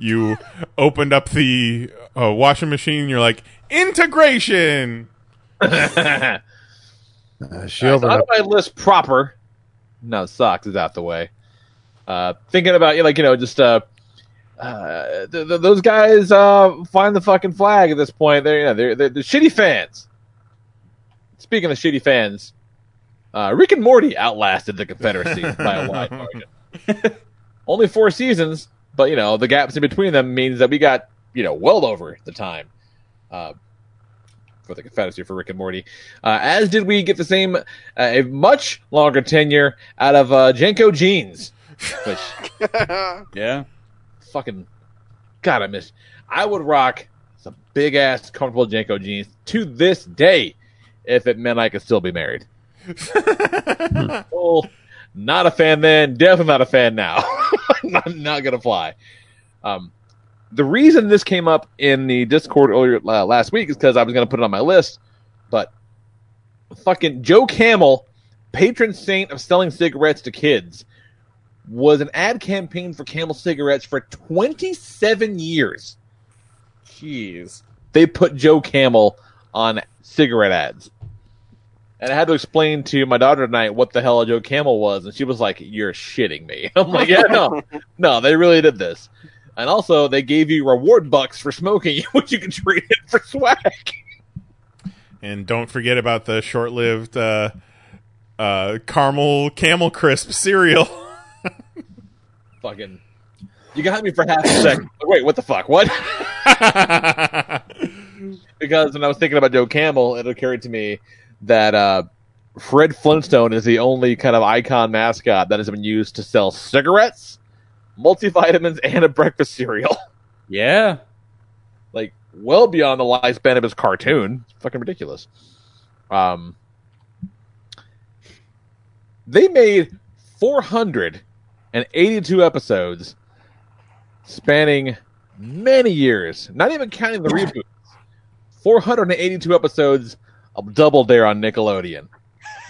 You opened up the uh, washing machine. and You're like integration.
uh, she
All right, so out of my list proper, no socks is out the way. Uh, thinking about you, know, like you know, just uh, uh, th- th- those guys uh, find the fucking flag at this point. They're you know they're, they're, they're shitty fans. Speaking of shitty fans, uh, Rick and Morty outlasted the Confederacy by a wide margin. Only four seasons, but you know the gaps in between them means that we got you know well over the time. Uh, for the Confederacy for Rick and Morty. Uh, as did we get the same, uh, a much longer tenure out of uh, Jenko Jeans, which yeah, fucking God, I miss. I would rock some big ass comfortable Jenko jeans to this day if it meant I could still be married. well, not a fan then, definitely not a fan now. I'm not gonna fly. Um, the reason this came up in the Discord earlier uh, last week is because I was gonna put it on my list, but fucking Joe Camel, patron saint of selling cigarettes to kids, was an ad campaign for Camel cigarettes for 27 years. Jeez. They put Joe Camel on cigarette ads. And I had to explain to my daughter tonight what the hell a Joe Camel was, and she was like, You're shitting me. I'm like, Yeah, no, no, they really did this. And also, they gave you reward bucks for smoking, which you can trade in for swag.
And don't forget about the short-lived uh, uh, caramel camel crisp cereal.
Fucking. You got me for half a second. Wait, what the fuck? What? because when I was thinking about Joe Camel, it occurred to me that uh, Fred Flintstone is the only kind of icon mascot that has been used to sell cigarettes, multivitamins, and a breakfast cereal. Yeah. Like, well beyond the lifespan of his cartoon. It's fucking ridiculous. Um, they made 482 episodes spanning many years, not even counting the reboots. 482 episodes of Double Dare on Nickelodeon.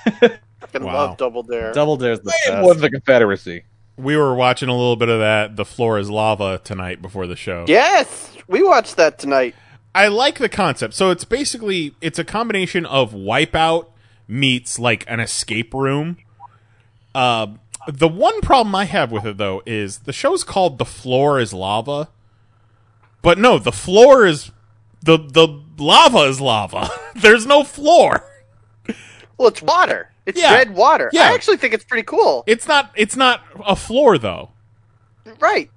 Fucking love Double Dare.
Dare's the
It was the Confederacy.
We were watching a little bit of that. The floor is lava tonight before the show.
Yes, we watched that tonight.
I like the concept. So it's basically it's a combination of Wipeout meets like an escape room. Uh, the one problem I have with it though is the show's called "The Floor Is Lava," but no, the floor is the the lava is lava. There's no floor.
Well, it's water. It's
Yeah.
red water.
Yeah.
I actually think it's pretty cool.
It's not. It's not a floor though.
Right.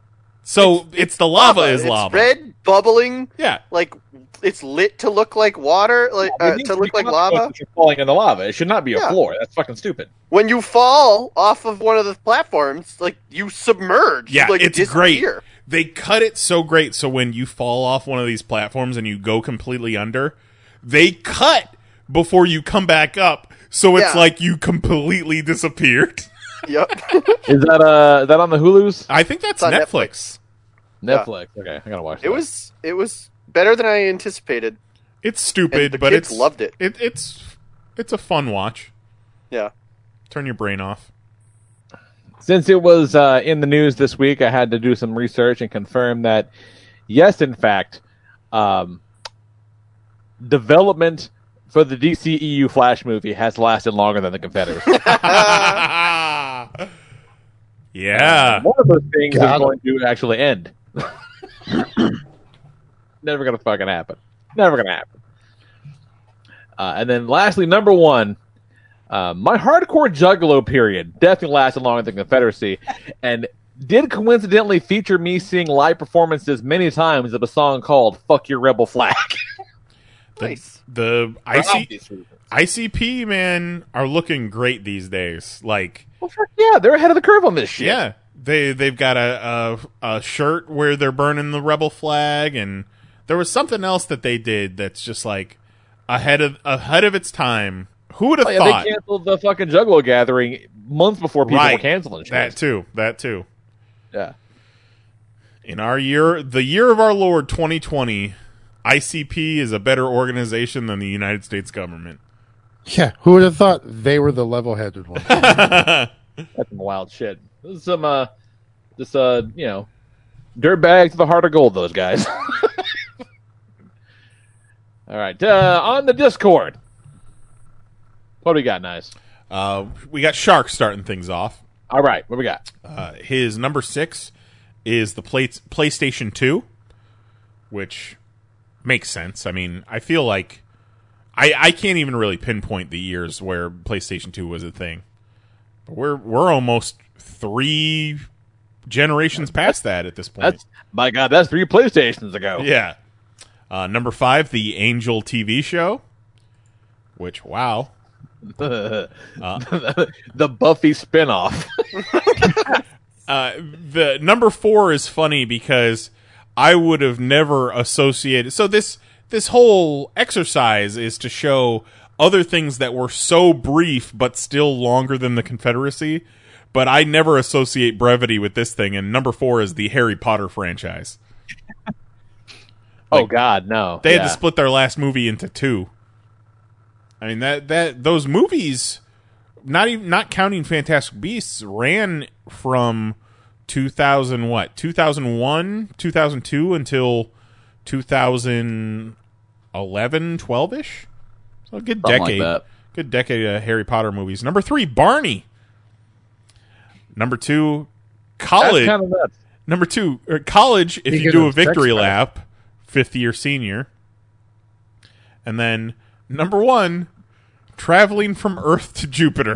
So it's the lava, is lava.
It's red, bubbling.
Yeah.
Like it's lit to look like water, like uh, to look like lava.
You're falling in the lava. It should not be a
Yeah.
floor. That's fucking stupid.
When you fall off of one of the platforms, like you submerge.
Yeah,
like,
it's great.
disappear.
They cut it so great so when you fall off one of these platforms and you go completely under, they cut before you come back up. So it's
Yeah.
like you completely disappeared.
Yep.
Is that uh is that on the Hulu's?
I think that's
It's on
Netflix.
Netflix. Okay, I gotta watch.
It was it was better than I anticipated.
It's stupid,
And the
but
kids
it's
loved it.
it. It's it's a fun watch.
Yeah.
Turn your brain off.
Since it was uh, in the news this week, I had to do some research and confirm that yes, in fact, um, development for the DCEU Flash movie has lasted longer than the Confederacy.
Ah.
yeah.
One of those things
Got
is going to actually end. Never gonna fucking happen. Never gonna happen. Uh, and then lastly, number one, uh, my hardcore juggalo period definitely lasted longer than the Confederacy, and did coincidentally feature me seeing live performances many times of a song called "Fuck Your Rebel Flag."
The, The IC, ICP man are looking great these days. Like,
Oh, yeah, they're ahead of the curve on this shit.
Yeah, they they've got a, a a shirt where they're burning the rebel flag, and there was something else that they did that's just like ahead of ahead of its time. Who would have
Oh, yeah,
thought?
they canceled the fucking Juggalo gathering months before people
right,
were canceling shit.
that too. That too.
Yeah.
In our year, the year of our Lord 2020, ICP is a better organization than the United States government.
Yeah, who would have thought they were the level-headed ones?
That's some wild shit. This is some uh this uh you know dirt bags to the heart of gold those guys. All right. Uh on the Discord. What do we got, nice?
Uh, we got Shark starting things off.
All right, what we got?
Uh, his number six is the play- PlayStation Two, which makes sense. I mean, I feel like I I can't even really pinpoint the years where PlayStation Two was a thing. But we're we're almost three generations past that at this point.
That's my god, that's three PlayStations ago.
Yeah. Uh, number five, the Angel TV show, which wow,
the Buffy spinoff.
uh, the number four is funny because I would have never associated. So this this whole exercise is to show other things that were so brief but still longer than the Confederacy. But I never associate brevity with this thing. And number four is the Harry Potter franchise.
oh god, no.
They
Yeah.
had to split their last movie into two. I mean that that those movies, not even not counting Fantastic Beasts, ran from two thousand what two thousand one two thousand two until 2011 12 ish. So a good
Something like
decade,
that.
good decade of Harry Potter movies. Number three, Barney. Number two, college.
That's kinda nuts.
Number two, or college. If
Speaking
you do a
of sex
victory
crimes.
lap, fifth year senior, and then number one, traveling from Earth to Jupiter.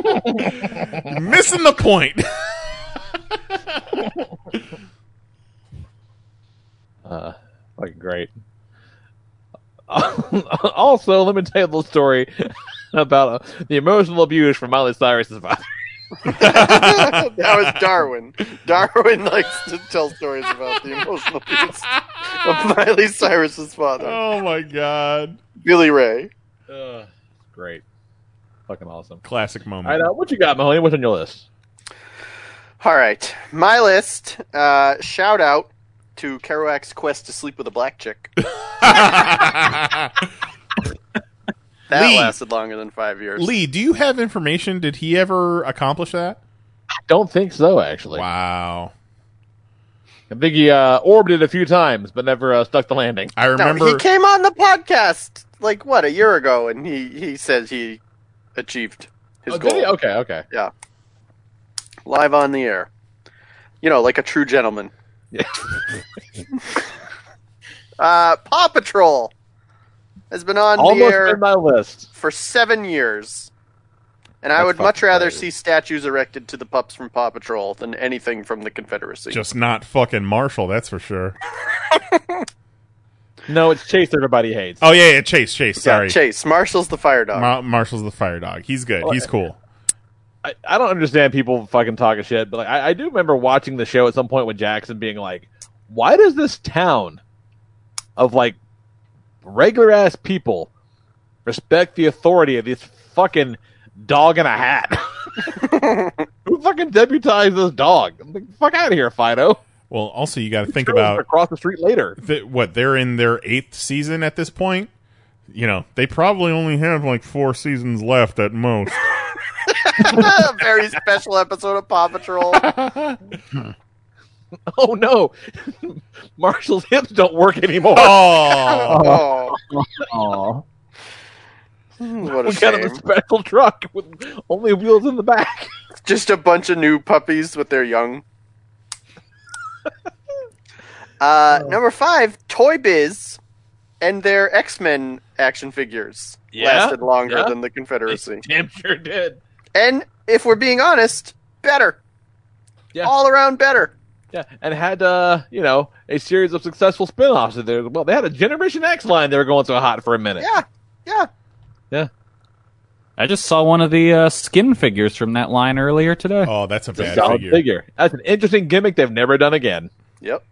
Missing the point.
Uh, fucking great. also, let me tell you a little story about uh, the emotional abuse from Miley Cyrus's father.
that was Darwin. Darwin likes to tell stories about the emotional abuse of Miley Cyrus's father.
Oh my god.
Billy Ray.
Uh, great. Fucking awesome.
Classic moment.
All right, uh, what you got, Mahoney? What's on your list?
All right, my list. Uh, shout out to Kerouac's quest to sleep with a black chick. that
Lee.
lasted longer than five years.
Lee, do you have information? Did he ever accomplish that?
I don't think so, actually.
Wow.
I think he uh, orbited a few times, but never uh, stuck the landing.
I
No, he came on the podcast like what a year ago, and he he says he achieved his
Oh, did
goal.
he? Okay, okay.
yeah, live on the air. You know, like a true gentleman.
Yeah.
uh, Paw Patrol has been on the
Almost
air
made my list.
for seven years, And I
That's
would
fucking
much rather see statues erected to the pups from Paw Patrol than anything from the Confederacy.
Just not fucking Marshall, that's for sure.
no, it's Chase everybody hates.
Oh yeah, yeah, Chase, Chase,
Yeah,
sorry.
Chase uh, Oh, Marshall's the fire dog.
Ma- Marshall's the fire dog. He's good. He's cool.
I, I don't understand people fucking talking shit, but like, I, I do remember watching the show at some point with Jackson being like, "Why does this town of like regular ass people respect the authority of this fucking dog in a hat? Who fucking deputized this dog? I'm like, Fuck out of here, Fido."
Well, also you got to think
Sure,
about
across the street later.
th- what they're in their eighth season at this point. You know, they probably only have like four seasons left at most.
A very special episode of Paw Patrol.
Oh no, Marshall's hips don't work anymore.
Oh.
oh.
What a
we got him a
shame.
special truck with only wheels in the back.
Just a bunch of new puppies with their young. Uh, Number five, Toy Biz and their X Men action figures
Yeah,
lasted longer
yeah.
than the Confederacy.
Damn sure did.
And if we're being honest, better.
Yeah.
All around better.
Yeah, and had uh, you know, a series of successful spin-offs of theirs. Well, they had a Generation X line they were going so hot for a minute.
Yeah, yeah.
I just saw one of the uh, skin figures from that line earlier today.
Oh, that's a
It's a solid figure. That's an interesting gimmick they've never done again.
Yep.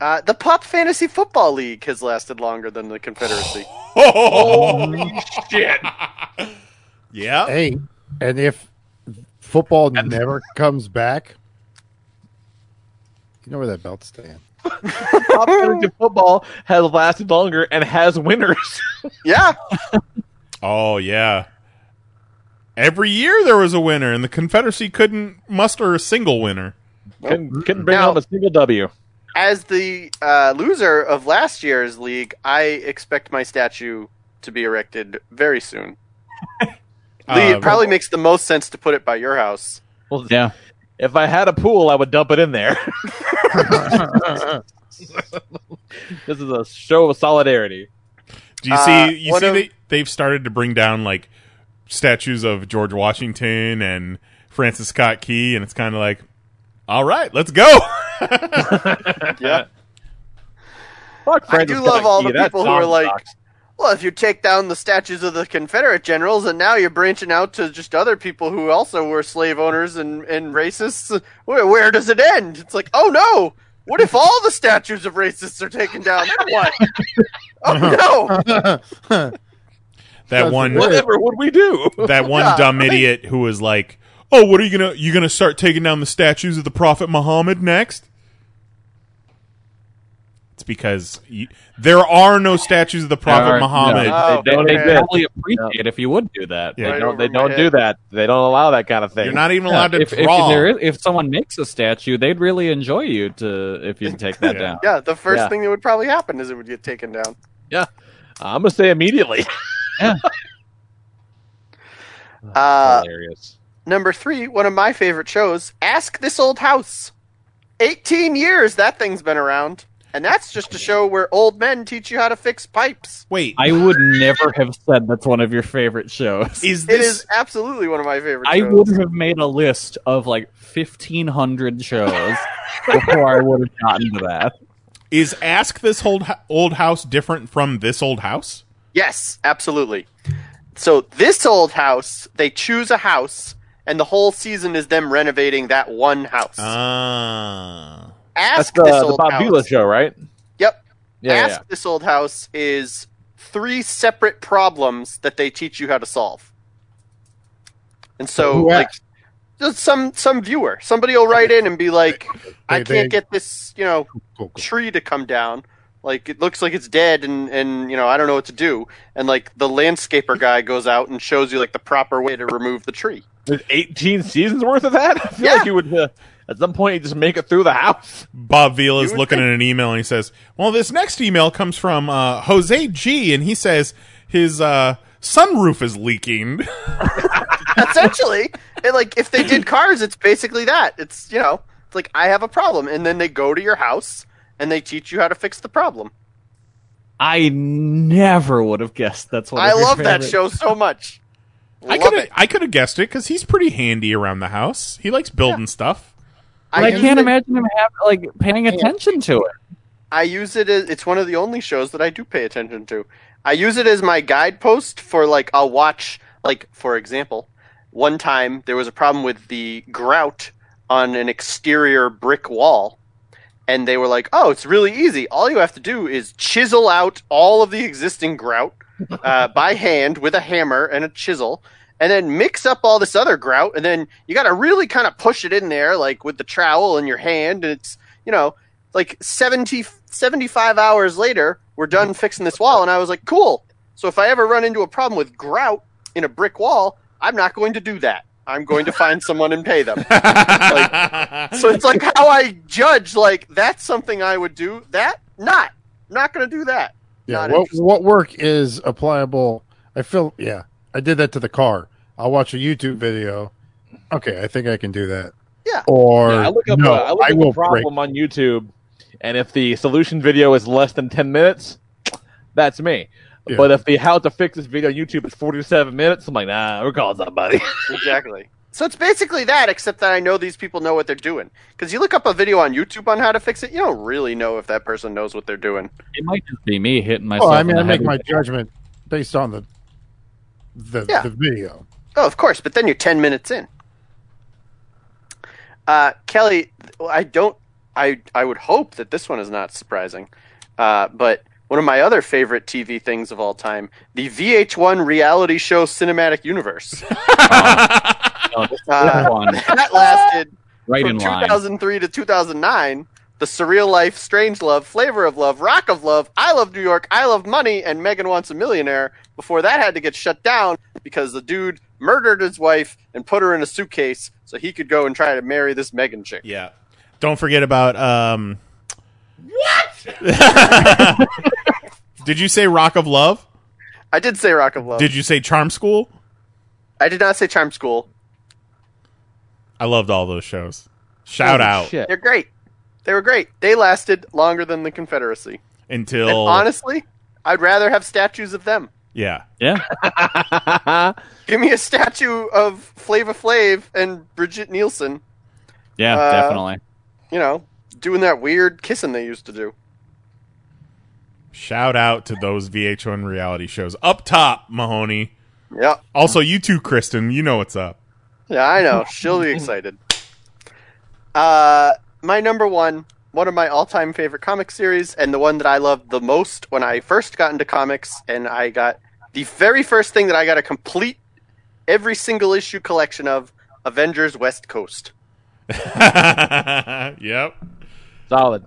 Uh, the Pop Fantasy Football League has lasted longer than the Confederacy.
Holy
shit!
Yeah.
Hey, and if football never comes back, you know where that belt's staying.
Top American football has lasted longer and has winners.
yeah.
Oh yeah. Every year there was a winner, and the Confederacy couldn't muster a single winner.
Couldn't, couldn't bring home a single W.
As the uh, loser of last year's league, I expect my statue to be erected very soon. Lee,
Uh,
it probably makes the most sense to put it by your house.
Well, yeah. If I had a pool, I would dump it in there. this is a show of solidarity.
Do you see? You see, they, they've started to bring down like statues of George Washington and Francis Scott Key, and it's kind of like, all right, let's go.
yeah.
Fuck
I
Francis
do love
Scott
all
Key,
the
that
people who
song
are like,
sucks.
well, if you take down the statues of the Confederate generals, and now you're branching out to just other people who also were slave owners and, and racists, where, where does it end? It's like, oh no! What if all the statues of racists are taken down? Then what? oh no!
That one,
Whatever would we do?
that one
Yeah,
dumb
right.
idiot who was like, "Oh, what are you gonna? You gonna start taking down the statues of the Prophet Muhammad next?" It's because you, there are no statues of the Prophet
Or-
Muhammad.
Oh,
no, they, they, they probably appreciate it if you would do that.
Yeah.
but
Right
don't-
over my head.
that. They don't allow that kind of thing.
You're not even allowed to
if,
draw.
If, there is, if someone makes a statue, they'd really enjoy you to if you take that down.
Yeah, the first
Yeah.
thing that would probably happen is it would get taken down.
Yeah. I'm gonna say immediately.
Uh,
Hilarious.
Number three, one of my favorite shows, Ask This Old House. 18 years that thing's been around. And that's just a show where old men teach you how to fix pipes.
Wait.
I would never have said that's one of your favorite shows.
Is
It is absolutely one of my favorite
I
shows.
would have made a list of like fifteen hundred shows before I would have gotten to that.
Is ask this old ho- old house different from this old house?
Yes, absolutely. So this old house, they choose a house, and the whole season is them renovating that one house.
Ah.
Ask
Uh, That's uh, the,
this
the
old
Bob
house.
Vila show, right?
Yep.
Yeah,
Ask
yeah.
This Old House is three separate problems that they teach you how to solve. And so,
Who
like, just some some viewer, somebody will write in and be like, "I
they-
can't get this, you know, tree to come down. Like, it looks like it's dead, and and you know, I don't know what to do." And like, the landscaper guy goes out and shows you like the proper way to remove the tree.
There's 18 seasons worth of that. I feel like you would uh, at some point you just make it through the house.
Bob Vila is looking at an email and he says, "Well, this next email comes from uh, Jose G, and he says his uh, sunroof is leaking."
essentially it, like if they did cars it's basically that it's you know it's like i have a problem and then they go to your house and they teach you how to fix the problem
I never would have guessed that's one.
i
of your
love that
favorite-
show so much
I could have I could have guessed it because he's pretty handy around the house. He likes building stuff.
I, can't imagine him have like paying attention to it.
I use it as it's one of the only shows that I do pay attention to. I use it as my guidepost for like I'll watch like for example, one time there was a problem with the grout on an exterior brick wall and they were like, "Oh, it's really easy. All you have to do is chisel out all of the existing grout uh, by hand with a hammer and a chisel, and then mix up all this other grout, and then you got to really kind of push it in there, like with the trowel in your hand. And it's you know, like 70, 75 hours later, we're done fixing this wall." And I was like, "Cool. So if I ever run into a problem with grout in a brick wall, I'm not going to do that." I'm going to find someone and pay them. Like, so it's like how I judge. Like that's something I would do. That not not going to do that.
Yeah.
Not
What, what work is applicable? I feel. Yeah. I did that to the car. I'll watch a YouTube video. Okay, I think I can do that.
Yeah.
Or
Yeah, I look up,
no,
uh, I look
I
up
will
a problem on YouTube, and if the solution video is less than 10 minutes, that's me.
Yeah.
But if the how to fix this video on YouTube is 47 minutes, I'm like, nah, we're calling somebody.
exactly. So it's basically that, except that I know these people know what they're doing. Because you look up a video on YouTube on how to fix it, you don't really know if that person knows what they're doing.
It might just be me hitting myself.
Well, I mean,
in
I
the
make
head
my
with-
judgment based on the the,
Yeah.
the video.
Oh, of course, but then you're 10 minutes in. Uh, Kelly, I don't. I, I would hope that this one is not surprising. Uh, but one of my other favorite TV things of all time the VH1 reality show Cinematic Universe. Uh, that lasted
Right
from
in line.
2003 to 2009. The Surreal Life, Strange Love, Flavor of Love, Rock of Love, I Love New York, I Love Money, and Megan Wants a Millionaire. Before that had to get shut down because the dude murdered his wife and put her in a suitcase so he could go and try to marry this Megan chick.
Yeah. Don't forget about um. What? Did you say Rock of Love?
I did say Rock of Love.
Did you say Charm School?
I did not say Charm School.
I loved all those shows. Shout out
They're great. They were great. They lasted longer than the Confederacy.
until
And honestly, I'd rather have statues of them.
yeah
yeah.
Give me a statue of Flava Flav and Bridget Nielsen.
Yeah,
Uh,
definitely.
You know, doing that weird kissing they used to do.
Shout out to those VH1 reality shows. Up top, Mahoney.
Yeah.
Also, you too, Kristen. You know what's up.
Yeah, I know. She'll be excited. Uh, my number one, one of my all-time favorite comic series, and the one that I loved the most when I first got into comics, and I got the very first thing that I got a complete, every single issue collection of Avengers West Coast.
yep.
Solid.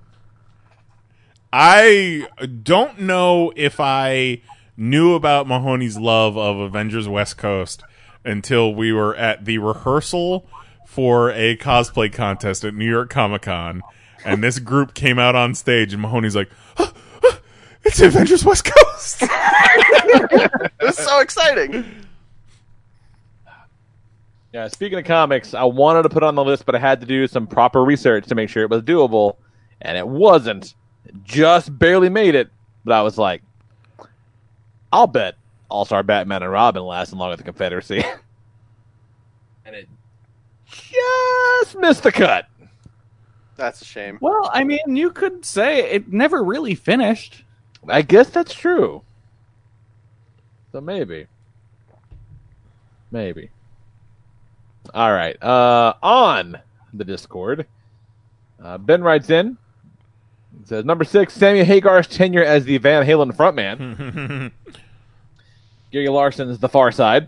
I don't know if I knew about Mahoney's love of Avengers West Coast until we were at the rehearsal for a cosplay contest at New York Comic Con. And this group came out on stage, and Mahoney's like, "Huh, huh, It's Avengers West Coast.
It was so exciting.
Yeah, speaking of comics, I wanted to put on the list, but I had to do some proper research to make sure it was doable, and it wasn't. Just barely made it, but I was like, I'll bet All Star Batman and Robin lasted long at the Confederacy. and it just missed the cut.
That's a shame.
Well, I mean, you could say it never really finished.
I guess that's true. So maybe. Maybe. All right. Uh, on the Discord, uh, Ben writes in. It says number six, Sammy Hagar's tenure as the Van Halen
Hmm.
frontman. Gary Larson's The Far Side.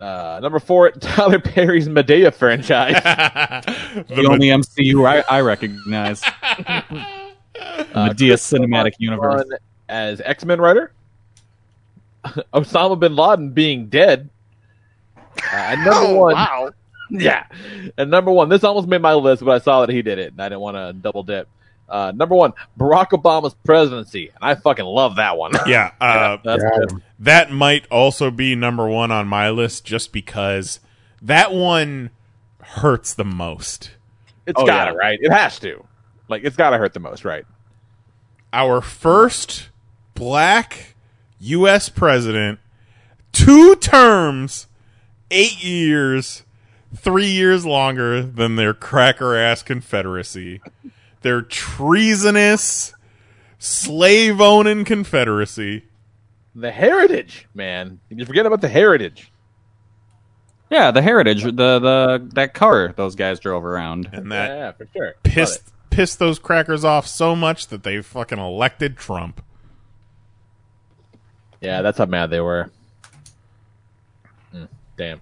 Uh, number four, Tyler Perry's Medea franchise.
The, only MCU I, I recognize.
Uh,
Medea Cinematic Universe.
One as X Men writer. Osama bin Laden being dead. Uh, and number
Oh,
one,
wow.
yeah. And number one, this almost made my list, but I saw that he did it, and I didn't want to double dip. Uh, number one, Barack Obama's presidency, and I fucking love that one.
Yeah, uh,
that's good.
that might also be number one on my list, just because that one hurts the most.
It's gotta right. It has to. Like it's gotta hurt the most, right?
Our first black U.S. president two terms, eight years, three years longer than their cracker ass Confederacy, their treasonous, slave owning Confederacy.
The heritage, man. You forget about the heritage.
Yeah, the heritage, the the that car those guys drove around,
and that yeah,
for sure
pissed pissed those crackers off so much that they fucking elected Trump.
Yeah, that's how mad they were. Mm, damn.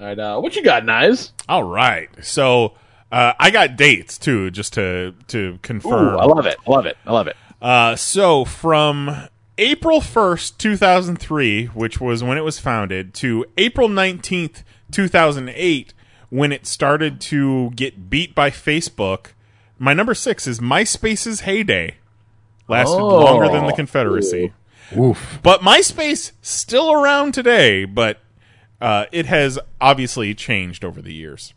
All right, uh, what you got, knives?
All right, so uh, I got dates too, just to to confirm.
Ooh, I love it. I love it. I love it.
Uh, so from April 1st, 2003, which was when it was founded, to April 19th, 2008, when it started to get beat by Facebook, my number six is MySpace's heyday. Lasted
Oh.
longer than the Confederacy.
Oof.
But MySpace still around today, but uh, it has obviously changed over the years.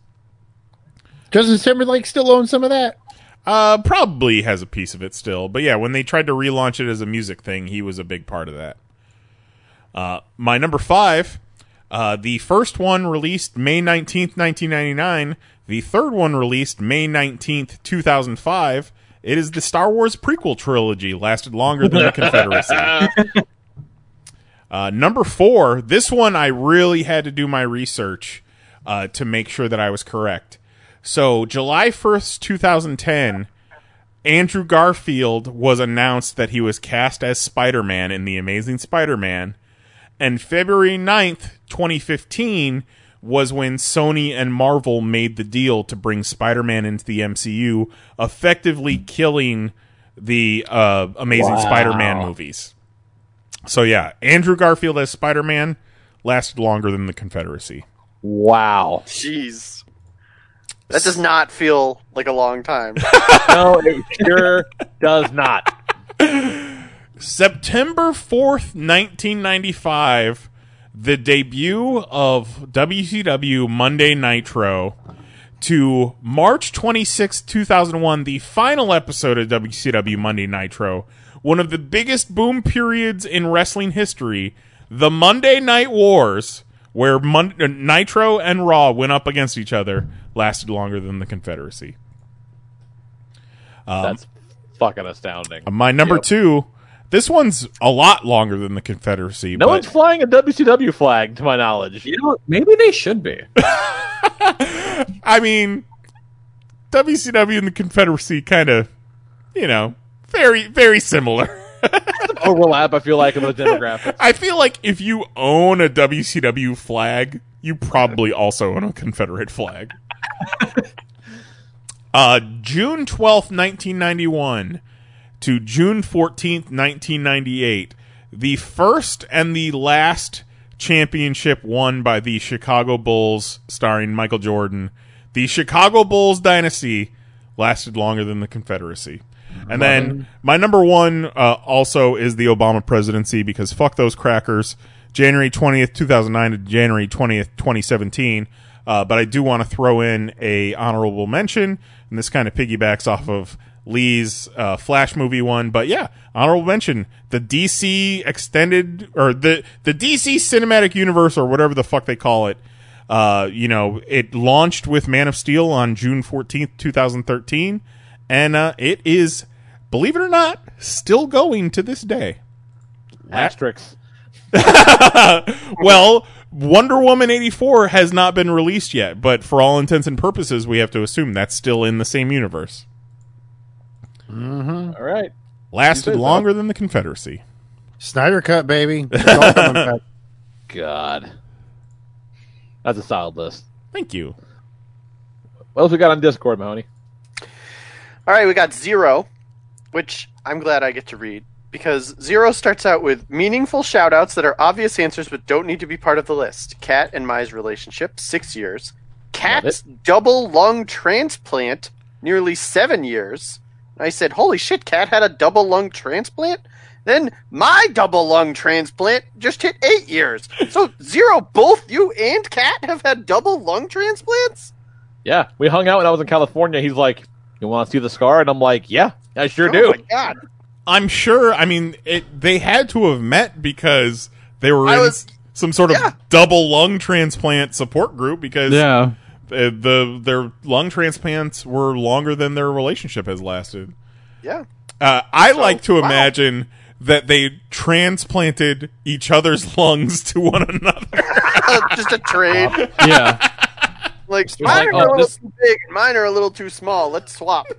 Doesn't Timberlake still own some of that?
Uh, probably has a piece of it still, but yeah, when they tried to relaunch it as a music thing, he was a big part of that. Uh, my number five, uh, the first one released May nineteenth, nineteen ninety nine. The third one released May nineteenth, two thousand five. It is the Star Wars prequel trilogy, lasted longer than the Confederacy. Uh, number four, this one I really had to do my research uh, to make sure that I was correct. So, July 1st, 2010, Andrew Garfield was announced that he was cast as Spider Man in The Amazing Spider Man. And February 9th, 2015, was when Sony and Marvel made the deal to bring Spider Man into the MCU, effectively killing the uh, Amazing
Wow.
Spider Man movies. So yeah, Andrew Garfield as Spider Man lasted longer than the Confederacy.
Wow.
Jeez. That does not feel like a long time.
no, it sure does not.
September fourth, nineteen ninety five, the debut of WCW Monday Nitro to March twenty sixth, two thousand one, the final episode of WCW Monday Nitro, one of the biggest boom periods in wrestling history, the Monday Night Wars. Where Mon- uh, Nitro and Raw went up against each other lasted longer than the Confederacy. Um,
That's fucking astounding.
Uh, My number
Yep.
two. This one's a lot longer than the Confederacy.
No
but
one's flying a WCW flag, to my knowledge. You
know, maybe they should be.
I mean, WCW and the Confederacy kind of, you know, very very similar.
Overlap, I feel like, in the demographic.
I feel like if you own a WCW flag, you probably also own a Confederate flag. uh, June 12th, 1991 to June 14th, 1998, the first and the last championship won by the Chicago Bulls, starring Michael Jordan. The Chicago Bulls dynasty lasted longer than the Confederacy. And then my number one uh, also is the Obama presidency because fuck those crackers. January 20th, 2009 to January 20th, 2017. Uh, but I do want to throw in a honorable mention, and this kind of piggybacks off of Lee's uh, Flash movie one. But yeah, honorable mention: the DC extended or the the DC cinematic universe or whatever the fuck they call it. Uh, you know, it launched with Man of Steel on June 14th, 2013, and uh, it is, believe it or not, still going to this day.
Asterix.
well, Wonder Woman 84 has not been released yet, but for all intents and purposes, we have to assume that's still in the same universe.
All right.
Lasted
You say so.
longer than the Confederacy.
Snyder Cut, baby. It's all coming back.
God. That's a solid list.
Thank you.
What else we got on Discord, Mahoney?
All right, we got zero, which I'm glad I get to read because zero starts out with meaningful shout outs that are obvious answers but don't need to be part of the list. Cat and Mai's relationship, six years. Cat's double lung transplant, nearly seven years. And I said, holy shit, Cat had a double lung transplant? Then my double lung transplant just hit eight years. So, zero, both you and Cat have had double lung transplants?
Yeah, we hung out when I was in California. He's like, "You want to see the scar?" And I'm like, "Yeah, I sure do."
Oh God.
I'm sure. I mean, it, they had to have met because they were in, some sort of double lung transplant support group because
Yeah.
uh, the their lung transplants were longer than their relationship has lasted.
Yeah.
Uh, I like to imagine that they transplanted each other's lungs to one another.
Uh, Just a trade.
Yeah.
Like
Just
mine
like,
are a
oh,
little
this-
too big, and mine are a little too small. Let's swap.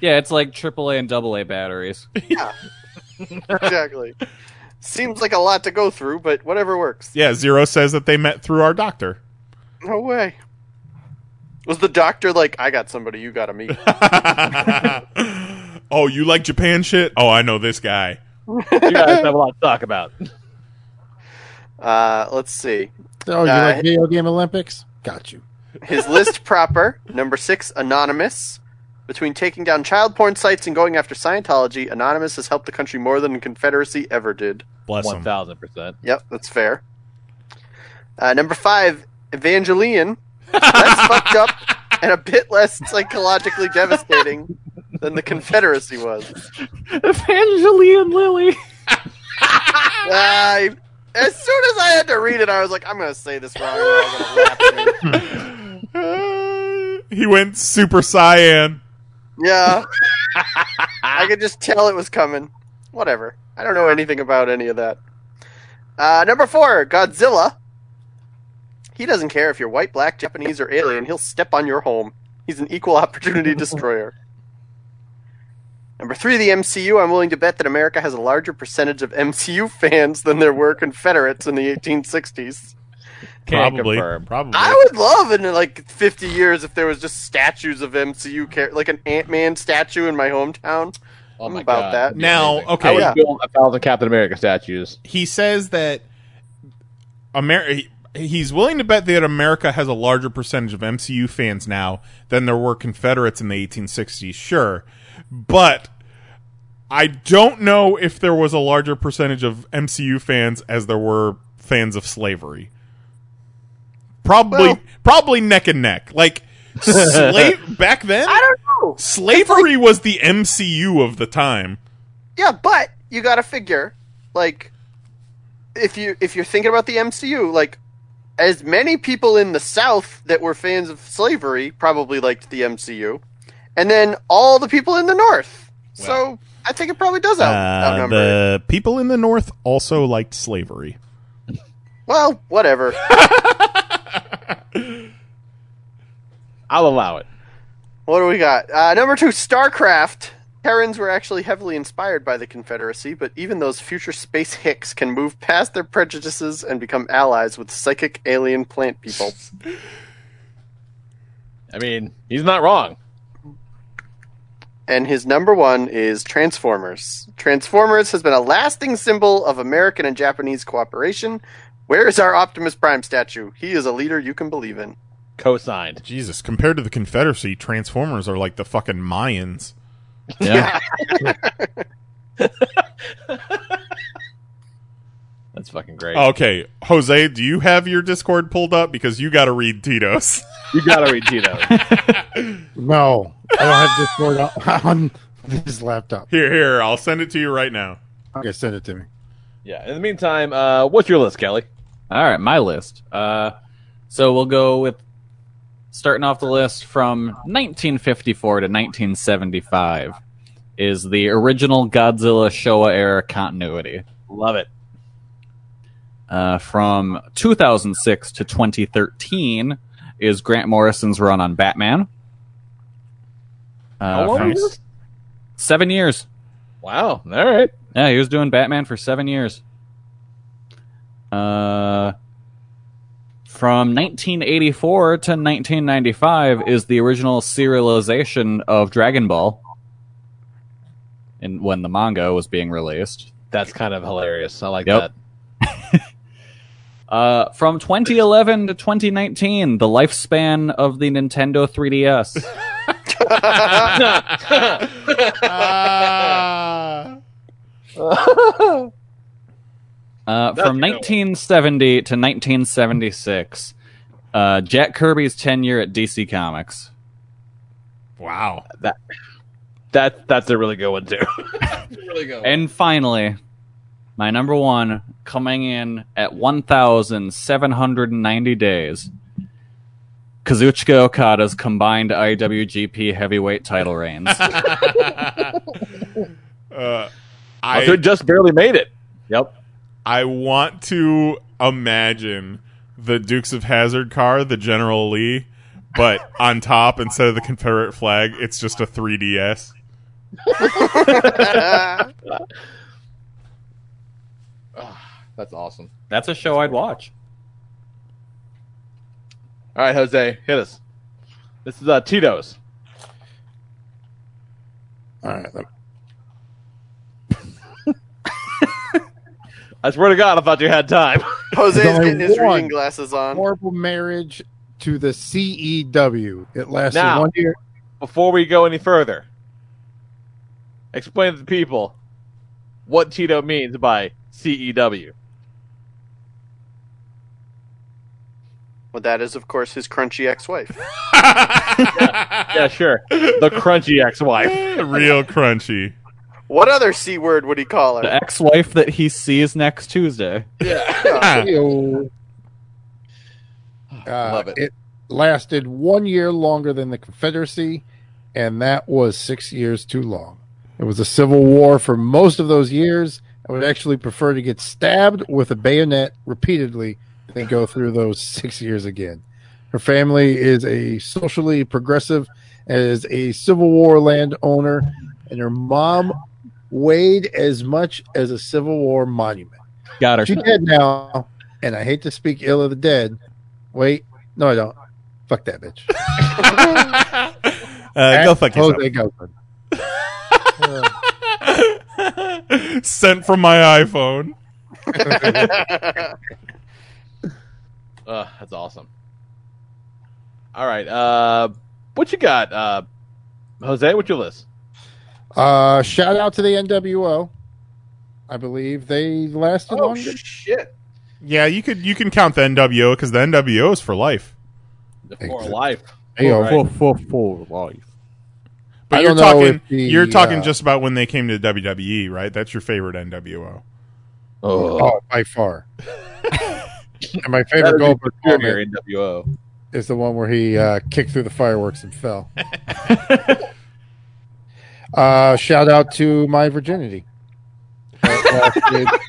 Yeah, it's like AAA and AA batteries.
exactly. Seems like a lot to go through, but whatever works.
yeah, Zero says that they met through our doctor.
No way. Was the doctor like, I got somebody you gotta meet?
Oh, you like Japan shit? Oh, I know this guy.
you
guys have a lot to talk about.
Uh, let's see.
Oh, you
Uh,
like video game Olympics? Got you.
His list proper, number six, Anonymous. Between taking down child porn sites and going after Scientology, Anonymous has helped the country more than the Confederacy ever did.
Bless 'em.
1000%.
Yep, that's fair. Uh, number five, Evangelion. Less fucked up and a bit less psychologically devastating than the Confederacy was.
Evangeline Lily.
I, as soon as I had to read it, I was like, I'm going to say this wrong. or I'm gonna laugh at it.
Uh, He went super cyan.
yeah. I could just tell it was coming. Whatever. I don't know anything about any of that. Uh, number four, Godzilla. He doesn't care if you're white, black, Japanese, or alien. He'll step on your home. He's an equal opportunity destroyer. Number three, the MCU. I'm willing to bet that America has a larger percentage of MCU fans than there were Confederates in the 1860s.
Can't
probably.
confirm.
Probably.
I would love in like 50 years if there was just statues of MCU characters, like an Ant Man statue in my hometown. I'm about that.
Now, okay.
I would
Yeah.
build a thousand Captain America statues.
he says that America. He's willing to bet that America has a larger percentage of MCU fans now than there were Confederates in the 1860s. Sure, but I don't know if there was a larger percentage of MCU fans as there were fans of slavery. Probably, probably neck and neck. Like slave back then. I
don't know.
Slavery was the MCU of the time.
Yeah, but you got to figure, like, if you if you're thinking about the MCU, like, as many people in the South that were fans of slavery probably liked the MCU, and then all the people in the North. so I think it probably does out,
Uh,
outnumber.
the people in the North also liked slavery.
Well, whatever.
I'll allow it.
What do we got? Uh, number two, StarCraft. Terrans were actually heavily inspired by the Confederacy, but even those future space hicks can move past their prejudices and become allies with psychic alien plant people.
I mean, he's not wrong.
And his number one is Transformers. Transformers has been a lasting symbol of American and Japanese cooperation. Where is our Optimus Prime statue? He is a leader you can believe in.
Co-signed.
Jesus, compared to the Confederacy, Transformers are like the fucking Mayans.
Yeah.
That's fucking great.
okay, Jose, do you have your Discord pulled up because you got to read Tito's?
You got to read Tito's.
No, I don't have Discord on, on this laptop.
Here, here, I'll send it to you right now.
Okay, send it to me.
Yeah. In the meantime, uh, what's your list, Kelly?
All right, my list. Uh, so we'll go with starting off the list from 1954 to 1975 is the original Godzilla Showa era continuity.
Love it.
Uh, from 2006 to 2013 is Grant Morrison's run on Batman. Uh,
How long
from
was this?
Seven years.
Wow. All right.
Yeah, he was doing Batman for seven years. Uh, from 1984 to 1995 is the original serialization of Dragon Ball, and when the manga was being released.
That's kind of hilarious. I like
Yep. Uh, from 2011 to 2019, the lifespan of the Nintendo 3DS.
All
Uh, from 1970 to 1976, uh, Jack Kirby's tenure at DC Comics.
Wow.
That that that's a really good one too.
And finally, My number one coming in at 1,790 days. Kazuchika Okada's combined IWGP heavyweight title reigns.
Uh,
I could just barely made it. Yep.
I want to imagine the Dukes of Hazard car, the General Lee, but on top instead of the Confederate flag, it's just a 3DS.
That's awesome.
That's a show I'd watch.
All right, Jose, hit us. This is uh, Tito's.
All right. let-
I swear to God, I thought you had time.
Jose's
There's only
getting his
one
reading glasses on.
Horrible marriage to the CEW. It lasted
Now.
one year.
Before we go any further, explain to the people what Tito means by E CEW.
Well, that is, of course, his crunchy ex-wife.
Yeah, sure. The crunchy ex-wife.
Real crunchy.
What other c word would he call her?
The ex wife that he sees next Tuesday.
Yeah.
Ah, Love uh, it. It lasted one year longer than the Confederacy, and that was six years too long. It was a civil war for most of those years. I would actually prefer to get stabbed with a bayonet repeatedly than go through those six years again. Her family is a socially progressive, as a Civil War landowner, and her mom weighed as much as a Civil War monument.
Got
her. She's dead now, and I hate to speak ill of the dead. Wait, no, I don't. Fuck that bitch.
Uh, go fuck yourself.
Jose Goldman.
Sent from my iPhone.
Uh, that's awesome. All right. Uh, what you got, uh, Jose? What's your list?
Uh, shout out to the NWO. I believe they lasted
Oh,
longer.
shit.
Yeah, you could you can count the NWO because the NWO is for life.
For life.
Hey,
All right.
For, for, for life.
But
I
you're
don't know
talking
if the,
you're talking
uh,
just about when they came to WWE, right? That's your favorite NWO.
Oh, by far. and my
That
favorite
would be
Goldberg
superior
comment
NWO.
is the one where he uh, kicked through the fireworks and fell. uh, shout out to my virginity. That lasted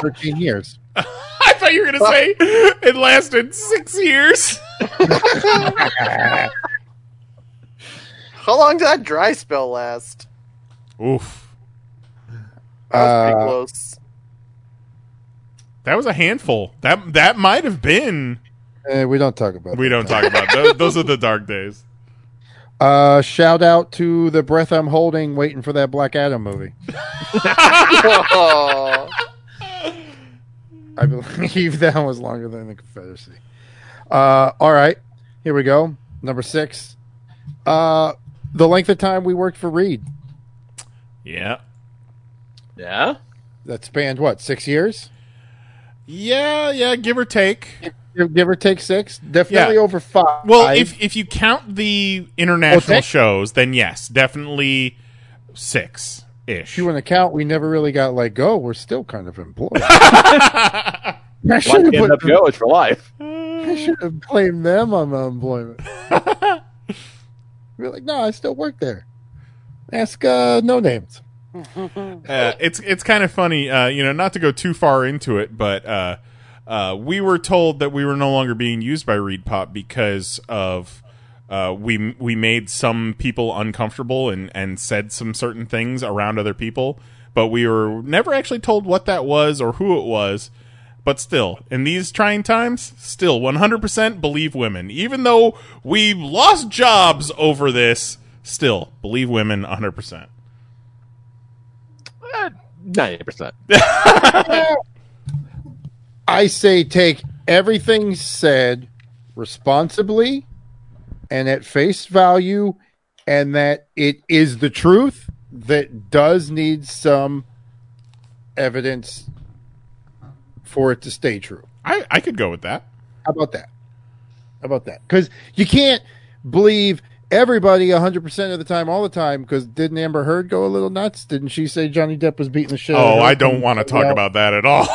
Thirteen years.
I thought you were gonna say it lasted six years.
How long did that dry spell last?
Oof.
That was pretty
Uh,
close.
That was a handful. That that might have been.
Eh, we don't talk about.
We don't talk about those. Those are the dark days.
Uh, shout out to the breath I'm holding, waiting for that Black Adam movie. I believe that was longer than the Confederacy. Uh, all right, here we go. Number six. Uh, the length of time we worked for Reed
Yeah.
Yeah.
that spanned what six years?
Yeah, yeah, give or take.
Give, give or take six. Definitely
Yeah.
over five.
Well, if if you count the international
Okay.
shows, then yes, definitely six ish.
if you want to count, we never really got let go. We're still kind of employed. I
Like
should have put
NWO is for life.
I should have blamed them on the unemployment. We're like, no, I still work there. Ask uh, no names.
Uh, it's it's kind of funny, uh, you know, not to go too far into it, but uh, uh, we were told that we were no longer being used by Reed Pop because of uh, we we made some people uncomfortable and and said some certain things around other people, but we were never actually told what that was or who it was. But still, in these trying times, still 100% believe women. Even though we lost jobs over this, still believe women 100%.
Ninety percent.
I say take everything said responsibly and at face value, and that it is the truth that does need some evidence for it to stay true.
I, I could go with that.
How about that? How about that? Because you can't believe everybody 100% of the time, all the time, because didn't Amber Heard go a little nuts? Didn't she say Johnny Depp was beating the shit out of
Oh,
her?
I don't want to talk
Well,
about that at all.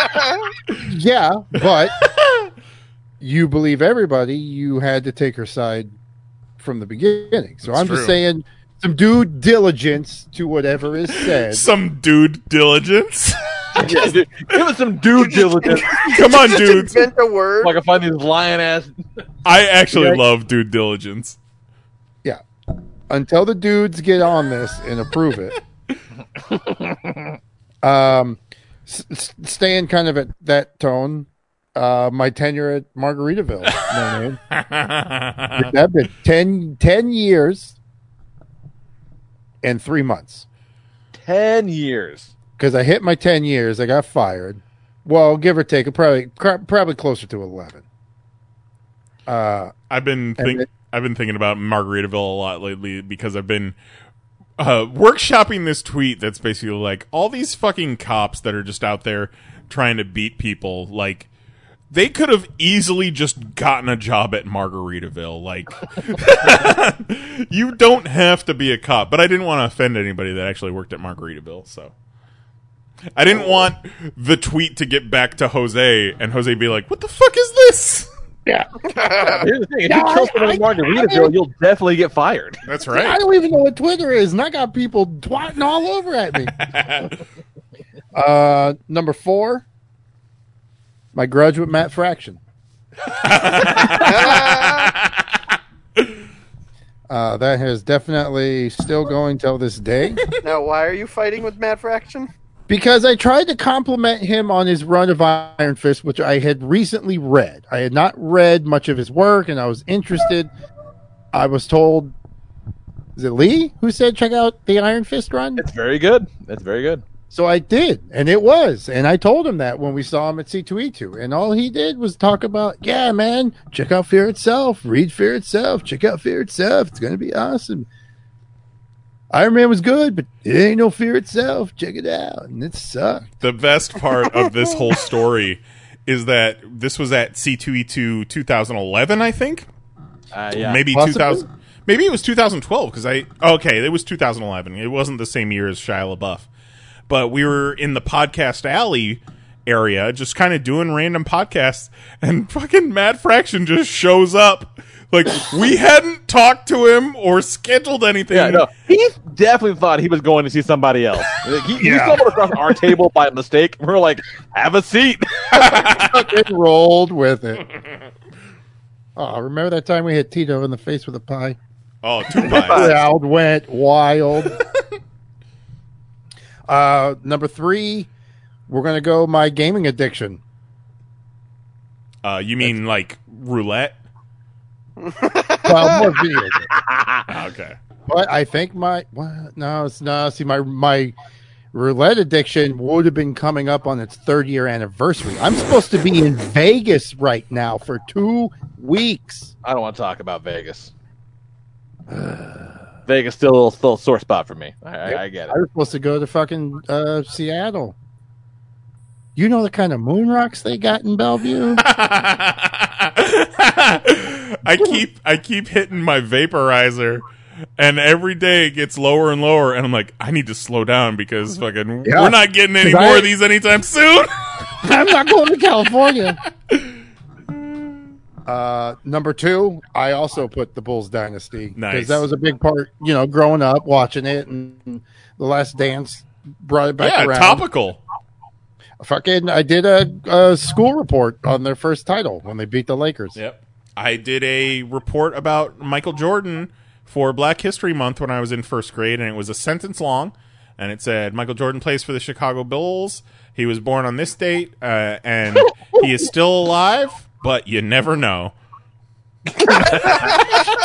Yeah, but you believe everybody, you had to take her side from the beginning. So
That's
I'm just
true.
saying some due diligence to whatever is said.
Some dude diligence.
Give us some due diligence.
Come on, dudes.
Invent a word.
Like I find these lion ass.
I actually
Yeah.
love due diligence.
Yeah. Until the dudes get on this and approve it. um, s- s- staying kind of at that tone, uh, my tenure at Margaritaville. no name. That'd been 10, 10 years and three months.
10 years.
Because I hit my 10 years. I got fired. Well, give or take, probably cr- probably closer to 11. Uh,
I've been
And
think-
it-
I've been thinking about Margaritaville a lot lately because I've been uh, workshopping this tweet that's basically like all these fucking cops that are just out there trying to beat people. Like they could have easily just gotten a job at Margaritaville. Like you don't have to be a cop. But I didn't want to offend anybody that actually worked at Margaritaville, so. I didn't want the tweet to get back to Jose and Jose be like, "What the fuck is this?"
Yeah. Here's the thing: if
Uh, Yeah,
you kill
I-
someone in
I-
Margaritaville, you'll definitely get fired.
That's
I don't even know what Twitter is, and I got people twatting all over at me. Uh, number four, my grudge with Matt Fraction. uh, that is definitely still going till this day
Now, why are you fighting with Matt Fraction?
because I tried to compliment him on his run of Iron Fist, which I had recently read. I had not read much of his work, and I was interested. I was told, is it Lee who said check out the Iron Fist run?
It's very good. That's very good.
So I did, and it was, and I told him that when we saw him at C2E2, and all he did was talk about, yeah, man, check out Fear Itself, read Fear Itself, check out Fear Itself, it's gonna be awesome. Iron Man was good, but it ain't no Fear Itself. Check it out, and it sucked.
The best part of this whole story is that this was at E C2E2 2011, I think.
Uh,
Maybe 2000. Maybe it was 2012 because I okay, it was 2011. It wasn't the same year as Shia LaBeouf, but we were in the podcast alley area, just kind of doing random podcasts, and fucking Matt Fraction just shows up. Like we hadn't talked to him or scheduled anything.
Yeah, no, he definitely thought he was going to see somebody else. Like, he, he
Yeah.
stumbled across our table by mistake. and We're like, "Have a seat."
Fucking rolled with it. Oh, remember that time we hit Tito in the face with a pie?
Oh, two
crowd went wild. uh, number three, we're gonna go my gaming addiction.
Uh, you mean like roulette?
Well, more video. games.
okay.
But I think my what? no, it's no. See, my my roulette addiction would have been coming up on its third year anniversary. I'm supposed to be in Vegas right now for two weeks.
I don't want to talk about Vegas. Vegas still still a sore spot for me. I, I, I get
I was supposed to go to fucking uh, Seattle. You know the kind of moon rocks they got in Bellevue.
I keep I keep hitting my vaporizer, and every day it gets lower and lower, and I'm like, I need to slow down because fucking
Yeah.
we're not getting any
'Cause I-
more of these anytime soon.
I'm not going to California. Uh, number two, I also put the Bulls Dynasty because
Nice.
that was a big part, you know, growing up watching it and the Last Dance brought it back
yeah,
around.
topical.
Fucking, I did a, a school report on their first title when they beat the Lakers.
Yep. I did a report about Michael Jordan for Black History Month when I was in first grade, and it was a sentence long. And it said, Michael Jordan plays for the Chicago Bulls. He was born on this date, uh, and he is still alive, but you never know.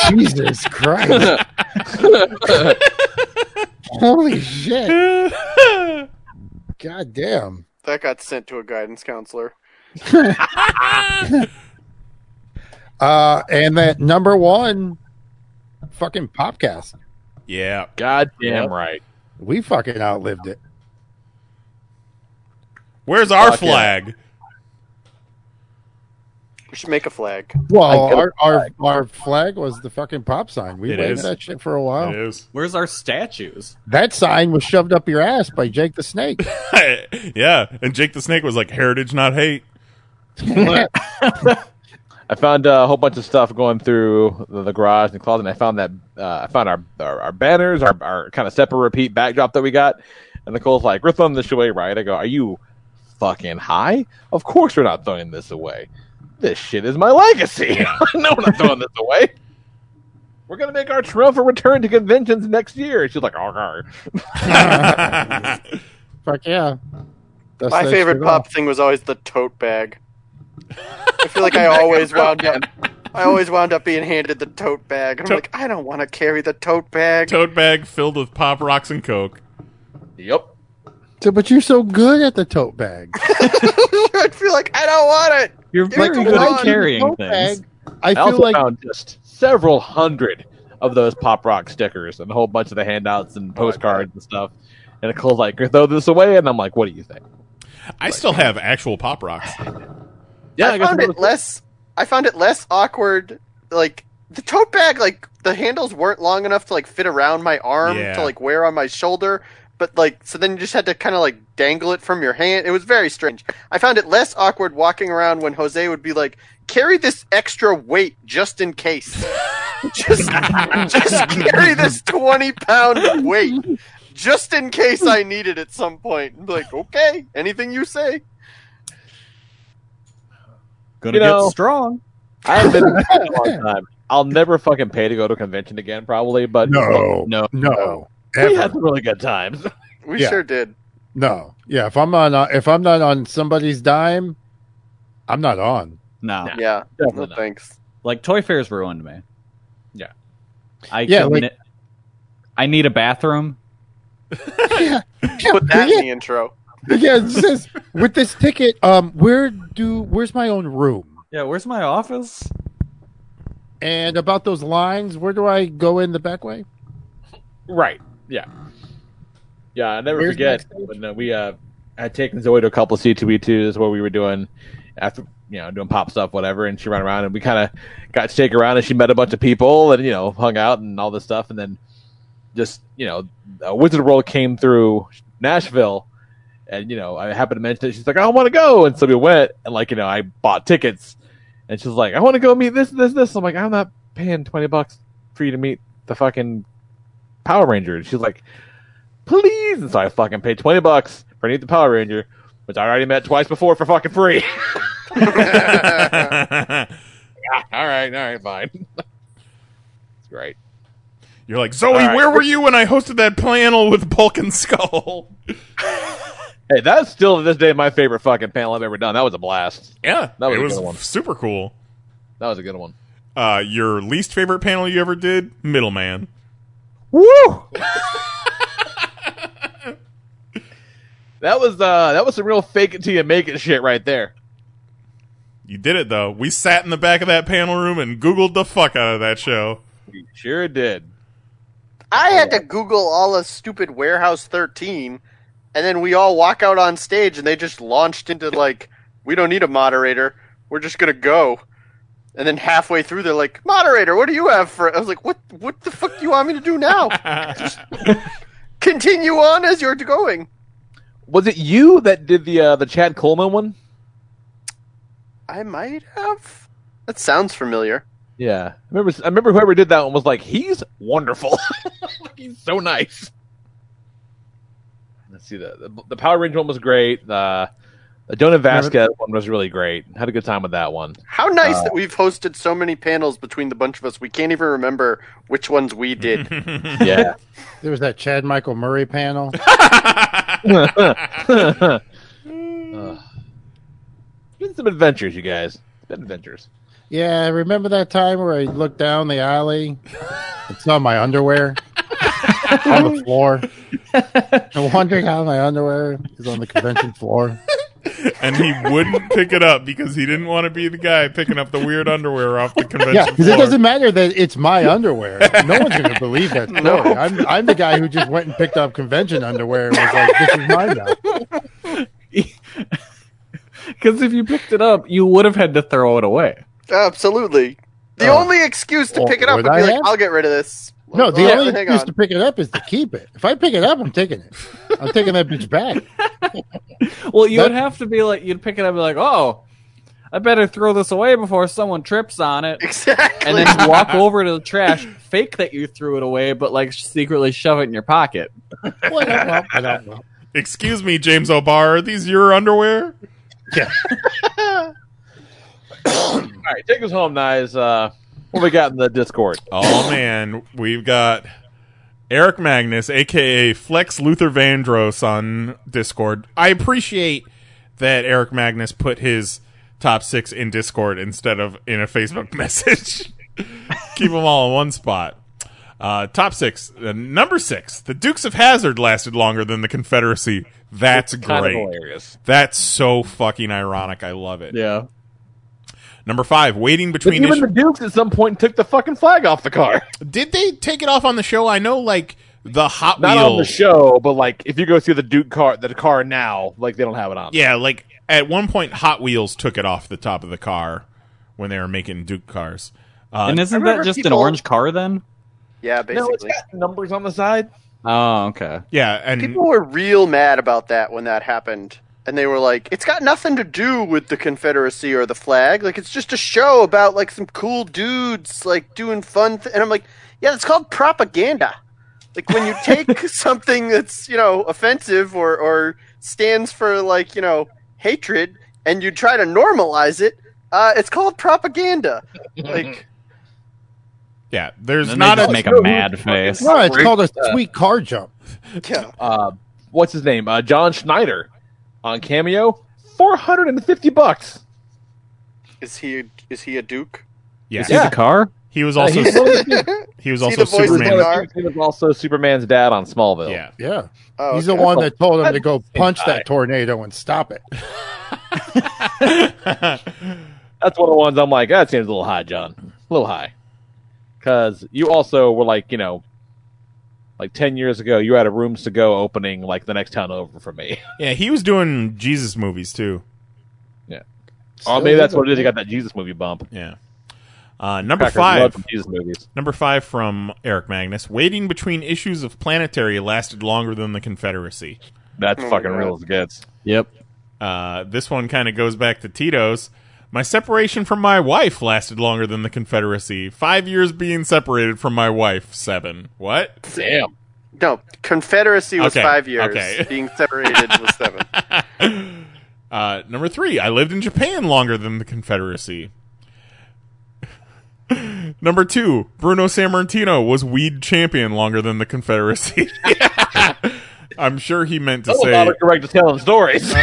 Jesus Christ!
it.
Holy shit! God damn!
That got sent to a guidance counselor.
Uh, and that number one, fucking Popcast.
Yeah.
God damn right.
We fucking outlived it.
Where's our
Fuck yeah.
flag?
should make a flag.
Well, our, our our flag was the fucking pop sign. We
It
waited
is.
that shit for a while.
is.
Where's our statues?
That sign was shoved up your ass by Jake the Snake.
yeah, and Jake the Snake was like heritage, not hate.
I found uh, a whole bunch of stuff going through the, the garage and closet, and I found that uh, I found our, our our banners, our our kind of separate repeat backdrop that we got. And Nicole's like, "We're throwing this away, right?" I go, "Are you fucking high? Of course we're not throwing this away. This shit is my legacy. no, we're not throwing this away. We're gonna make our triumphant return to conventions next year." And she's like, "Oh, gar."
Fuck yeah. Dust
My
that
favorite
shit
pop
off.
thing was always the tote bag. I feel like I always wound up. I always wound up being handed the tote bag, and I'm like, I don't want to carry the tote bag.
Tote bag filled with pop rocks and coke.
Yep.
So, but you're so good at the tote bag.
I feel like I don't want it.
You're
Give me the wand.
I feel
also
like-
found just several hundred of those pop rock stickers and a whole bunch of the handouts
Oh,
and postcards and stuff. And Nicole's like, "Throw this away," and I'm like, "What do you think?"
I still have actual pop rocks.
Yeah,
I, found it less. I found it less awkward. Like the tote bag, like the handles weren't long enough to like fit around my arm
Yeah.
to like wear on my shoulder. But like, so then you just had to kind of like dangle it from your hand. It was very strange. I found it less awkward walking around when Jose would be like, "Carry this extra weight just in case. just, just carry this twenty pound weight." Just in case I need it at some point. I'm like, okay, anything you say.
Gonna get strong.
I have been in a long time. I'll never fucking pay to go to a convention again, probably. But
No,
no,
no,
We
ever.
had some really good times.
We
Yeah. sure
did.
No, yeah. If I'm on, uh, if I'm not on somebody's dime, I'm not on.
No.
Yeah.
Definitely
no thanks.
Like Toy Fair's ruined me. Yeah. I
Yeah,
could
like-
ne- I need a bathroom.
Put that in the intro.
Yeah, it says with this ticket. Um, where do where's my own room?
Yeah, where's my office?
And about those lines, where do I go in the back way?
Right. Yeah. Yeah, I never
Where's
forget when uh, we uh, had taken Zoe to a couple C two E twos where we were doing after you know doing pop stuff whatever, and she ran around and we kind of got to shake around and she met a bunch of people and you know hung out and all this stuff, and then just you know uh, Wizard World came through Nashville. And you know, I happened to mention it. She's like, "I want to go," and so we went. And like, you know, I bought tickets, and she's like, "I want to go meet this, this, this." I'm like, "I'm not paying twenty bucks for you to meet the fucking Power Ranger. And she's like, please. And so I fucking paid 20 bucks for Need the Power Ranger, which I already met twice before for fucking free.
Yeah,
all right, all right, fine. That's great.
You're like Zoe.
All right.
Where were you when I hosted that panel with Bulk and Skull?
Hey, that's still to this day my favorite fucking panel I've ever done. That was a blast.
Yeah,
That was
it
a
was
good one.
super cool.
That was a good one.
Uh, your least favorite panel you ever did? Middleman.
Woo! that was uh that was some real fake it till you make it shit right there.
You did it though. We sat in the back of that panel room and googled the fuck out of that show.
We sure did.
I had to Google all the stupid Warehouse 13, and then we all walk out on stage, and they just launched into like, we don't need a moderator. We're just gonna go. And then halfway through, they're like, moderator, what do you have for? I was like, what? What the fuck do you want me to do now? Just continue on as you're going.
Was it you that did the uh, the Chad Coleman one?
I might have. That sounds familiar.
Yeah, I remember. I remember whoever did that one was like, "He's wonderful. He's so nice." Let's see the the, the Power Ranger one was great. The the Jonah Vasquez one was really great. Had a good time with that one.
How nice
Uh,
that we've hosted so many panels between the bunch of us. We can't even remember which ones we did.
Yeah.
There was that Chad Michael Murray panel.
Ugh. been some adventures, you guys. Been adventures.
yeah, remember that time where I looked down the alley and saw my underwear on the floor? I'm wondering how my underwear is on the convention floor.
And he wouldn't pick it up because he didn't want to be the guy picking up the weird underwear off the convention
Yeah, because it
floor.
doesn't matter that it's my underwear. No one's going to believe that story. I'm, I'm the guy who just went and picked up convention underwear and was like, "This is mine now."
Because if you picked it up, you would have had to throw it away.
Absolutely. The
Oh.
only excuse to
Or
pick it up would
would
be
I
like,
have?
I'll get rid of this.
No, the
Well,
only
hang
excuse
on.
to pick it up is to keep it. If I pick it up, I'm taking it. I'm taking that bitch back.
Well, you
That-
would have to be like, you'd pick it up and be like, oh, I better throw this away before someone trips on it.
Exactly.
And then walk over to the trash, fake that you threw it away, but like secretly shove it in your pocket.
Excuse me, James O'Barr. Are these your underwear?
Yeah.
All right, take us home, Nyes. Uh, what we got in the Discord?
Oh man, we've got Eric Magnus, aka Flex Luther Vandross, on Discord. I appreciate that Eric Magnus put his top six in Discord instead of in a Facebook message. Keep them all in one spot. Uh, top six, uh, number six. The Dukes of Hazard lasted longer than the Confederacy. That's
It's
great.
kind of hilarious.
That's so fucking ironic. I love it.
Yeah.
Number five, waiting
But
between
even
issues.
the Dukes at some point took the fucking flag off the car.
Did they take it off on the show? I know, like the Hot
Not on the
Wheels.
show, but like if you go through the Duke car, the car now, like they don't have it on.
Yeah, like at one point, Hot Wheels took it off the top of the car when they were making Duke cars. Uh,
and isn't that just an orange car then?
Yeah,
No, it's
basically.
got numbers on the side.
Oh, okay.
Yeah, and
Hmm.
People were real mad about that when that happened. And they were like, it's got nothing to do with the Confederacy or the flag. Like, it's just a show about, like, some cool dudes, like, doing fun. Th-. And I'm like, yeah, it's called propaganda. Like, when you take something that's, you know, offensive or, or stands for, like, you know, hatred and you try to normalize it, uh, it's called propaganda. Like,
Yeah, there's
Then they
not
just
a
make a mad face.
No, Oh, it's called a
Uh,
sweet car jump.
Uh, what's his name? Uh, John Schneider on Cameo, four hundred and fifty bucks.
is he, is he a duke?
Yeah.
Is he the Yeah. car?
He was
Uh,
also
he's the-
he was
See
also
the voice of
Superman.
the car? He was also Superman's dad on Smallville.
Yeah,
Yeah.
Oh,
He's the
okay.
one that told him to go punch
guy.
that tornado and stop it.
that's one of the ones I'm like, that seems a little high, John, a little high, because you also were like, you know, like ten years ago, you had a Rooms to Go opening like the next town over from me.
Yeah, he was doing Jesus movies too.
Yeah. oh, maybe that's what it is. You got that Jesus movie bump.
Yeah. Uh, number
Crackers love
five.
them Jesus movies.
Number five from Eric Magnus. Waiting between issues of Planetary lasted longer than the Confederacy.
That's Oh, fucking God. real as it gets.
Yep.
Uh, this one kind of goes back to Tito's. My separation from my wife lasted longer than the Confederacy. Five years being separated from my wife. Seven. What?
Damn.
No, Confederacy was
Okay,
five years.
okay.
Being separated was seven.
Uh, number three, I lived in Japan longer than the Confederacy. number two, Bruno Sammartino was weed champion longer than the Confederacy. I'm sure he meant
Oh,
to say.
autocorrect is telling stories.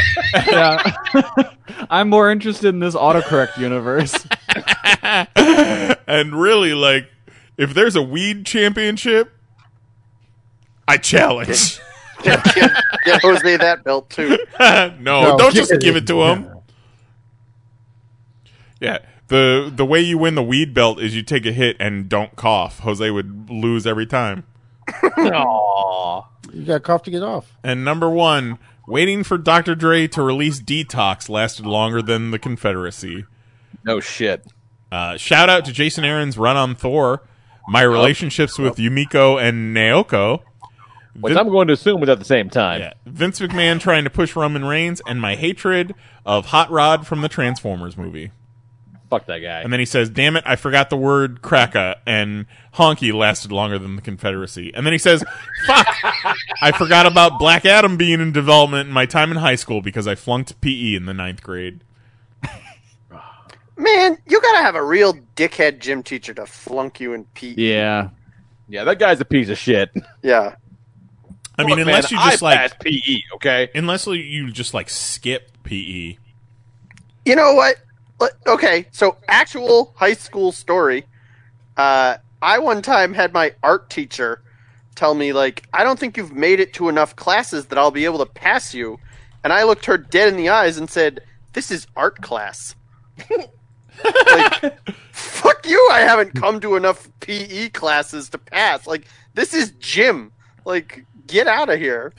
yeah. I'm more interested in this autocorrect universe.
and really, like, if there's a weed championship, I challenge.
yeah, Jose that belt too.
no, don't just give it to him. Yeah. The the way you win the weed belt is you take a hit and don't cough. Jose would lose every time. Uh,
Aww.
You got cough to get off.
And number one, waiting for Dr. Dre to release Detox lasted longer than the Confederacy.
No shit.
Uh, shout out to Jason Aaron's run on Thor, my relationships with Yumiko and Naoko.
Which I'm going to assume was at the same time.
Yeah. Vince McMahon trying to push Roman Reigns and my hatred of Hot Rod from the Transformers movie.
Fuck that guy.
And then he says, "Damn it, I forgot the word cracka." And honky lasted longer than the Confederacy. And then he says, "Fuck, I forgot about Black Adam being in development in my time in high school because I flunked PE in the ninth grade."
Man, you gotta have a real dickhead gym teacher to flunk you in PE.
Yeah.
Yeah, that guy's a piece of shit.
Yeah.
I mean,
Look,
unless
man,
you just
I
like
passed PE, okay?
Unless you just like skip E. PE.
You know what? Let- Okay, so actual high school story. Uh, I one time had my art teacher tell me like, I don't think you've made it to enough classes that I'll be able to pass you. And I looked her dead in the eyes and said, "This is art class." fuck you i haven't come to enough pe classes to pass like this is gym like get out of here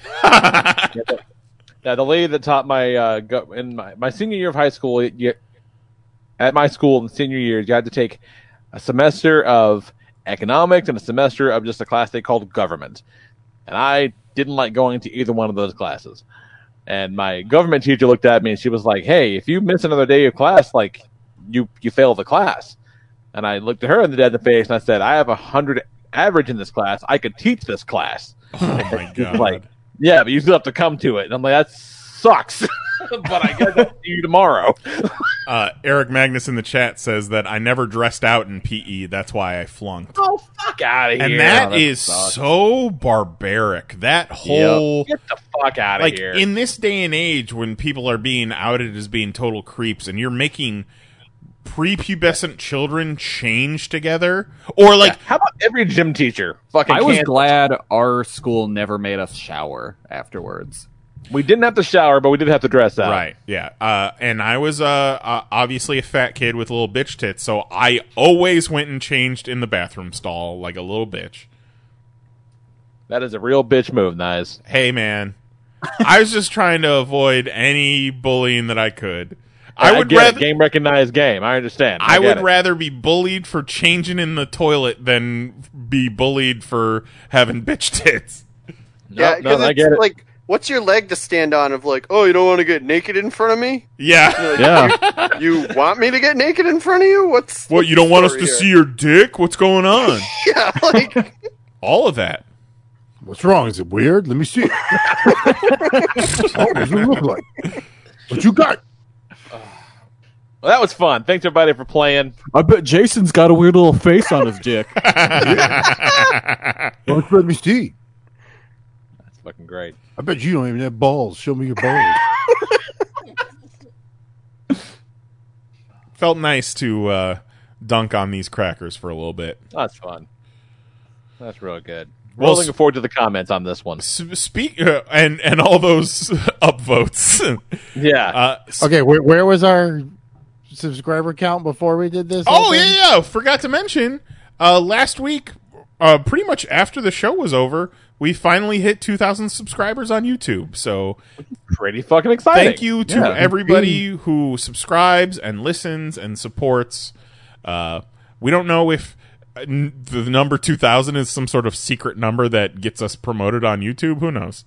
Yeah, the lady that taught my uh, go- in my, my senior year of high school, you, at my school in senior years, you had to take a semester of economics and a semester of just a class they called government. And I didn't like going to either one of those classes. And my government teacher looked at me and she was like, "Hey, if you miss another day of class, like you you fail the class." And I looked at her in the dead in the face and I said, "I have a hundred average in this class. I could teach this class." Oh my
God.
like, yeah, but you still have to come to it. And I'm like, that sucks. but I guess I'll see you tomorrow.
Uh, Eric Magnus in the chat says that I never dressed out in PE. That's why I flunked.
oh, fuck out of here.
And that is so barbaric. That whole
Get the fuck out of
like
here.
in this day and age when people are being outed as being total creeps and you're making prepubescent children change together or like
how about every gym teacher
I was glad our school never made us shower afterwards.
We didn't have to shower, but we did have to dress up.
Right. Yeah. Uh, and I was uh, uh, obviously a fat kid with little bitch tits, so I always went and changed in the bathroom stall like a little bitch.
That is a real bitch move, Nice.
Hey, man. I was just trying to avoid any bullying that I could.
I,
I would
get it.
rather
game recognized game. I understand.
I,
get
would
it.
rather be bullied for changing in the toilet than be bullied for having bitch tits.
yeah, because it's like, what's your leg to stand on? Of like, oh, you don't want to get naked in front of me?
Yeah.
Yeah. You want me to get naked in front of you? What's
What, you don't want us to
story
see your dick? What's going on?
yeah, like
All of that.
What's wrong? Is it weird? Let me see. what does it look like? What you got?
Well, that was fun. Thanks everybody for playing.
I bet Jason's got a weird little face on his dick.
Don't let me see.
It's fucking great.
I bet you don't even have balls. Show me your balls.
Felt nice to uh, dunk on these crackers for a little bit.
That's fun. That's real good. We're
Well,
looking
s-
forward to the comments on this one.
Speak uh, and and all those upvotes.
yeah.
Uh,
Okay, where, where was our subscriber count before we did this?
Oh yeah, yeah, yeah. Forgot to mention, uh, last week, uh, pretty much after the show was over, we finally hit 2,000 subscribers on YouTube. So
pretty fucking exciting.
Thank you to
Yeah.
everybody who subscribes and listens and supports. Uh, we don't know if uh, n- the number 2,000 is some sort of secret number that gets us promoted on YouTube. Who knows?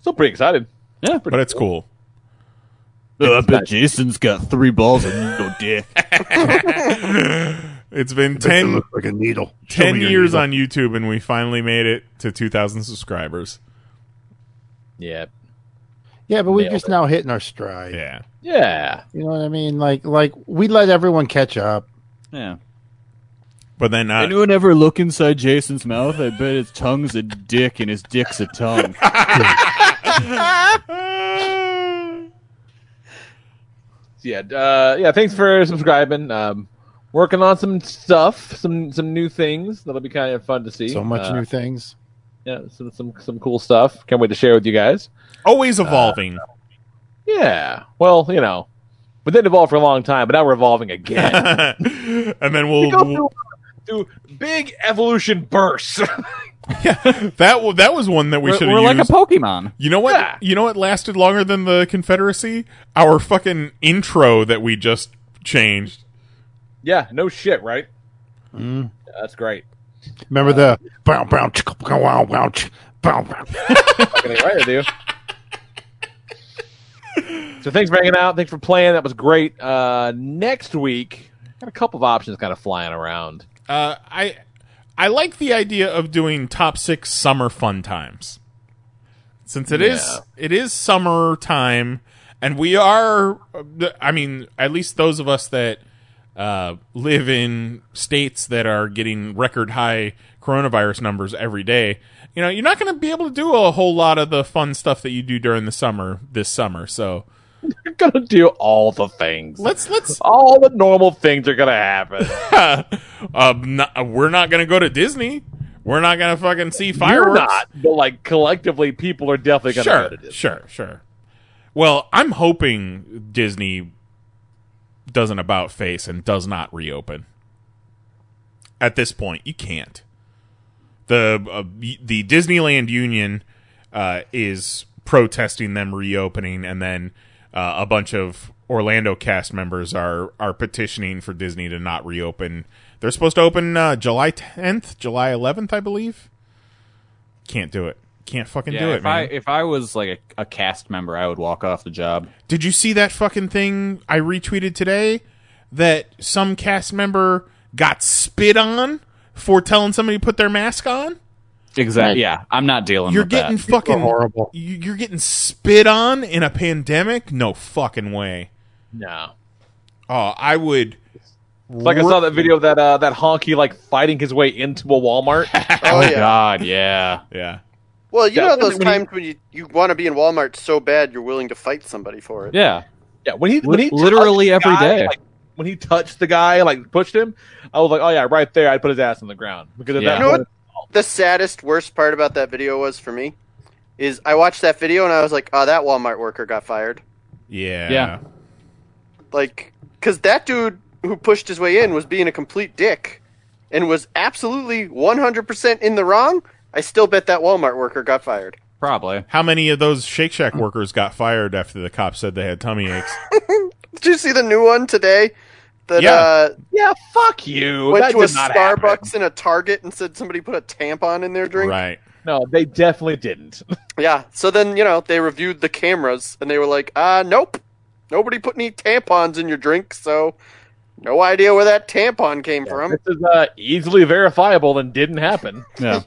Still pretty excited.
Yeah,
but it's cool.
I bet Jason's got three balls and no dick.
It's been
bet they
ten
look like a needle. Show
Ten
me your
years
needle.
on YouTube, and we finally made it to two thousand subscribers.
Yeah.
Yeah, but we're
Nailed
just now hitting our stride.
Yeah.
Yeah.
You know what I mean? Like, like we let everyone catch up.
Yeah.
But then uh,
Anyone ever look inside Jason's mouth? I bet his tongue's a dick and his dick's a tongue.
yeah, uh, yeah. Thanks for subscribing. Um, working on some stuff, some some new things that'll be kind of fun to see.
So much
Uh,
new things.
Yeah, some some some cool stuff. Can't wait to share with you guys.
Uh,
Always evolving.
yeah. Well, you know, we did evolve for a long time, but now we're evolving again.
and then
we
we'll,
go
we'll-
through, through big evolution bursts.
that wa- that was one that we
We're-
should.
we're like a Pokemon.
You know what? You know what lasted longer than the Confederacy? Our fucking intro that we just changed.
yeah. No shit. Right.
Mm.
Yeah, that's great.
Remember
Uh,
the bow bow chicka, bow wow wow chick, bow bow.
Fucking right, I do. So thanks for hanging out. Thanks for playing. That was great. Uh, next week, got a couple of options kind of flying around.
Uh, I I like the idea of doing top six summer fun times, since it is it is summer time, and we are. I mean, at least those of us that uh, live in states that are getting record high coronavirus numbers every day. You know, you're not going to be able to do a whole lot of the fun stuff that you do during the summer this summer. So
You're gonna do all the things.
Let's let's
all the normal things are gonna happen.
um, not, we're not going to go to Disney. We're not going to fucking see fireworks.
You're not, but like collectively, people are definitely gonna
sure,
go to Disney.
sure, sure. Well, I'm hoping Disney doesn't about face and does not reopen. At this point, you can't. the uh, The Disneyland Union uh, is protesting them reopening, and then uh, a bunch of Orlando cast members are are petitioning for Disney to not reopen. They're supposed to open uh, July 10th, July 11th, I believe. Can't do it. Can't fucking
yeah,
do it,
if
man.
I if I was like a, a cast member, I would walk off the job.
Did you see that fucking thing I retweeted today that some cast member got spit on for telling somebody to put their mask on?
Exactly. Yeah, I'm not dealing.
You're
with
getting
that.
fucking horrible. You're getting spit on in a pandemic? No fucking way.
No.
Oh, I would.
Like I saw that video of that uh, that honky like fighting his way into a Walmart.
Oh, yeah.
God, yeah,
yeah.
Well, you
Yeah,
know those
when he-
times when you, you want to be in Walmart so bad you're willing to fight somebody for it.
Yeah.
Yeah, when he
Li-
when he touched
literally
the
every
guy,
day.
like, when he touched the guy, like pushed him, I was like, oh yeah, right there, I'd put his ass on the ground because at
You know
that
what the saddest, worst part about that video was for me? Is I watched that video and I was like, oh, that Walmart worker got fired.
Yeah.
Yeah.
Like, because that dude who pushed his way in was being a complete dick and was absolutely 100% in the wrong. I still bet that Walmart worker got fired.
Probably.
How many of those Shake Shack workers got fired after the cops said they had tummy aches?
Did you see the new one today? That,
Yeah.
Uh,
yeah, fuck you.
Went
That
to a
did not
Starbucks and a Target and said somebody put a tampon in their drink.
Right.
No, they definitely didn't.
Yeah. So then, you know, they reviewed the cameras and they were like, uh, nope. Nobody put any tampons in your drink, so no idea where that tampon came from.
this is uh, easily verifiable and didn't happen.
Yeah.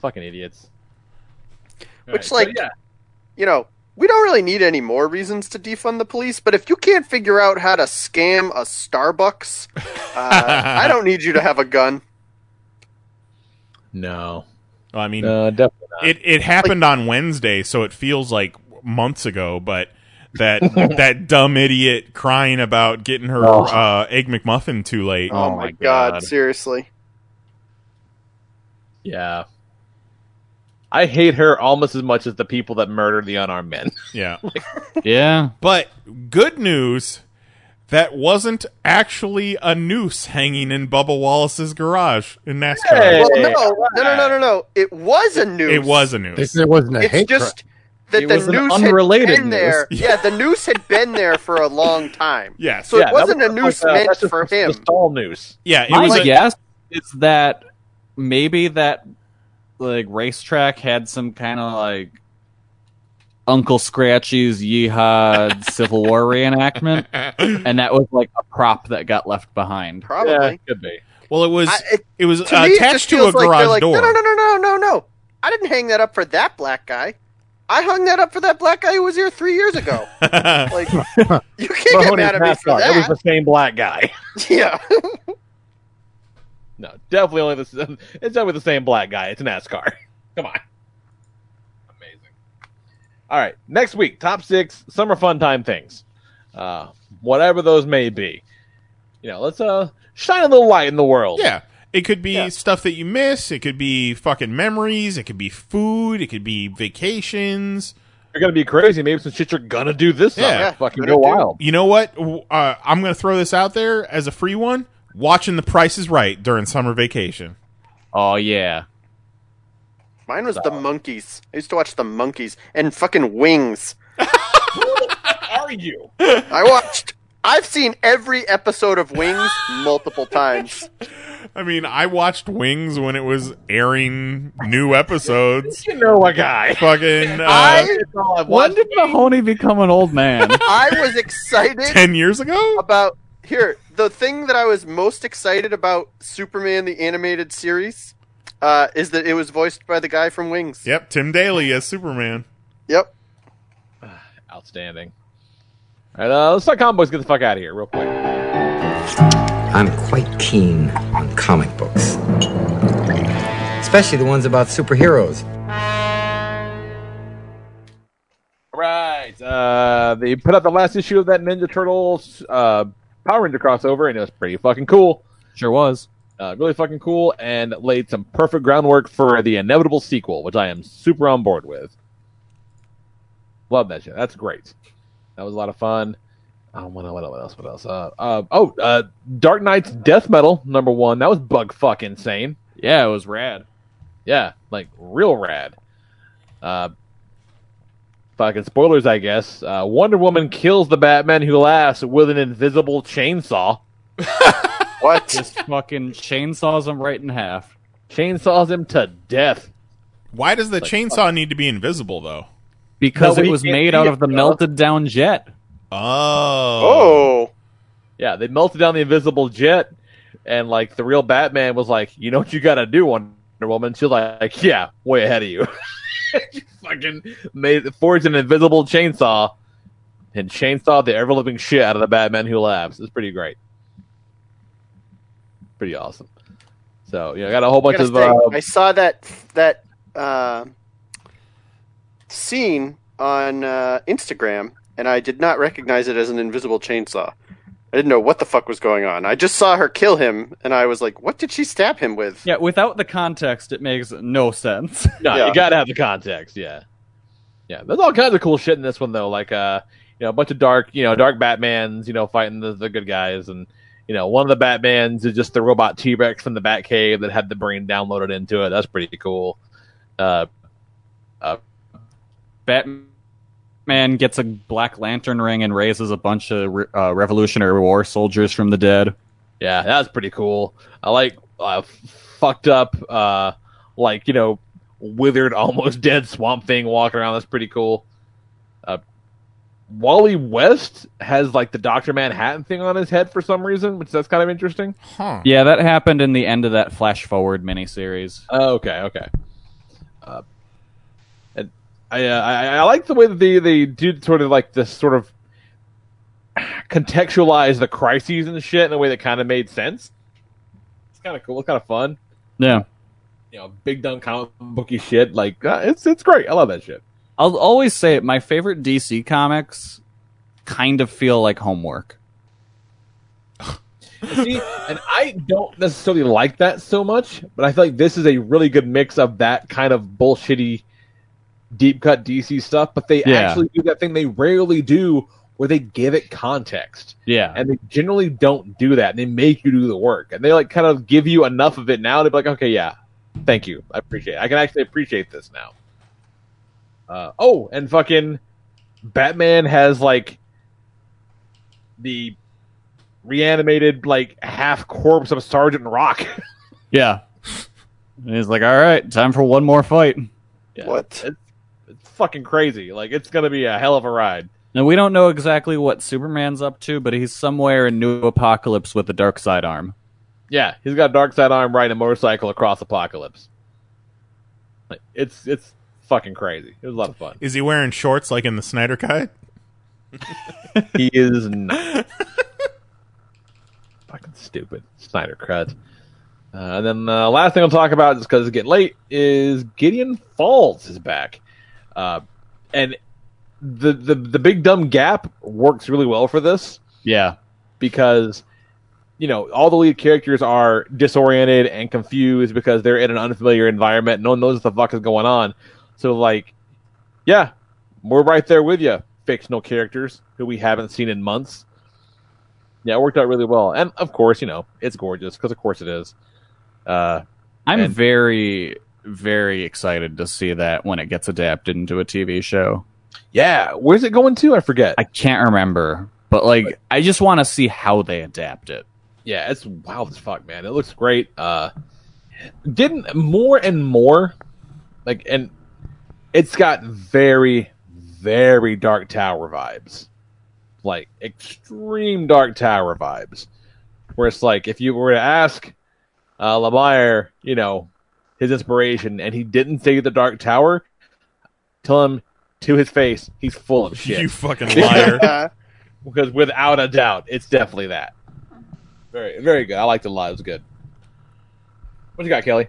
Fucking idiots.
Which,
Right,
like,
so, yeah.
you know, we don't really need any more reasons to defund the police, but if you can't figure out how to scam a Starbucks, uh, I don't need you to have a gun.
No.
I mean,
No, definitely not.
It it happened on Wednesday, so it feels like months ago. But that that dumb idiot crying about getting her
Oh.
uh, egg McMuffin too late.
Oh, my God, seriously.
Yeah. I hate her almost as much as the people that murdered the unarmed men.
Yeah.
yeah.
But good news that wasn't actually a noose hanging in Bubba Wallace's garage in NASCAR.
Well, no, no, no, no, no, no. It was a news.
It was a noose.
It, it wasn't a
It's
hate
just
crime.
that
It
the
was an
noose
unrelated
had been
noose.
there.
Yeah.
Yeah. the noose had been there for a long time.
Yeah,
So it wasn't a
uh,
noose meant for him.
all news.
Yeah,
my guess is that maybe that like racetrack had some kind of like Uncle Scratchy's Yeehaw Civil War reenactment, and that was like a prop that got left behind.
Probably. Yeah,
could be.
Well, it was
I-
it, was
To
uh,
me, it
attached
just
to a
feels like
garage
they're like,
door.
No, no, no, no, no, no, no. I didn't hang that up for that black guy. I hung that up for that black guy who was here three years ago. like, you can't get
Mahoney's
mad at me for
NASCAR. It
that.
was the same black guy.
Yeah.
no, definitely only this. It's definitely the same black guy. It's NASCAR. Come on. Amazing. All right, next week, top six summer fun time things, uh, whatever those may be. You know, let's uh shine a little light in the world.
Yeah. It could be stuff that you miss. It could be fucking memories. It could be food. It could be vacations.
You're gonna be crazy. Maybe some shit you're gonna do this summer. Fucking go wild.
You know what? W- Uh, I'm gonna throw this out there as a free one. Watching The Price is Right during summer vacation.
Oh yeah.
Mine was the monkeys. I used to watch the monkeys and fucking wings.
Are you?
I watched. I've seen every episode of Wings multiple times.
I mean, I watched Wings when it was airing new episodes.
you know a guy.
Fucking. Uh,
I,
When did Mahoney become an old man?
I was excited
10 years ago
about here the thing that I was most excited about Superman the animated series uh, is that it was voiced by the guy from Wings.
Yep, Tim Daly as Superman.
Yep.
Outstanding. All right, uh, let's talk comic books. Get the fuck out of here, real quick.
I'm quite keen on comic books, especially the ones about superheroes.
All Right. Uh, they put out the last issue of that Ninja Turtles uh, Power Ranger crossover, and it was pretty fucking cool.
Sure was.
Uh, really fucking cool, and laid some perfect groundwork for the inevitable sequel, which I am super on board with. Love that shit. That's great. That was a lot of fun. Um, what, what, what else? What else? Uh, uh, oh, uh, Dark Knight's Death Metal number one. That was bug fucking insane.
Yeah, it was rad.
Yeah, like real rad. Uh, fucking spoilers, I guess. Uh, Wonder Woman kills the Batman who laughs with an invisible chainsaw.
what?
Just fucking chainsaws him right in half.
Chainsaws him to death.
Why does the chainsaw need to be invisible though?
Because
No,
it
we
was
can't
made
see
out
it,
of the
dog.
melted down jet.
Oh.
Oh.
Yeah, they melted down the invisible jet, and like the real Batman was like, "You know what you gotta do, Wonder Woman." She's like, "Yeah, way ahead of you." She fucking made forged an invisible chainsaw, and chainsawed the ever living shit out of the Batman who laughs. It's pretty great, pretty awesome. So you know, I got a whole bunch
I
of
gotta
uh,
say, I saw that that uh, scene on uh, Instagram, and I did not recognize it as an invisible chainsaw. I didn't know what the fuck was going on. I just saw her kill him, and I was like, "What did she stab him with?"
Yeah, without the context, it makes no sense.
No, you gotta have the context. Yeah, yeah. There's all kinds of cool shit in this one though, like uh, you know, a bunch of dark, you know, dark Batmans, you know, fighting the, the good guys, and you know, one of the Batmans is just the robot T Rex from the Batcave that had the brain downloaded into it. That's pretty cool. Uh, uh,
Batman gets a Black Lantern ring and raises a bunch of re- uh, Revolutionary War soldiers from the dead.
Yeah, that was pretty cool. I like uh, f- fucked up, uh, like you know, withered, almost dead swamp thing walking around. That's pretty cool. Uh, Wally West has like the Doctor Manhattan thing on his head for some reason, which that's kind of interesting.
Huh.
Yeah, that happened in the end of that flash forward miniseries.
Oh, okay, okay. Uh, and I, uh, I I like the way that they they did sort of like this sort of contextualize the crises and shit in a way that kind of made sense. It's kind of cool. It's kind of fun.
Yeah.
you know, big dumb comic booky shit. Like uh, it's it's great. I love that shit.
I'll always say it. My favorite DC comics kind of feel like homework.
See, and I don't necessarily like that so much, but I feel like this is a really good mix of that kind of bullshitty, deep cut DC stuff. But they
Yeah.
actually do that thing they rarely do, where they give it context.
Yeah.
and they generally don't do that. And they make you do the work, and they like kind of give you enough of it now to be like, okay, yeah, thank you, I appreciate. it. I can actually appreciate this now. Uh, oh, and fucking Batman has like the reanimated like half corpse of Sergeant Rock.
Yeah. And he's like, all right, time for one more fight.
What? It's, it's fucking crazy. Like it's gonna be a hell of a ride.
Now, we don't know exactly what Superman's up to, but he's somewhere in New Apocalypse with the dark side arm.
Yeah, he's got a dark side arm riding a motorcycle across apocalypse. Like it's it's fucking crazy. It was a lot of fun.
Is he wearing shorts like in the Snyder Cut?
he is not. fucking stupid. Snyder cut. Uh, and then uh, last thing I'll talk about, just because it's getting late, is Gideon Falls is back, uh, and the, the the big dumb gap works really well for this.
Yeah,
because you know all the lead characters are disoriented and confused because they're in an unfamiliar environment. No one knows what the fuck is going on. So like, yeah, we're right there with you, fictional characters who we haven't seen in months. Yeah, it worked out really well, and of course, you know, it's gorgeous because of course it is. Uh,
I'm
and-
very, very excited to see that when it gets adapted into a TV show.
Yeah, where's it going to? I forget.
I can't remember, but like, I just want to see how they adapt it.
yeah, it's wild as fuck, man. It looks great. Uh, didn't more and more, like, and it's got very, very Dark Tower vibes, like extreme Dark Tower vibes, where it's like if you were to ask uh, Lemire, you know, his inspiration, and he didn't say the Dark Tower, tell him to his face, he's full of shit.
You fucking liar.
because without a doubt, it's definitely that. Very, very good. I liked it a lot. It was good. What you got, Kelly?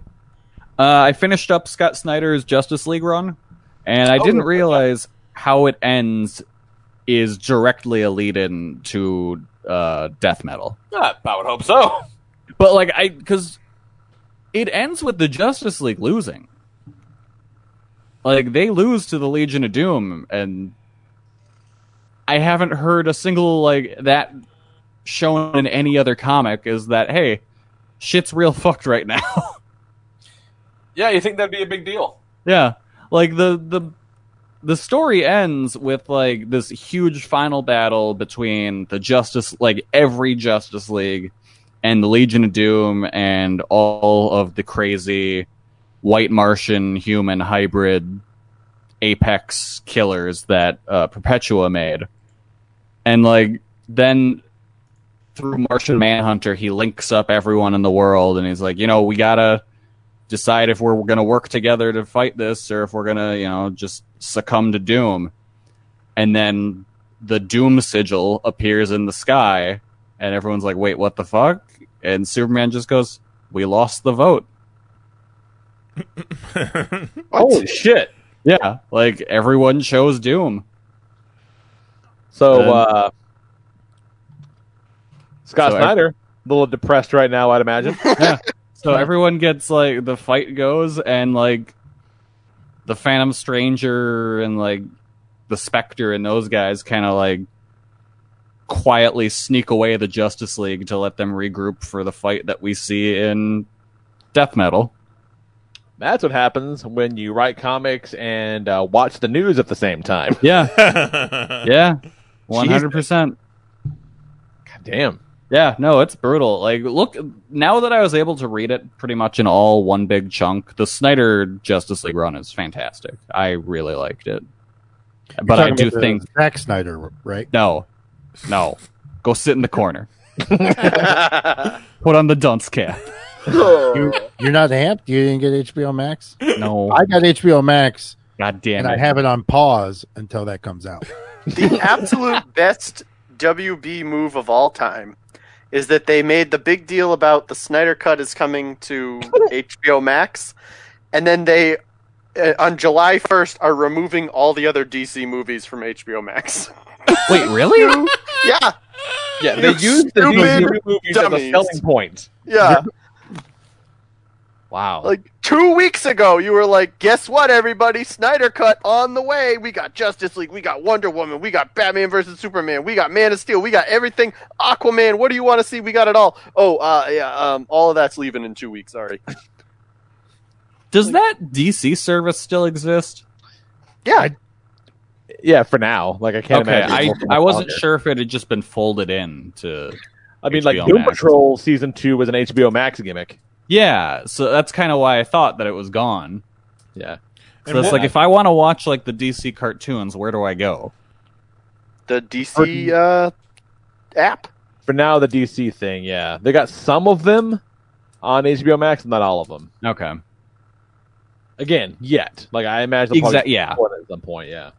Uh, I finished up Scott Snyder's Justice League run, and I
Oh,
didn't
yeah.
realize how it ends is directly a lead in to uh, death metal.
I would hope so.
But like I cuz it ends with the Justice League losing. Like they lose to the Legion of Doom and I haven't heard a single like that shown in any other comic is that hey, shit's real fucked right now.
Yeah, you think that'd be a big deal?
yeah. Like the the the story ends with like this huge final battle between the Justice, like every Justice League, and the Legion of Doom, and all of the crazy white Martian human hybrid apex killers that uh, Perpetua made, and like then through Martian Manhunter, he links up everyone in the world, and he's like, you know, we gotta decide if we're going to work together to fight this or if we're going to, you know, just succumb to doom. And then the doom sigil appears in the sky and everyone's like, "Wait, what the fuck?" And Superman just goes, "We lost the vote." Holy shit. Yeah, like everyone chose doom.
So
And-
uh, Scott
So I-
Snyder, a little depressed right now, I'd imagine.
So everyone gets like the fight goes and like the Phantom Stranger and like the Spectre and those guys kind of like quietly sneak away the Justice League to let them regroup for the fight that we see in Death Metal.
That's what happens when you write comics and uh, watch the news at the same time.
Yeah. yeah. 100%.
Damn.
Yeah, no, it's brutal. Like look now that I was able to read it pretty much in all one big chunk, the Snyder Justice League run is fantastic. I really liked it. but I
talking
do
about the
think
Zack Snyder, right?
No. No. Go sit in the corner. Put on the dunce cap.
you, you're not amped. You didn't get HBO Max.
No,
I got HBO Max.
God damn
and I
it.
have it on pause until that comes out.
the absolute best WB move of all time is that they made the big deal about the Snyder Cut is coming to HBO Max, and then they, uh, on July 1st, are removing all the other DC movies from HBO Max.
Wait, really?
yeah.
Yeah,
You
they use the
stupid
DC movies as a
dummies.
selling point.
Yeah.
Wow.
Like two weeks ago, you were like, guess what, everybody? Snyder Cut on the way. We got Justice League. We got Wonder Woman. We got Batman versus Superman. We got Man of Steel. We got everything. Aquaman. What do you want to see? We got it all. Oh, uh, yeah. Um, all of that's leaving in two weeks. Sorry.
Does that DC service still exist?
Yeah.
yeah, for now. Like I can't
okay,
imagine.
I,
it's all
I wasn't
there.
sure if it had just been folded in to
I mean, like
HBO
Doom
Max.
Patrol season two was an HBO Max gimmick.
Yeah, so that's kind of why I thought that it was gone.
Yeah.
So
And
it's
what-
like if I want to watch like the DC cartoons, where do I go?
The DC uh, app.
For now, the DC thing. Yeah, they got some of them on HBO Max, not all of them.
Okay.
Again, yet. Like I imagine. they'll probably
Exact- yeah.
support it At some point, yeah.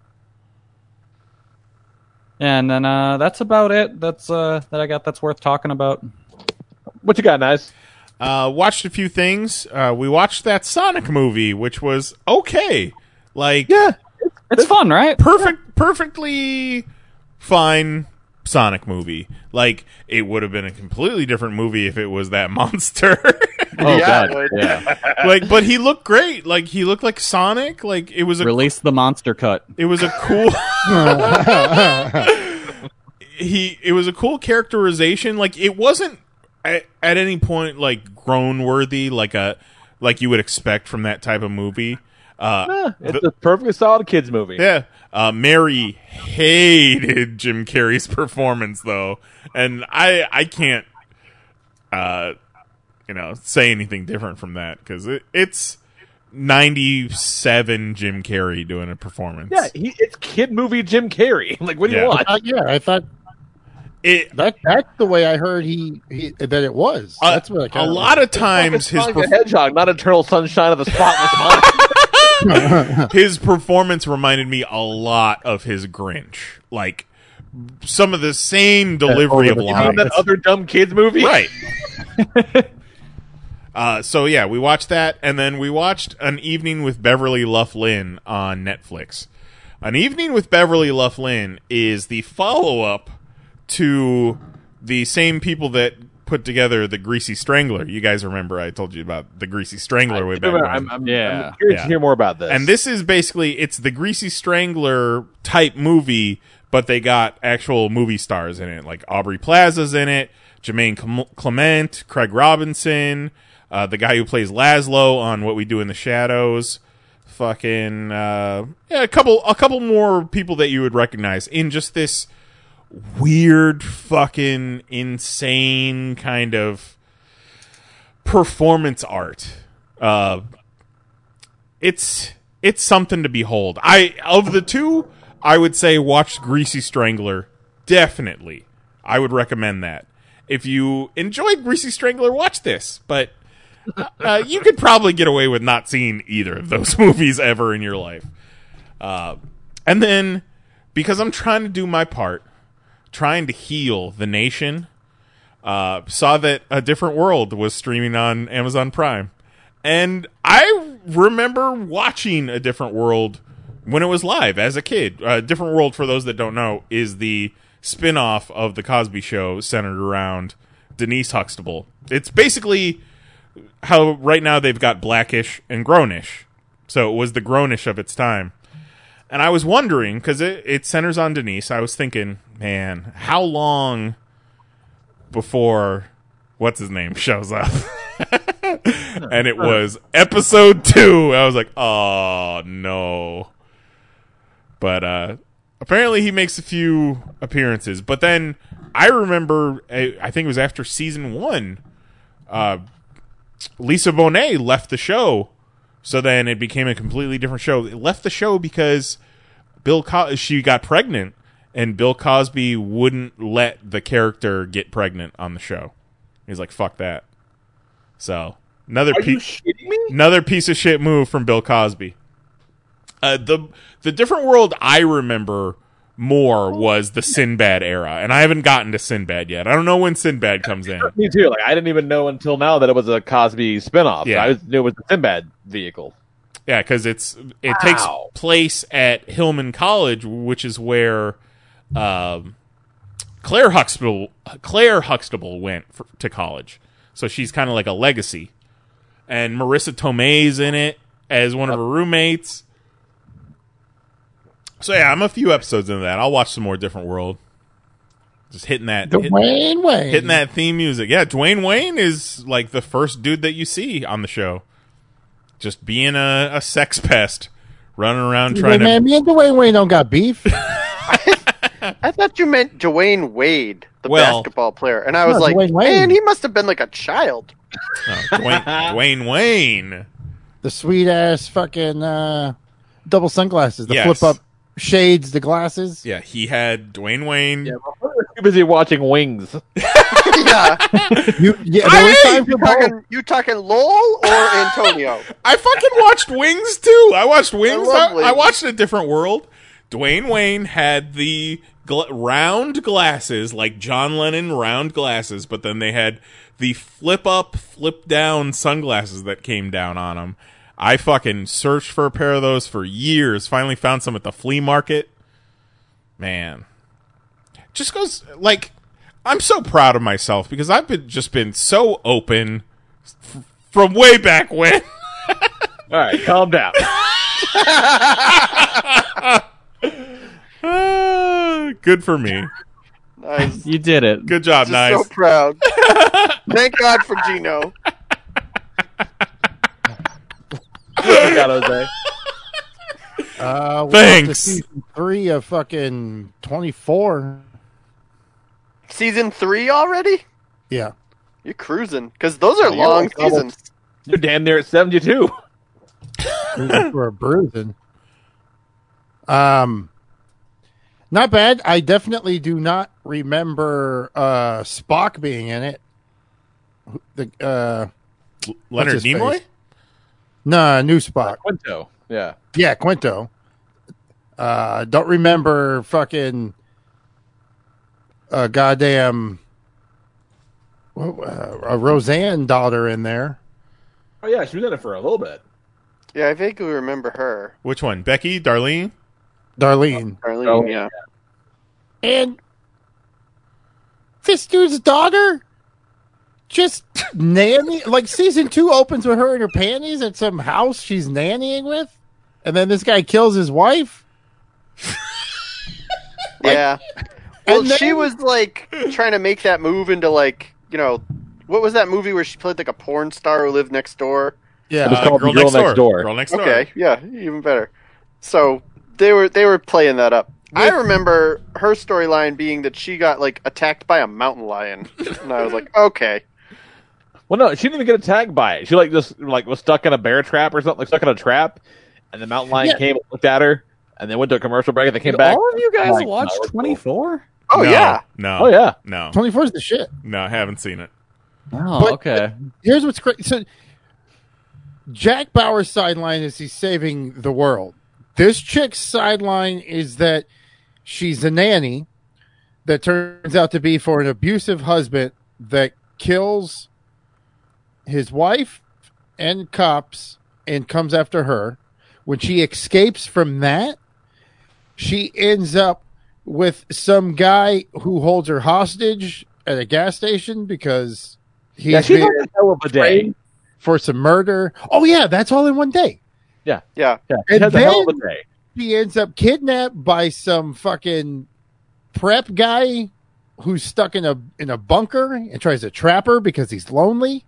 And then uh, that's about it. That's uh, that I got. That's worth talking about.
What you got, nice?
Uh, watched a few things. Uh, we watched that Sonic movie, which was okay. Like, yeah,
it's fun, right?
Perfect, perfectly fine Sonic movie. Like, it would have been a completely different movie if it was that monster.
Oh, Yeah, God, it would. yeah.
like, but he looked great. Like, he looked like Sonic. Like, it was a
Release the monster cut.
it was a cool. he it was a cool characterization. Like it wasn't at, at any point like grown worthy, like a like you would expect from that type of movie. Uh,
It's a perfectly solid kids movie.
yeah. Uh, Mary hated Jim Carrey's performance though, and I I can't uh you know say anything different from that because it, it's ninety seven Jim Carrey doing a performance.
Yeah, he, it's kid movie Jim Carrey. Like, what do
Yeah.
you want?
Uh,
yeah, I thought
it
that that's the way I heard he, he that it was.
uh,
that's what I kinda
It's fucking Sonic the Hedgehog, not Eternal Sunshine of the Spotless Mind.
his performance reminded me a lot of his Grinch. Like some of the same delivery of
You mean
lines.
that other dumb kids movie?
Right. Uh, so yeah, we watched that, and then we watched an evening with Beverly Loughlin on Netflix. An evening with Beverly Loughlin is the follow up to the same people that put together the Greasy Strangler. You guys remember I told you about the Greasy Strangler way back
remember.
when.
I'm- I'm- Yeah. I'm curious to hear more about this.
And this is basically it's the Greasy Strangler type movie, but they got actual movie stars in it, like Aubrey Plaza's in it, Jermaine Clem- Clement, Craig Robinson, uh, the guy who plays Laszlo on What We Do in the Shadows, fucking uh, yeah, a couple a couple more people that you would recognize in just this weird fucking insane kind of performance art. Uh, it's it's something to behold. I of the two, I would say watch Greasy Strangler definitely. I would recommend that. If you enjoyed Greasy Strangler, watch this. But uh, you could probably get away with not seeing either of those movies ever in your life. Uh, and then, because I'm trying to do my part, trying to heal the nation, uh, saw that A Different World was streaming on Amazon Prime. And I remember watching A Different World when it was live as a kid. A Different World, for those that don't know, is the spin off of The Cosby Show centered around Denise Huxtable. It's basically how right now they've got blackish and grownish. So it was the grownish of its time. And I was wondering, because it, it centers on Denise, I was thinking, man, how long before what's his name shows up? and it was episode two. I was like, oh, no. But uh, apparently he makes a few appearances. But then I remember, I I think it was after season one, uh, Lisa Bonet left the show. So then it became a completely different show. It left the show because Bill Cos- she got pregnant and Bill Cosby wouldn't let the character get pregnant on the show. He's like, "Fuck that." So, another
Are you
piece another piece of shit move from Bill Cosby. Uh, the the different world I remember more was the Sinbad era, and I haven't gotten to Sinbad yet. I don't know when Sinbad comes in.
Me too. Like I didn't even know until now that it was a Cosby spinoff.
Yeah.
I was, knew it was the Sinbad vehicle.
Yeah, because it's it takes
Wow.
place at Hillman College, which is where um, Claire Huxtable Claire Huxtable went for, to college. So she's kind of like a legacy, and Marissa Tomei's in it as one of her roommates. So yeah, I'm a few episodes into that. I'll watch some more Different World. Just hitting that hitting,
Dwayne Wayne.
hitting that theme music. Yeah, Dwayne Wayne is like the first dude that you see on the show, just being a, a sex pest, running around trying to.
man, me and Dwayne Wayne don't got beef.
I thought you meant Dwayne Wade, the
Well-
basketball player, and I was
No,
like,
Dwayne Wade.
man, he must have been like a child.
Oh, Dwayne, Dwayne Wayne.
the sweet ass fucking uh, double sunglasses, the
Yes.
flip up shades, the glasses.
Yeah, he had Dwayne Wayne. Yeah,
Too busy watching Wings.
You, yeah,
I
there was
mean,
time
you
for both.
talking, you talking Lowell or Antonio?
I fucking watched Wings too. I watched Wings. I,
love
I
Wings.
watched a different world. Dwayne Wayne had the gla- round glasses, like John Lennon round glasses, but then they had the flip up, flip down sunglasses that came down on him. I fucking searched for a pair of those for years. Finally found some at the flea market. Man, just goes like I'm so proud of myself because I've been just been so open f- from way back when.
All right, calm down.
Good for me.
Nice.
You did it. Good job,
Just
nice.
so proud. Thank God for Gino.
Forgot Jose.
Uh, we're up to
Thanks.
season three of fucking twenty four.
Season three already?
Yeah.
You're cruising because those are long seasons.
You're damn near at seventy-two.
for a bruising. Um, not bad. I definitely do not remember uh Spock being in it. The uh, what's
Leonard
his
Nimoy?
face? Nah, new Spock.
Quinto. Yeah.
Yeah, Quinto. Uh, don't remember fucking uh, goddamn what, uh, a Roseanne daughter in there.
Oh yeah, she was in it for a little bit.
Yeah, I vaguely remember her.
Which one? Becky, Darlene?
Darlene.
Darlene,
Oh.
yeah.
And this dude's daughter just nanny like season two opens with her in her panties at some house she's nannying with, and then this guy kills his wife.
Yeah. Well,
And then-
she was like trying to make that move into like you know, what was that movie where she played like a porn star who lived next door?
Yeah,
It was
uh,
called
Girl
Girl,
Next
Next
Door.
Door.
Girl Next Door.
Okay, yeah, even better. So they were they were playing that up. I remember her storyline being that she got like attacked by a mountain lion, and I was like, okay,
Well, no, she didn't even get attacked by it. She like just like was stuck in a bear trap or something, like stuck in a trap, and the mountain lion
Yeah.
came and looked at her, and they went to a commercial break and they came
Did
back.
all of you guys
Like,
watch
no, we're cool.
24?
Oh
No,
yeah.
No.
Oh, yeah.
No.
24 is the shit.
No, I haven't seen it.
Oh,
But-
okay.
Here's what's crazy. So Jack Bauer's sideline is he's saving the world. This chick's sideline is that she's a nanny that turns out to be for an abusive husband that kills his wife and cops and comes after her. When she escapes from that, she ends up with some guy who holds her hostage at a gas station because he's
Yeah, she's
being
like a hell of a day.
for some murder. Oh yeah, that's all in one day.
Yeah,
yeah,
yeah.
And
That's a hell of a
then-
day.
She ends up kidnapped by some fucking prep guy who's stuck in a in a bunker and tries to trap her because he's lonely.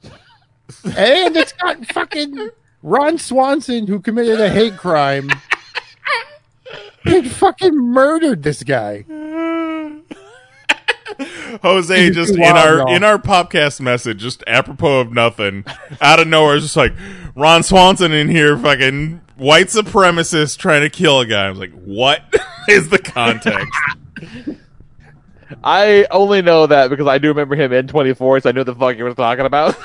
and it's got fucking Ron Swanson who committed a hate crime. and fucking murdered this guy.
Jose
It's
just
too
in
wild,
our
y'all.
in our podcast message, just apropos of nothing, out of nowhere, just like Ron Swanson in here, fucking white supremacist trying to kill a guy. I was like, what is the context?
I only know that because I do remember him in 24, so I knew what the fuck he was talking about.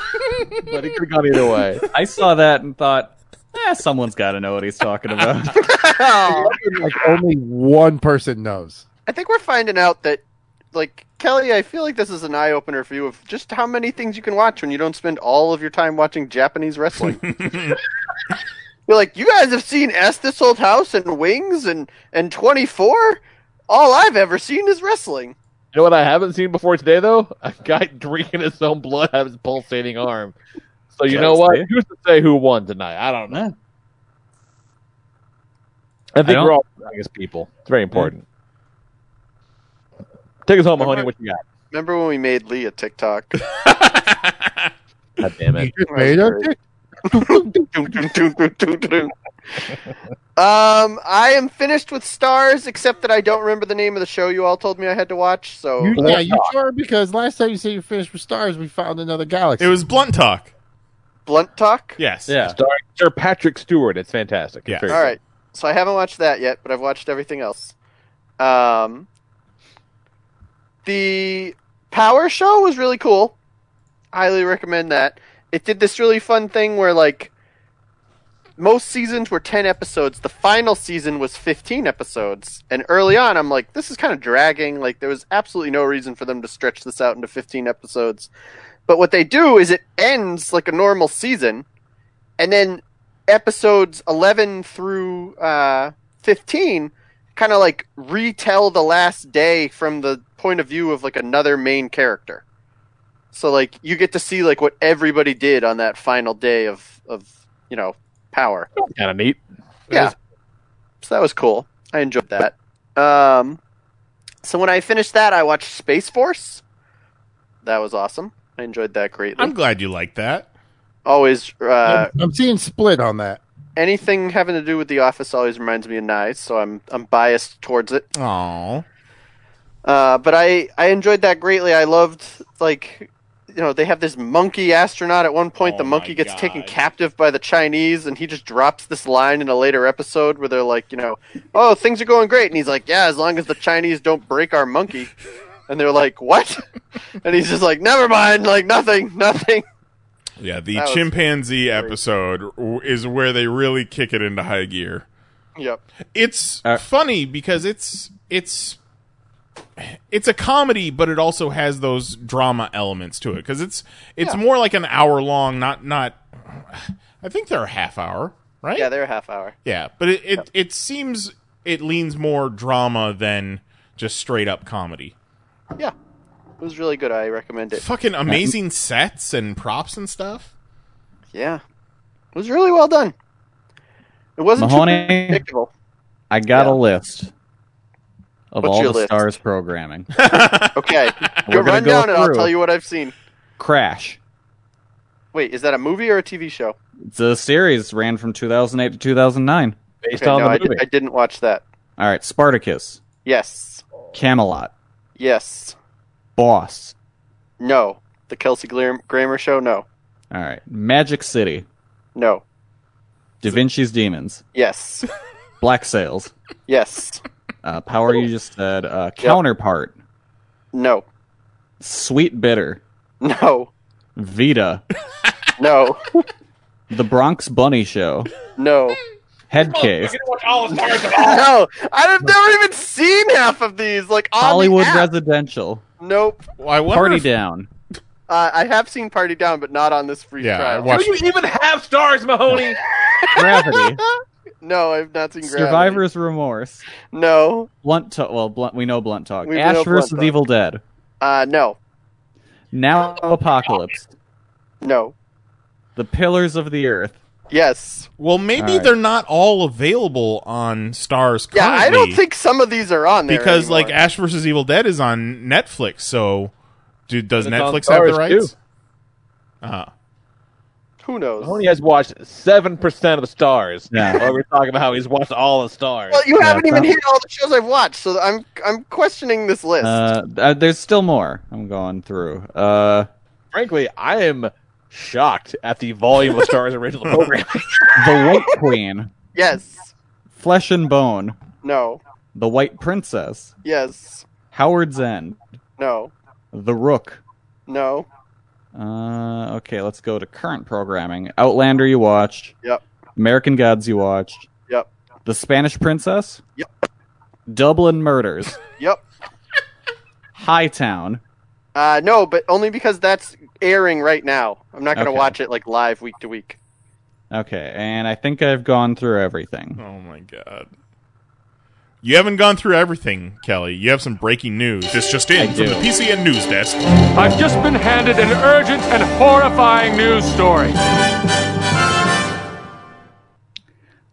but he could have gone either way.
I saw that and thought, eh, someone's got to know what he's talking about.
like only one person knows.
I think we're finding out that like Kelly, I feel like this is an eye opener for you of just how many things you can watch when you don't spend all of your time watching Japanese wrestling. You're like, you guys have seen S this old house and Wings and and 24. All I've ever seen is wrestling.
You know what I haven't seen before today, though? A guy drinking his own blood out of his pulsating arm. So you
Yeah,
know
it's
what?
weird.
Who's to say who won tonight? I don't know. I think
don't-
we're all as people. It's very important. Take us home, Mahoney. What you got?
Remember when we made Lee a TikTok?
God damn it.
Made up
That's Um, I am finished with stars, except that I don't remember the name of the show you all told me I had to watch. So
You, yeah, you sure? Because last time you said you finished with stars, we found another galaxy.
It was blunt talk.
blunt talk.
Yes.
Yeah. Starring Sir Patrick Stewart. It's fantastic. Yeah.
All right, so I haven't watched that yet, but I've watched everything else. Um, the Power Show was really cool. Highly recommend that. It did this really fun thing where like most seasons were 10 episodes the final season was 15 episodes and early on i'm like this is kind of dragging like there was absolutely no reason for them to stretch this out into 15 episodes but what they do is it ends like a normal season and then episodes 11 through uh, 15 kind of like retell the last day from the point of view of like another main character so like you get to see like what everybody did on that final day of of you know power
Kind of neat.
yeah. So that was cool. I enjoyed that. Um, so when I finished that, I watched Space Force. That was awesome. I enjoyed that greatly.
I'm glad you like that.
Always, uh,
I'm, I'm seeing split on that.
anything having to do with The Office always reminds me of Knives, so I'm I'm biased towards it.
Aww.
Uh, but I, I enjoyed that greatly. I loved like you know they have this monkey astronaut at one point. the monkey gets taken captive by the Chinese, and he just drops this line in a later episode where they're like, you know, oh things are going great, and he's like, yeah, as long as the Chinese don't break our monkey. And they're like, what? and he's just like, never mind, like nothing, nothing.
Yeah, the
That was
chimpanzee episode w- is where they really kick it into high gear.
Yep.
It's funny because it's it's it's a comedy, but it also has those drama elements to it because it's it's more like an hour long, not not. I think they're a half hour, right?
Yeah, they're a half hour.
Yeah, but it it, it seems it leans more drama than just straight up comedy.
Yeah, it was really good. I recommend it.
Fucking amazing sets and props and stuff.
Yeah, it was really well done. It wasn't too
Mahoney.
predictable.
I got a list of
What's
all
your
the
list?
stars programming.
Okay,
We're
you
gonna
run
go
down and I'll
through.
tell you what I've seen.
Crash,
Wait, is that a movie or a TV show?
The series ran from 2008 to 2009. Based
Okay,
on
no, I,
the movie.
I didn't watch that.
All right, Spartacus,
Yes,
Camelot,
yes,
Boss.
no. The Kelsey Glam- Grammer show? No,
All right, Magic City,
no.
Da Vinci's Demons,
Yes,
Black Sails,
yes,
uh, Power You Just Said, uh, Counterpart,
no,
Sweet Bitter,
no,
Vita,
no,
The Bronx Bunny Show,
no.
Headcase,
no, I've never even seen half of these. Like on the
Hollywood
app.
Residential,
Nope.
Party Down.
Uh, I have seen Party Down, but not on this free
Yeah, I
trial.
watched- Do
you even have stars, Mahoney?
Gravity.
no, I've not seen Gravity.
Survivor's Remorse.
No.
Blunt talk. Well, blunt. We know blunt talk.
We know
Ash
Blunt
versus
Talk.
Evil Dead.
Uh, no,
Now Apocalypse.
no.
The Pillars of the Earth.
Yes.
Well, maybe
All right.
they're not all available on Stars
Yeah,
currently.
I don't think some of these are on there
because like
anymore.
Ash vs Evil Dead is on Netflix. So, do, does
It's on
Netflix have the
Starz,
rights?
too.
Uh,
who knows?
Mahoney has watched seven percent of the stars.
Yeah.
While we're talking about how he's watched all the stars.
Well, you haven't even hit all the shows I've watched, so I'm I'm questioning this list.
Uh, uh, there's still more. I'm going through. Uh,
Frankly, I am shocked at the volume of stars original program.
the White Queen.
yes.
Flesh and Bone.
No.
The White Princess.
Yes.
Howard's End.
No.
The Rook.
No.
Uh, okay, let's go to current programming. Outlander you watched.
Yep.
American Gods you watched.
Yep.
The Spanish Princess.
Yep.
Dublin Murders.
Yep.
Hightown.
Uh, no, but only because that's airing right now. I'm not gonna
Okay.
watch it like live week to week.
Okay, and I think I've gone through everything.
Oh my god. you haven't gone through everything, Kelly. You have some breaking news. This just in
I
from
do.
the PCN News Desk.
I've just been handed an urgent and horrifying news story.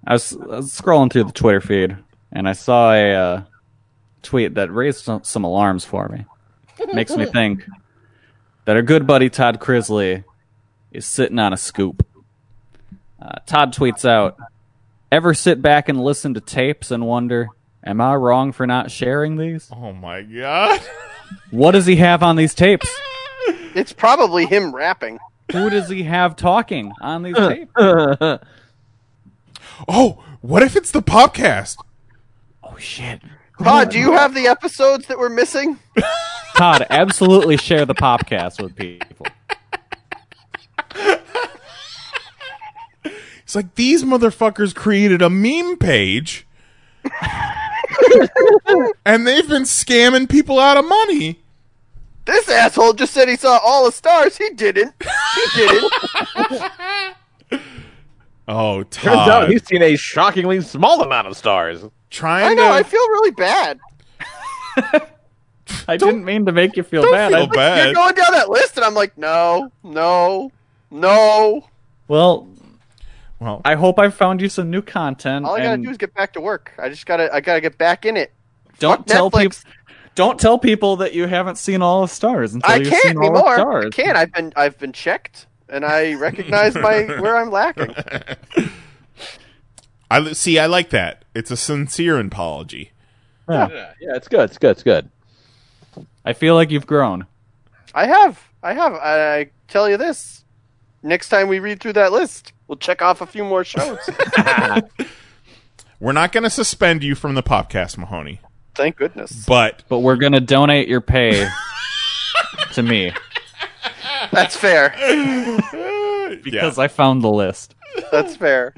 I was, I was scrolling through the Twitter feed and I saw a uh, tweet that raised some, some alarms for me. Makes me think that our good buddy Todd Crisley is sitting on a scoop. Uh, Todd tweets out, "Ever sit back and listen to tapes and wonder, am I wrong for not sharing these?
Oh my god.
What does he have on these tapes?
It's probably him rapping.
Who does he have talking on these tapes?"
oh, what if it's the podcast?
Oh shit.
Todd, do you have the episodes that we're missing?
Todd, absolutely share the podcast with people.
It's like these motherfuckers created a meme page. and they've been scamming people out of money.
This asshole just said he saw all the stars. He didn't. He didn't.
Oh,
Turns out
Todd.
he's seen a shockingly small amount of stars.
Trying
I know. I feel really bad.
I didn't mean to make you feel
Don't
bad.
feel
I-
like You're going down that list, and I'm like, no, no, no.
Well,
well,
I hope I found you some new content.
All I gotta
and
do is get back to work. I just gotta. I gotta get back in it.
don't
fuck
tell people.
Netflix.
Don't tell people that you haven't seen all of stars until
I
you've
can't
seen all of
anymore.
stars.
I can't. I've been. I've been checked, and I recognize my where I'm lacking.
I li- see. I like that. It's a sincere apology.
Yeah.
yeah, it's good. It's good. It's good.
I feel like you've grown.
I have. I have. I, I tell you this. Next time we read through that list, we'll check off a few more shows.
We're not going to suspend you from the podcast, Mahoney.
Thank goodness.
But
but we're gonna donate your pay to me
That's fair.
uh,
because I found the list.
That's fair.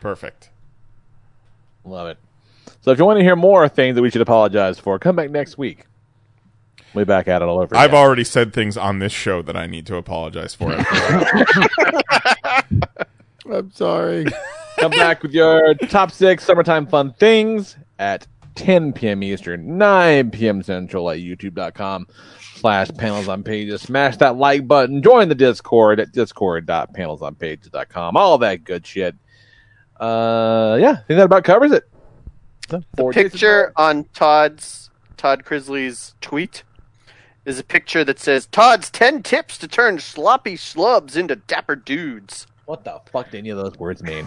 Perfect.
Love it. So if you want to hear more things that we should apologize for, come back next week. We'll be back at it all over.
I've already said things on this show that I need to apologize for.
I'm sorry. Come back with your top six summertime fun things at 10 p.m. Eastern, 9 p.m. Central at youtube.com slash panels on pages. Smash that like button. Join the Discord at discord.panelsonpages.com. All that good shit. Uh, yeah, I think that about covers it.
The picture on Todd's Todd Crisley's tweet is a picture that says Todd's 10 tips to turn sloppy slubs into dapper dudes.
What the fuck do any of those words mean?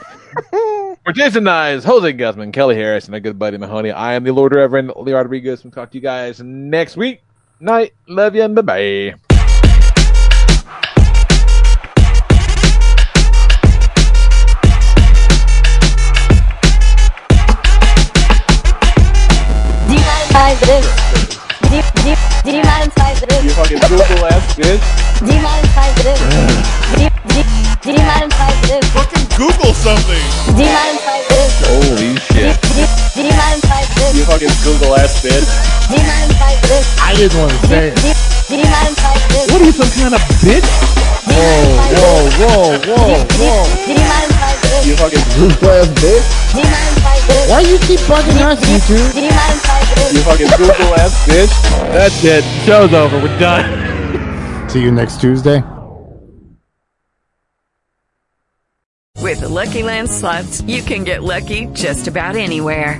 We're Jason Nyes, Jose Guzman, Kelly Harris, and my good buddy Mahoney. I am the Lord Reverend Leo Rodriguez. We'll talk to you guys next week. Night. Love you and bye bye.
Demonetize this.
Fucking Google ass bitch.
Demonetize this. Demonetize this. Fucking Google something. Demonetize this.
Holy shit. You
Demonetize this.
fucking Google ass bitch.
Demonetize this.
I didn't want to say it.
Demonetize this.
What are you, some kind of bitch? Oh,
Whoa, whoa, whoa, whoa, whoa.
Demonetize this.
You fucking
Google ass bitch.
Demonetize this.
Why you keep bugging us, YouTube?
Demonetize this.
You fucking Google ass bitch. That's it. Show's over. We're done.
See you next Tuesday.
With the Lucky Land slots, you can get lucky just about anywhere.